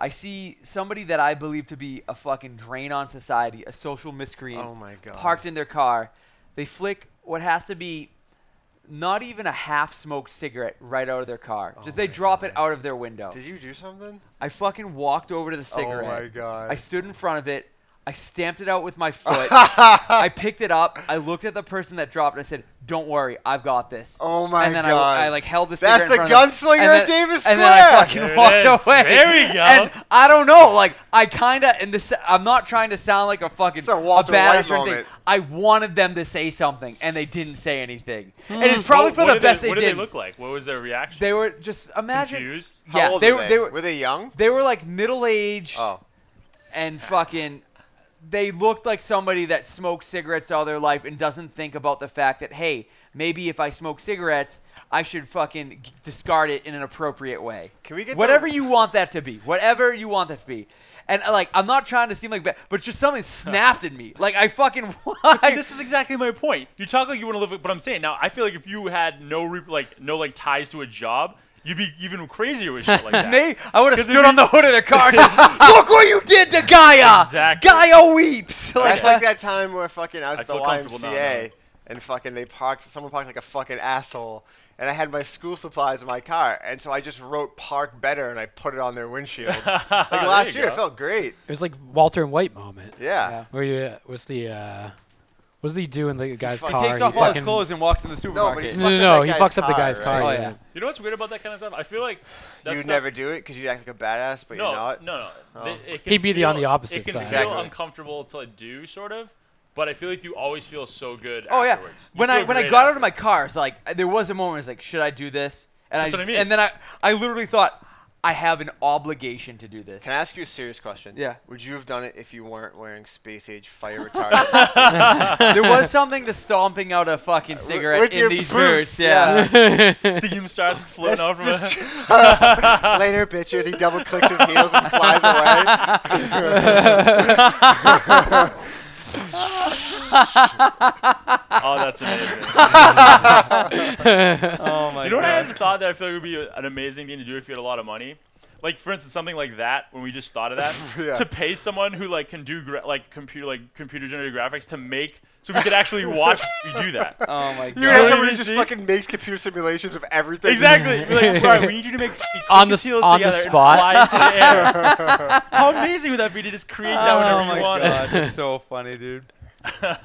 I see somebody that I believe to be a fucking drain on society, a social miscreant.
Oh my God.
Parked in their car, they flick what has to be not even a half smoked cigarette right out of their car.
Oh
Just they drop it out of their window.
Did you do something?
I fucking walked over to the cigarette.
Oh my God.
I stood in front of it. I stamped it out with my foot. I picked it up. I looked at the person that dropped. it. I said, "Don't worry, I've got this."
Oh my
And then
God.
I, I like held the
That's
cigarette in
the
front of them,
gunslinger
and
at
then-
Davis
And then I
Square.
fucking
There it
walked
is.
away.
There we go.
And I don't know. Like I kind of and this. I'm not trying to sound like a fucking a,
Walter
badass
White
or anything.
moment.
I wanted them to say something, and they didn't say anything. And
Hmm.
it's probably
What-
for
what
the
did
best they,
They, what
did.
did they look like? What was their reaction?
They were just imagine.
Confused? How
Yeah,
old
they
were
were.
they?
were.
Were
they young?
They were like middle aged.
Oh.
And fucking, they looked like somebody that smoked cigarettes all their life and doesn't think about the fact that hey, maybe if I smoke cigarettes, I should fucking g- discard it in an appropriate way. Can we
get
whatever
the-
you want that to be? Whatever you want that to be. And uh, like, I'm not trying to seem like, ba- but just something snapped at me. Like I fucking.
But see, this is exactly my point. You talk like you want to live, with- but I'm saying now I feel like if you had no re- like no like ties to a job, you'd be even crazier with shit like that.
Me? I would have
'Cause
stood
it'd be-
on the hood of the car. and just, Look what you did to Gaia.
Exactly.
Gaia weeps. Like,
That's like that time where fucking I was
I
at the
feel comfortable now,
YMCA and fucking they parked. Someone parked like a fucking asshole, and I had my school supplies in my car, and so I just wrote "park better" and I put it on their windshield. like
There
last
you
year,
go.
it felt great.
It was like Walter and White moment.
Yeah. Yeah.
Where you uh, what's the uh what does he do in the guy's
He
car?
takes off all
fucking-
his clothes and walks in the supermarket.
No, no, no, he fucks up the guy's car. yeah.
Oh,
You know what's weird about that kind of stuff? I feel like that
You
stuff-
never do it because you act like a badass, but
no,
you're not.
No, no,
Oh.
They- it can
He'd be the- on
feel-
the opposite
It can
side.
feel
Exactly.
uncomfortable to do, sort of. But I feel like you always feel so good.
Oh yeah.
afterwards. You
When I
feel
when I
great
got out of my car, it's like uh, there was a moment. I was like, should I do this? And
That's
I,
what I
just-
mean.
And then I I literally thought I have an obligation to do this.
Can I ask you a serious question?
Yeah.
Would you have done it if you weren't wearing space age fire retardant?
there was something to stomping out a fucking cigarette
with
in
your
these
boots,
boots. Yeah.
yeah.
Steam starts floating out from
That's
it.
just- Later, bitches. He double clicks his heels and flies away.
oh, that's amazing.
Oh my
You know what I
God.
had thought that I feel like would be an amazing thing to do if you had a lot of money. Like for instance, something like that. When we just thought of that,
Yeah.
to pay someone who like can do gra- like computer like computer generated graphics to make so we could actually watch you do that.
Oh my
You have somebody who just fucking makes computer simulations of everything.
Exactly. Be like, "Alright, we need you to make
On the
your
s-
seals
on the
together and
spot.
fly into the air. How amazing would that be to just create that whenever
oh my
you want?
god, it's so funny, dude.
You have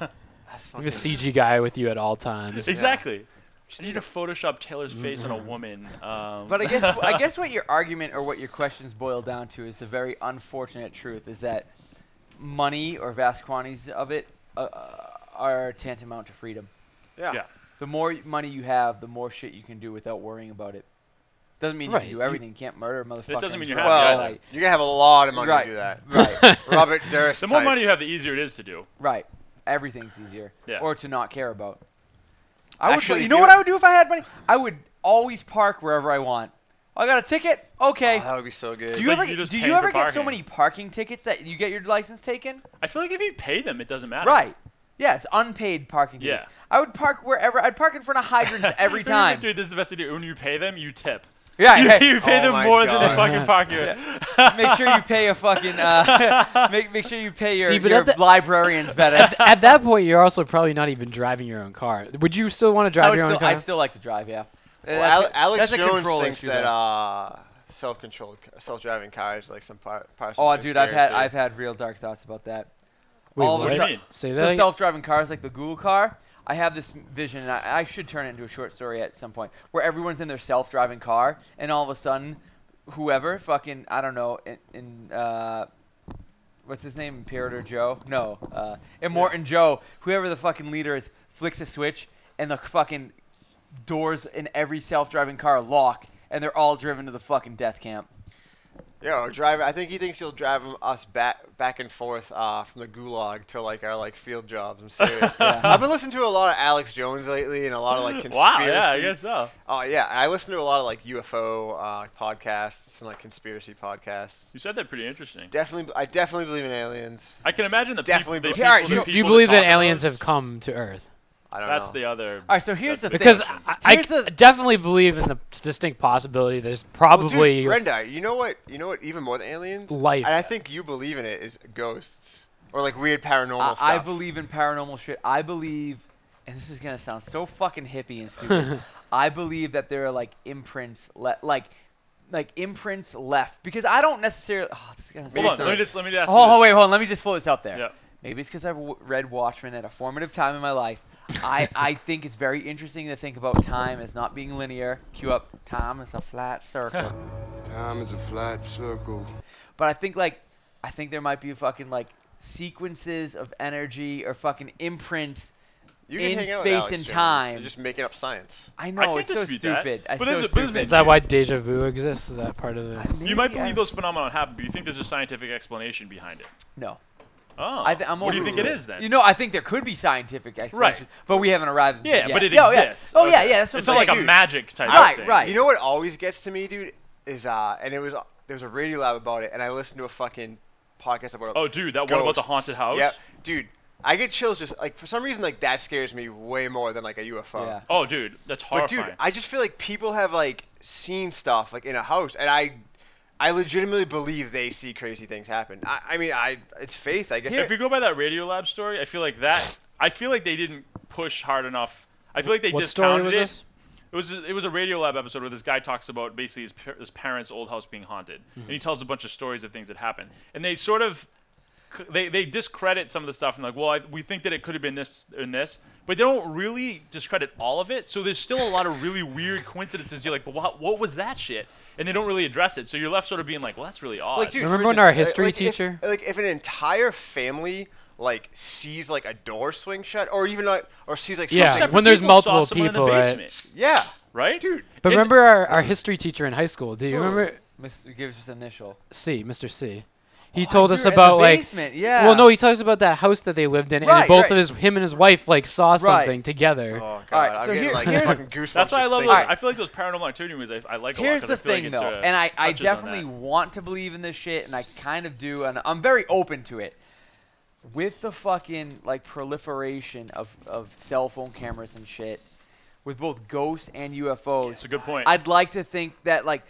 a CG guy with you at all times.
Exactly. I need to Photoshop Taylor's face on a
Mm-hmm.
woman. Um,
But I guess I guess what your argument or what your questions boil down to is the very unfortunate truth is that money or vast quantities of it uh, uh, are tantamount to freedom.
Yeah. Yeah.
The more y- money you have, the more shit you can do without worrying about it. Doesn't mean
Right.
you can do everything. You can't murder a motherfucker.
doesn't mean
and
you're
drugs,
happy
but,
either.
like,
You're gonna have a lot of money
Right.
to do that.
Right.
Robert Durst.
the more
type.
money you have, the easier it is to do.
Right. Everything's easier.
Yeah.
Or to not care about. I would.
Actually,
you
if
know
you-
what I would do if I had money? I would always park wherever I want. I got a ticket. Okay.
Oh, that would be so good.
do you ever do you ever get so many parking tickets that you get your license taken?
I feel like if you pay them, it doesn't matter.
Right. Yeah, it's unpaid parking tickets.
Yeah.
I would park wherever. I'd park in front of hydrants every
Dude, you know what,
time.
Dude, this is the best idea. When you pay them, you tip.
Yeah,
you,
hey.
you pay
Oh
them
my
more than they
God.
fucking park you.
make sure you pay a fucking. Uh, make make sure you pay your,
See, but
your
at the-
librarians better.
at, th- at that point, you're also probably not even driving your own car. Would you still want to
I
drive
would
your
still,
own car?
I'd still like to drive. Yeah.
Well,
That's
Al-
a-
Alex
that's a
Jones
control
thinks
issue,
that
though.
uh, self-controlled, ca- self-driving cars like some part. parts of
Oh, dude, I've had
conspiracy.
I've had real dark thoughts about that.
Wait, what?
of a
What do you
sud-
mean? Say
so
that again.
self-driving cars like the Google car. I have this vision, and I, I should turn it into a short story at some point, where everyone's in their self-driving car, and all of a sudden, whoever fucking I don't know in, in uh, what's his name, Imperator Joe? No, uh, and Morton Joe, whoever the fucking leader is, flicks a switch, and the fucking doors in every self-driving car lock, and they're all driven to the fucking death camp.
Yeah, or drive. I think he thinks he'll drive 'em- us back back and forth uh, from the gulag to like our like field jobs. I'm serious. I've been listening to a lot of Alex Jones lately and a lot of like conspiracy.
Wow, yeah, I guess so.
Oh yeah, and I listen to a lot of like UFO uh, podcasts and like conspiracy podcasts.
You said that pretty interesting.
Definitely, I definitely believe in aliens.
I can imagine the peop-
definitely.
the
believe-
people- the
Do you
people
believe that
talk about
aliens have come to Earth?
I don't
That's
know.
the other.
All right, so here's the thing.
Because I, I c- definitely believe in the distinct possibility there's probably
well, dude, Brenda. You know what? You know what? Even more than aliens,
Life.
And I think you believe in it is ghosts or like weird paranormal
I,
stuff.
I believe in paranormal shit. I believe, and this is gonna sound so fucking hippie and stupid. I believe that there are like imprints, le- like like imprints left because I don't necessarily. Oh, this is gonna
Hold on,
sound-
let me just- let me ask you
Hold, hold,
this.
wait, hold on. Let me just pull this out there.
Yeah.
Maybe it's because I've w- read Watchmen at a formative time in my life. I, I think it's very interesting to think about time as not being linear. Cue up time is a flat circle.
Time is a flat circle.
But I think like I think there might be fucking like sequences of energy or fucking imprints
You can
in
hang out
space
with Alex
and
Jones.
time.
You're just making up science.
I know it's so stupid. I so stupid.
Is that why deja vu exists? Is that part of the?
You might believe those phenomena happen, but you think there's a scientific explanation behind it.
No.
Oh.
I th- I'm
what do you
open
think
to
it is then?
You know, I think there could be scientific explanations, but we haven't arrived.
Yeah,
at
but it
Yeah,
exists.
Yeah. Oh yeah,
Okay.
yeah. That's what
It's
I'm
not like a
saying.
magic type
Right, right.
You know what always gets to me, dude, is uh, and it was there was a radio lab about it, and I listened to a fucking podcast about.
Oh, dude, that one about the
ghosts.
haunted house?
Yeah, dude, I get chills just like for some reason like that scares me way more than like a UFO.
Yeah. Oh, dude, that's
But
horrifying.
dude, I just feel like people have like seen stuff like in a house, and I. I legitimately believe they see crazy things happen. I, I mean, I it's faith, I guess.
If you go by that Radiolab story, I feel like that. I feel like they didn't push hard enough. I feel like they
What story
discounted
was
it.
this?
It was it was a Radiolab episode where this guy talks about basically his, par- his parents' old house being haunted,
Hmm.
and he tells a bunch of stories of things that happened, and they sort of c- they they discredit some of the stuff and like, well, I, we think that it could have been this and this, but they don't really discredit all of it. So there's still a lot of really weird coincidences. You're like, but what what was that shit? And they don't really address it. So you're left sort of being like, well, that's really odd.
Like, dude, for
Remember when
instance,
our
uh,
history
like, if-
teacher-
like, if an entire family like sees like a door swing shut, or even like, or sees like
Yeah,
something-
when there's People saw multiple someone in the people, right? basement.
Yeah,
Oh,
right, dude.
But remember our, our history teacher in high school. Do you remember
Mr. Gives his initial.
C, Mr. C? He
Oh,
told
you
us
were in the
about like
basement, yeah.
Well, no, he talks about that house that they lived in,
Right,
and both
right.
of his him and his wife like saw
Right.
something together.
Oh
God, Alright, I'm so getting, here- like, here's- fucking goosebumps
That's why I
just
love.
thinking.
Those, I feel like those paranormal activity movies. I, I like a
Here's
lot. 'cause
the
I feel
thing,
like it
though,
sorta
and I, I
touches on that.
definitely want to believe in this shit, and I kind of do, and I'm very open to it. With the fucking like proliferation of, of cell phone cameras and shit, with both ghosts and UFOs, it's
a good point.
I'd like to think that like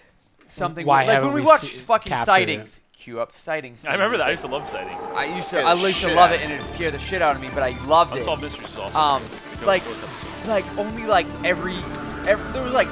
something
Why
like when
haven't
we
we
watch
se-
fucking
captured
sightings, cue up sightings.
I remember that. I used to love sightings.
I used to,
Scared
I
the
used to
shit
love it,
out of
and
me.
it scared the shit out of me. But I loved it.
Unsolved Mysteries is
Um,
awesome. Because
like,
of those
like only like every, every there was like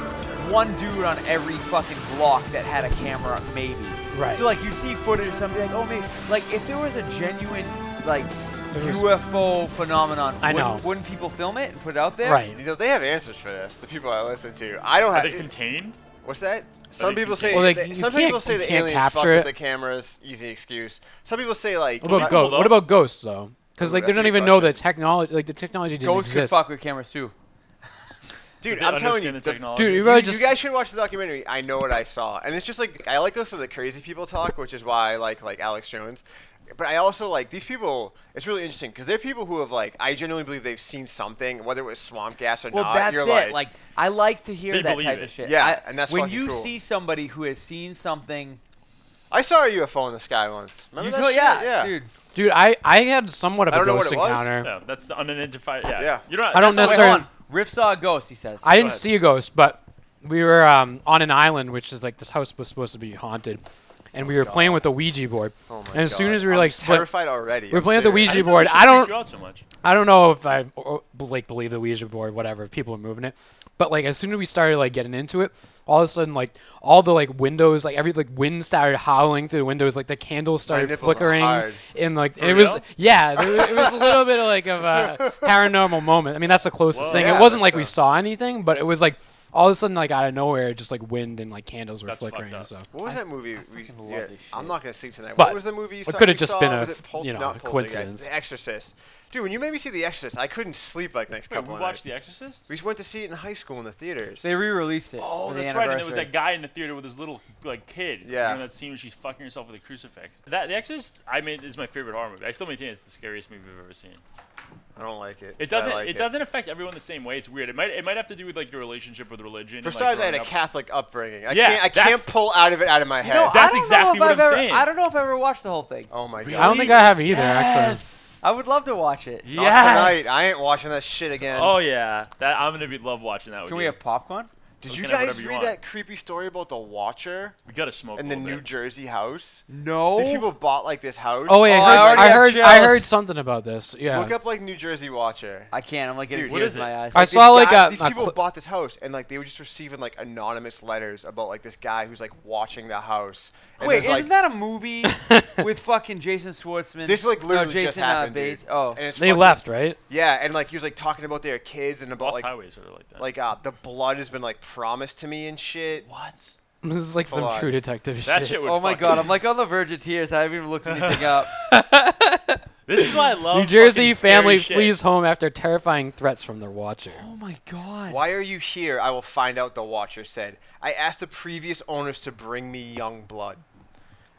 one dude on every fucking block that had a camera, maybe.
Right.
So like you'd see footage of somebody like, oh maybe, like if there was a genuine like
There was-
UFO phenomenon,
I
wouldn't,
know.
wouldn't people film it and put it out there?
Right.
You know, they have answers for this. The people I listen to, I don't
Are
have.
they contained?
What's that? Some
they
people say.
Well, like,
they-
you
some
can't-
people say
you
the
can't
aliens fuck
capture
with
it.
the cameras. Easy excuse. Some people say like.
What about ghosts? What about ghosts though? Because
Ooh,
like they
that's a
don't
good
even know the technology. Like the technology didn't
Ghosts could
exist.
fuck with cameras too.
Dude,
They
I'm telling you,
understand the
the-
technology.
Dude, you
you,
really
you
just-
guys should watch the documentary. I know what I saw, and it's just like I like listening to the crazy people talk, which is why I like like Alex Jones. But I also like these people. It's really interesting because they're people who have like I genuinely believe they've seen something, whether it was swamp gas or
Well,
not.
that's
you're
it.
like,
Like, I like to hear
They
that
believe
type
it.
of shit.
Yeah,
I,
and that's
when
fucking
you
cool.
see somebody who has seen something.
I saw a UFO in the sky once. Remember
You
that
saw-
shit?
yeah,
yeah,
dude.
Dude, I I had somewhat of
I
a
don't know what
ghost
it was.
encounter.
Yeah, that's the unidentified. Yeah.
Yeah.
You're not.
I don't
that's not-
necessarily-
Wait,
Riff saw a ghost. He says.
I
Go
didn't
ahead.
see a ghost, but we were um, on an island, which is like this house was supposed to be haunted, and we were playing with the Ouija board.
Oh my
and as soon
God.
as we were
I'm
like split,
terrified already.
We were
I'm
playing with the
serious. I
Ouija
didn't know
board.
this
I
shit
don't.
freaked you out so much.
I don't know if I or, like believe the Ouija board, whatever. If people were moving it, but like as soon as we started like getting into it, all of a sudden like all the like windows, like every like wind started howling through the windows, like the candles started
nipples are
flickering,
hard.
and like
For
it was
real?
yeah, it was- it was a little bit of like of a paranormal moment. I mean that's the closest
Whoa.
thing.
Yeah,
it wasn't
that's
like we
tough.
saw anything, but it was like all of a sudden like out of nowhere, just like wind and like candles were
That's fucked
flickering.
up.
So
What was that movie? we, yeah, I'm not gonna sleep tonight.
But
what was the movie? You
it
saw,
coulda
we
just
saw?
been a
Was it
f-
Pol-
you know,
not
a
Poltergeist,
coincidence.
The Exorcist. Dude, when you made me see The Exorcist, I couldn't sleep like next
we
couple of
watched
nights.
The Exorcist.
We went to see it in high school in the theaters.
They re-released it.
Oh,
for the
that's right. And there was
anniversary.
that guy in the theater with his little like kid.
Yeah.
You know that scene where she's fucking herself with a crucifix. That The Exorcist, I mean, is my favorite horror movie. I still maintain it's the scariest movie I've ever seen.
I don't like it.
It
but I
doesn't.
like
it doesn't affect everyone the same way. It's weird. It might. It might have to do with like your relationship with religion.
For
and, like,
starters, I had a
growing up.
Catholic upbringing. I
Yeah,
can't. I
that's-
can't pull out of it out of my
You
head.
know, That's
I don't know
exactly
if
what
I've
I'm
ever-
saying.
I don't know if I've ever watched the whole thing.
Oh my
I don't think I have either.
I would love to watch it.
Not tonight. I ain't watching that shit again.
Oh yeah. That I'm gonna be love watching that. with
Can we
you.
have popcorn?
Did
We
you
can have
guys
whatever
read
you want.
that creepy story about the Watcher?
We gotta smoke.
In
a
the
little
New
bit.
Jersey house.
Oh.
No.
These people bought like this house.
Oh, wait, I heard, I, heard I heard something about this. Yeah.
Look up like New Jersey Watcher.
I can't. I'm like getting
Dude,
tears in my eyes.
I
Like,
saw,
this
like,
guy-
a-
these
a
people
cl-
bought this house and like they were just receiving like anonymous letters about like this guy who's like watching the house. And
Wait,
there's, like,
isn't that a movie with fucking Jason Schwartzman?
This like
No,
literally
Jason,
just happened.
Uh,
dude.
Bates. Oh,
And it's
They
fucking-
left, right?
Yeah, and like he was like talking about their kids and about
Lost
like
Highways or like that.
Like uh, the blood has been like promised to me and shit.
What?
This is like some
Blood.
true detective shit.
oh my god, I'm like on the verge of tears. I haven't even looked anything up. Oh
this is why I
New Jersey family flees home after terrifying threats from their watcher.
Oh my god.
Why are you here? I will find out, the Watcher said. I asked the previous owners to bring me young blood.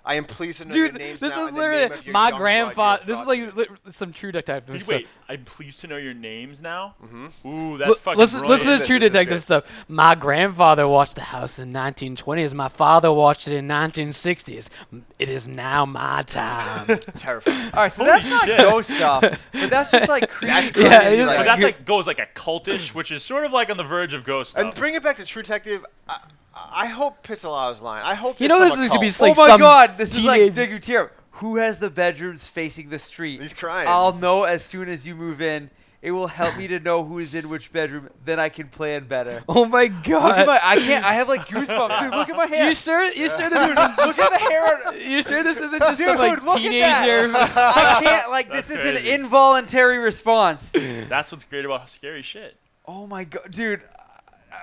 I am pleased to know your
Dude,
names
this
now
is
and the name
literally
of your
my
young blood you have
grandfather. This is
brought
like li- some true detective
Wait,
stuff.
wait, I'm pleased to know your names now. Mm-hmm. Ooh,
L-
that's fucking
listen,
brilliant.
listen to True Detective stuff. My grandfather watched the house in 1920s. My father watched it in 1960s. M- It is now my time.
Terrifying.
All right, so that's not ghost stuff, but that's just like creepy.
Yeah, it is
But
like-
that's like goes like a cultish, which is sort of like on the verge of ghost stuff.
And bring it back to True Detective. I, I hope Pizzolatto's line. I hope
You
there's
know
some
this is gonna be like
occult.
oh my
some
god, this
teenage-
is like digging tear. Who has the bedrooms facing the street?
He's crying.
I'll know as soon as you move in. It will help me to know who is in which bedroom. Then I can plan better.
oh my god!
Look at my, I can't. I have like goosebumps, dude. Look at my hair.
You sure? You sure this
Dude,
isn't?
look at the hair. on-
You sure this isn't just
Dude,
some like
look
teenager?
at that. I can't. Like this is
That's
an
crazy.
involuntary response.
That's what's great about scary shit.
Oh my god, dude. uh,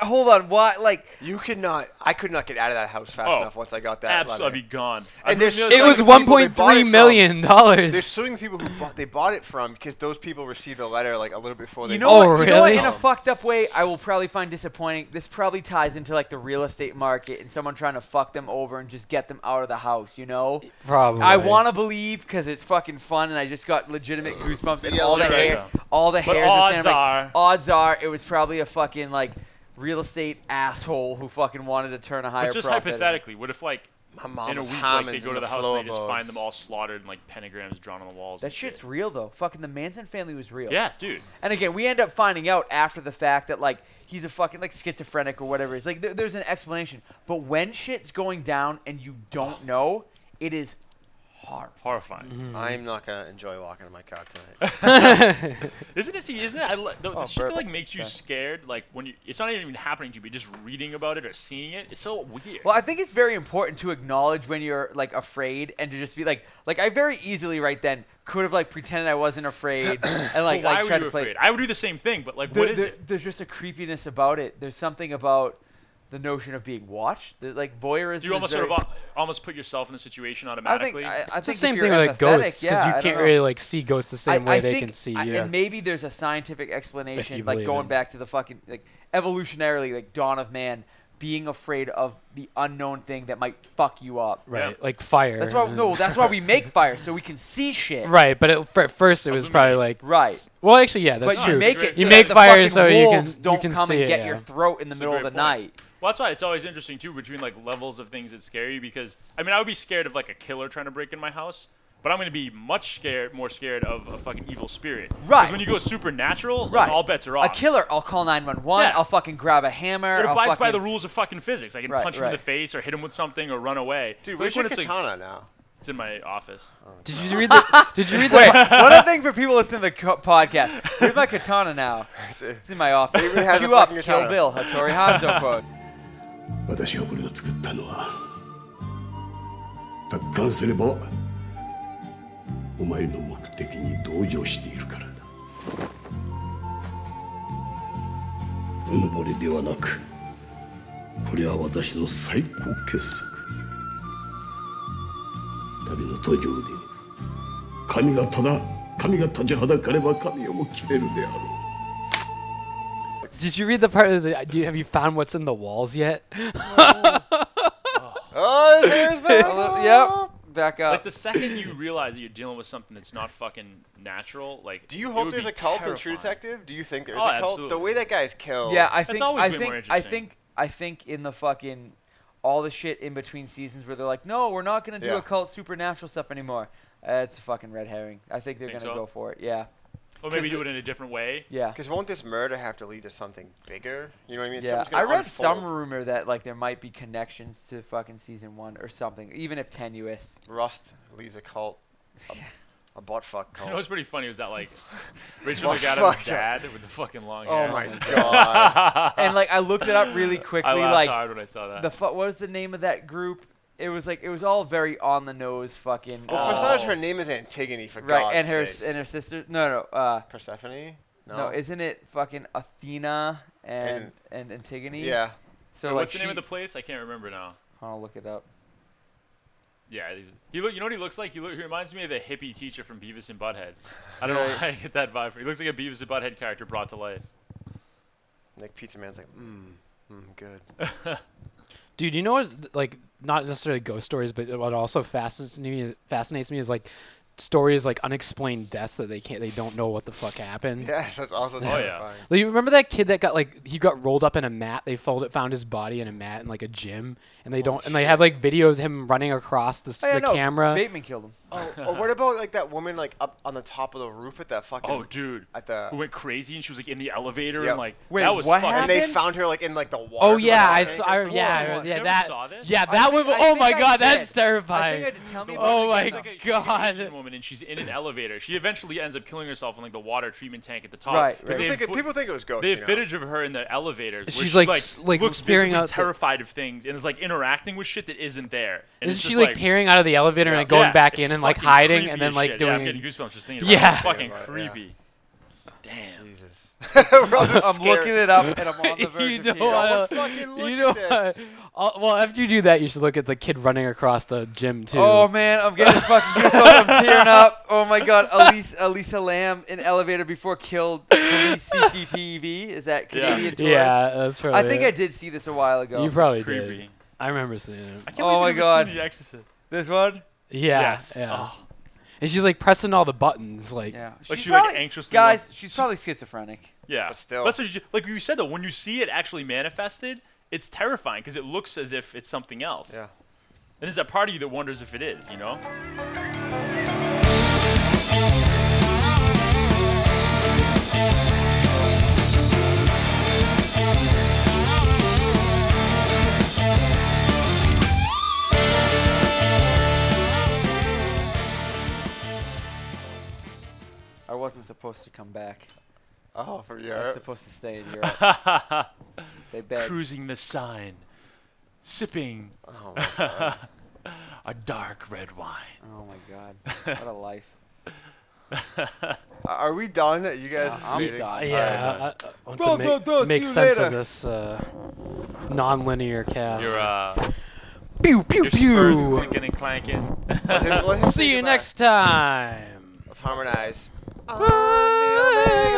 Hold on. Why? Like
You could not. I could not get out of that house fast
Oh,
enough once I got that.
Absolutely, I'd
letter.
be gone.
And they're suing
It was
the people they bought
1.3
it from.
million dollars.
They're suing the people who bought, they bought it from because those people received a letter like a little before they.
You know,
Oh,
what, you know what?
really?
In a fucked up way, I will probably find disappointing. This probably ties into like the real estate market and someone trying to fuck them over and just get them out of the house. You know?
Probably.
I want to believe because it's fucking fun, and I just got legitimate goosebumps and
Yeah,
all the
you're right,
hair, all the
But
hairs. are standing up,
odds
like,
are-
odds are, it was probably a fucking like real estate asshole who fucking wanted to turn a higher
But just
profit.
hypothetically, what if like
My mom
in a
was
week like, they
Hammonds
go
in the
to the house and they just
floorboards.
find them all slaughtered and like pentagrams drawn on the walls?
That
and shit.
shit's real though. Fucking the Manson family was real.
Yeah, dude.
And again, we end up finding out after the fact that like he's a fucking like schizophrenic or whatever. It's like there, there's an explanation. But when shit's going down and you don't know, it is hard.
Horrifying.
Mm-hmm.
I'm not gonna enjoy walking in my car tonight.
Isn't it? See, isn't it? I, li- the, the
Oh,
shit that
burp.
like makes you scared, like when you, it's not even happening to you, but just reading about it or seeing it, it's so weird.
Well, I think it's very important to acknowledge when you're like afraid and to just be like, like I very easily right then could have like pretended I wasn't afraid and like
Well, why
like
were
tried
you
to play.
afraid? I would do the same thing, but like,
There-
what is
there-
it?
There's just a creepiness about it. There's something about the notion of being watched. There's, like voyeurism.
Do you
is
almost
very,
sort of al- almost put yourself in the situation
I think
automatically?
I, I
It's the
think if
same
you're
thing with like,
empathetic,
ghosts because
yeah, I
you
don't
can't
know.
really like see ghosts the same
I-
way
I
they
think-
can see
I-
you.
And maybe there's a scientific explanation,
you
like
believe
going
in-
back to the fucking like evolutionarily, like dawn of man being afraid of the unknown thing that might fuck you up.
right, like fire.
That's why
and-
no, that's why we make fire so we can see shit.
Right, but it, for, at first it was probably like
Right.
Well, actually, yeah, that's
but
true.
you make it
you
so
make
that
fire
the fucking
so you can
wolves don't
you can
come
see
and
it,
get
yeah.
your throat in the
It's a
middle of the
great point.
night.
Well, that's why it's always interesting too between like levels of things that scare you because I mean I would be scared of like a killer trying to break in my house, but I'm gonna be much scared more scared of a fucking evil spirit.
Right.
Because when you go supernatural, like,
Right.
all bets are off.
A killer, I'll call 911.
Yeah.
I'll fucking grab a hammer.
It
I'll
abides by
fucking-
the rules of fucking physics. I can
Right,
punch him in
right.
the face or hit him with something or run away.
Dude,
But,
where's
like, when
your
it's, like-
katana Uh, now?
It's in my office.
Did you read the? Did you read the?
Wait,
po-
one other thing for people listening to the co- podcast. Here's my katana now. It's in my office.
David has a
Cue up,
fucking
Kill
katana.
Bill, Hattori Hanzo quote.
私がこれを作ったのは達観すればお前の目的に同情しているからだうぬぼれではなくこれは私の最高傑作旅の途上で神がただ神が立ちはだかれば神をも決めるであろう
did you read the part? Of the, do you, have you found what's in the walls yet?
Oh, his hair's back.
yep. Back up.
Like the second you realize that you're dealing with something that's not fucking natural, like
Do you
it
hope
would
there's
be
a cult in True
terrifying.
Detective? Do you think there's
Oh,
a cult? The
absolutely.
way that guy's killed.
Yeah, I
That's
think
always
I
way
think
more
I
interesting.
think I think in the fucking all the shit in between seasons where they're like, no, we're not gonna do
Yeah.
occult supernatural stuff anymore. Uh, it's a fucking red herring. I think they're
Think
gonna
so?
go for it. Yeah.
Or maybe do it in a different way.
Yeah.
Because won't this murder have to lead to something bigger? You know what I mean?
Yeah,
Something's
I
gonna
read
unfold.
some rumor that like there might be connections to fucking season one or something, even if tenuous.
Rust leads a cult, a, a butt fuck
You
cult.
know what's pretty funny was that like Rachel
Oh. Well,
McAdams'
fuck
dad
yeah.
with the fucking long
Oh
hair.
my God.
and like I looked it up really
I
quickly.
laughed
like
hard when I saw that.
The fu- what was the name of that group? It was like it was all very on the nose fucking.
Well, for
uh,
starters, her name is Antigone, for
right,
God's
and her
sake.
s- and her sister. No, no. Uh,
Persephone?
No.
No.
isn't it fucking Athena and and, Antigone?
Yeah.
So
Wait,
like
what's the name of
she-
the place? I can't remember now.
I'll look it up.
Yeah, he, he look. You know what he looks like? He, look, he reminds me of the hippie teacher from Beavis and Butthead. I don't know
Right.
why I get that vibe. from He looks like a Beavis and Butthead character brought to life.
Like Pizza Man's like, mmm, mmm, good.
Oh,
Dude, you know what's like not necessarily ghost stories, but what also fascinates me fascinates me is like stories like unexplained deaths that they can't they don't know what the fuck happened.
Yes, that's also Oh, yeah. terrifying.
Like, you remember that kid that got like he got rolled up in a mat, they found found his body in a mat in like a gym and
Oh,
they don't and they had like videos of him running across the, s-
Oh, yeah,
the
no,
camera.
Bateman killed him.
Oh, or what about like that woman like up on the top of the roof at that fucking?
Oh, dude,
At the
who went crazy and she was like in the elevator
Yep.
and like that was fucking.
And they found her like in like the water.
Oh yeah, I
below,
saw.
think,
I,
or something.
yeah,
Hold on,
yeah,
you ever
that.
saw this?
Yeah, that was. Oh my god, that's terrifying. oh my
It's like a- she's like an Asian woman and she's in an elevator. She eventually ends up killing herself in like the water treatment tank at the top.
Right,
But
right.
they
People think it-
fo-
people think it was ghosts,
They have
you Oh, know.
footage of her in the elevator. where
She's,
she,
like,
like
s- like,
looks
peering
visibly
out the-
terrified of things and is like interacting with shit that isn't there. And
Isn't
it's
she
just,
like, peering out of the elevator and like, going
Yeah,
back
it's
in and like
fucking
hiding
creepy
and then
as
like
shit.
doing?
Yeah, I'm getting goosebumps just thinking about it.
yeah.
It's fucking
Yeah.
creepy. Damn.
Jesus.
I'm looking it up and I'm on the verge
you
of
don't
tears.
wanna, you know what? I'll- well, after you do that, you should look at the kid running across the gym too.
Oh man, I'm getting fucking goosebumps. I'm tearing up. Oh my god, Elise, Elisa Lamb in elevator before killed police CCTV. Is that
Yeah.
Canadian tourist?
Yeah, that's probably
I think
it.
I did see this a while ago.
you probably did. I remember seeing it.
oh my god.
The Exorcist.
This one?
Yeah. Yeah.
Oh.
And she's like pressing all the buttons, like.
Yeah.
Like
She's
she like
probably-
anxiously
Guys,
wants-
she's probably schizophrenic.
Yeah,
But still.
That's what you, like you said though. When you see it actually manifested, it's terrifying because it looks as if it's something else.
Yeah.
And there's that part of you that wonders if it is. You know.
I wasn't supposed to come back.
Oh, from
I
Er.
was
Europe?
supposed to stay in Europe. they begged.
Cruising the sign, sipping
my God.
a dark red wine.
Oh my god. What a life.
Are we done? You guys?
Yeah, I'm
waiting?
done.
uh, Yeah, I, I,
Alright.
I want to make, make sense of this uh, non-linear cast.
Your uh,
pew pew
your Spurs
pew.
clinking and clanking.
Let's- let's
See
think
you
about-
next time.
Let's harmonize.
Bye.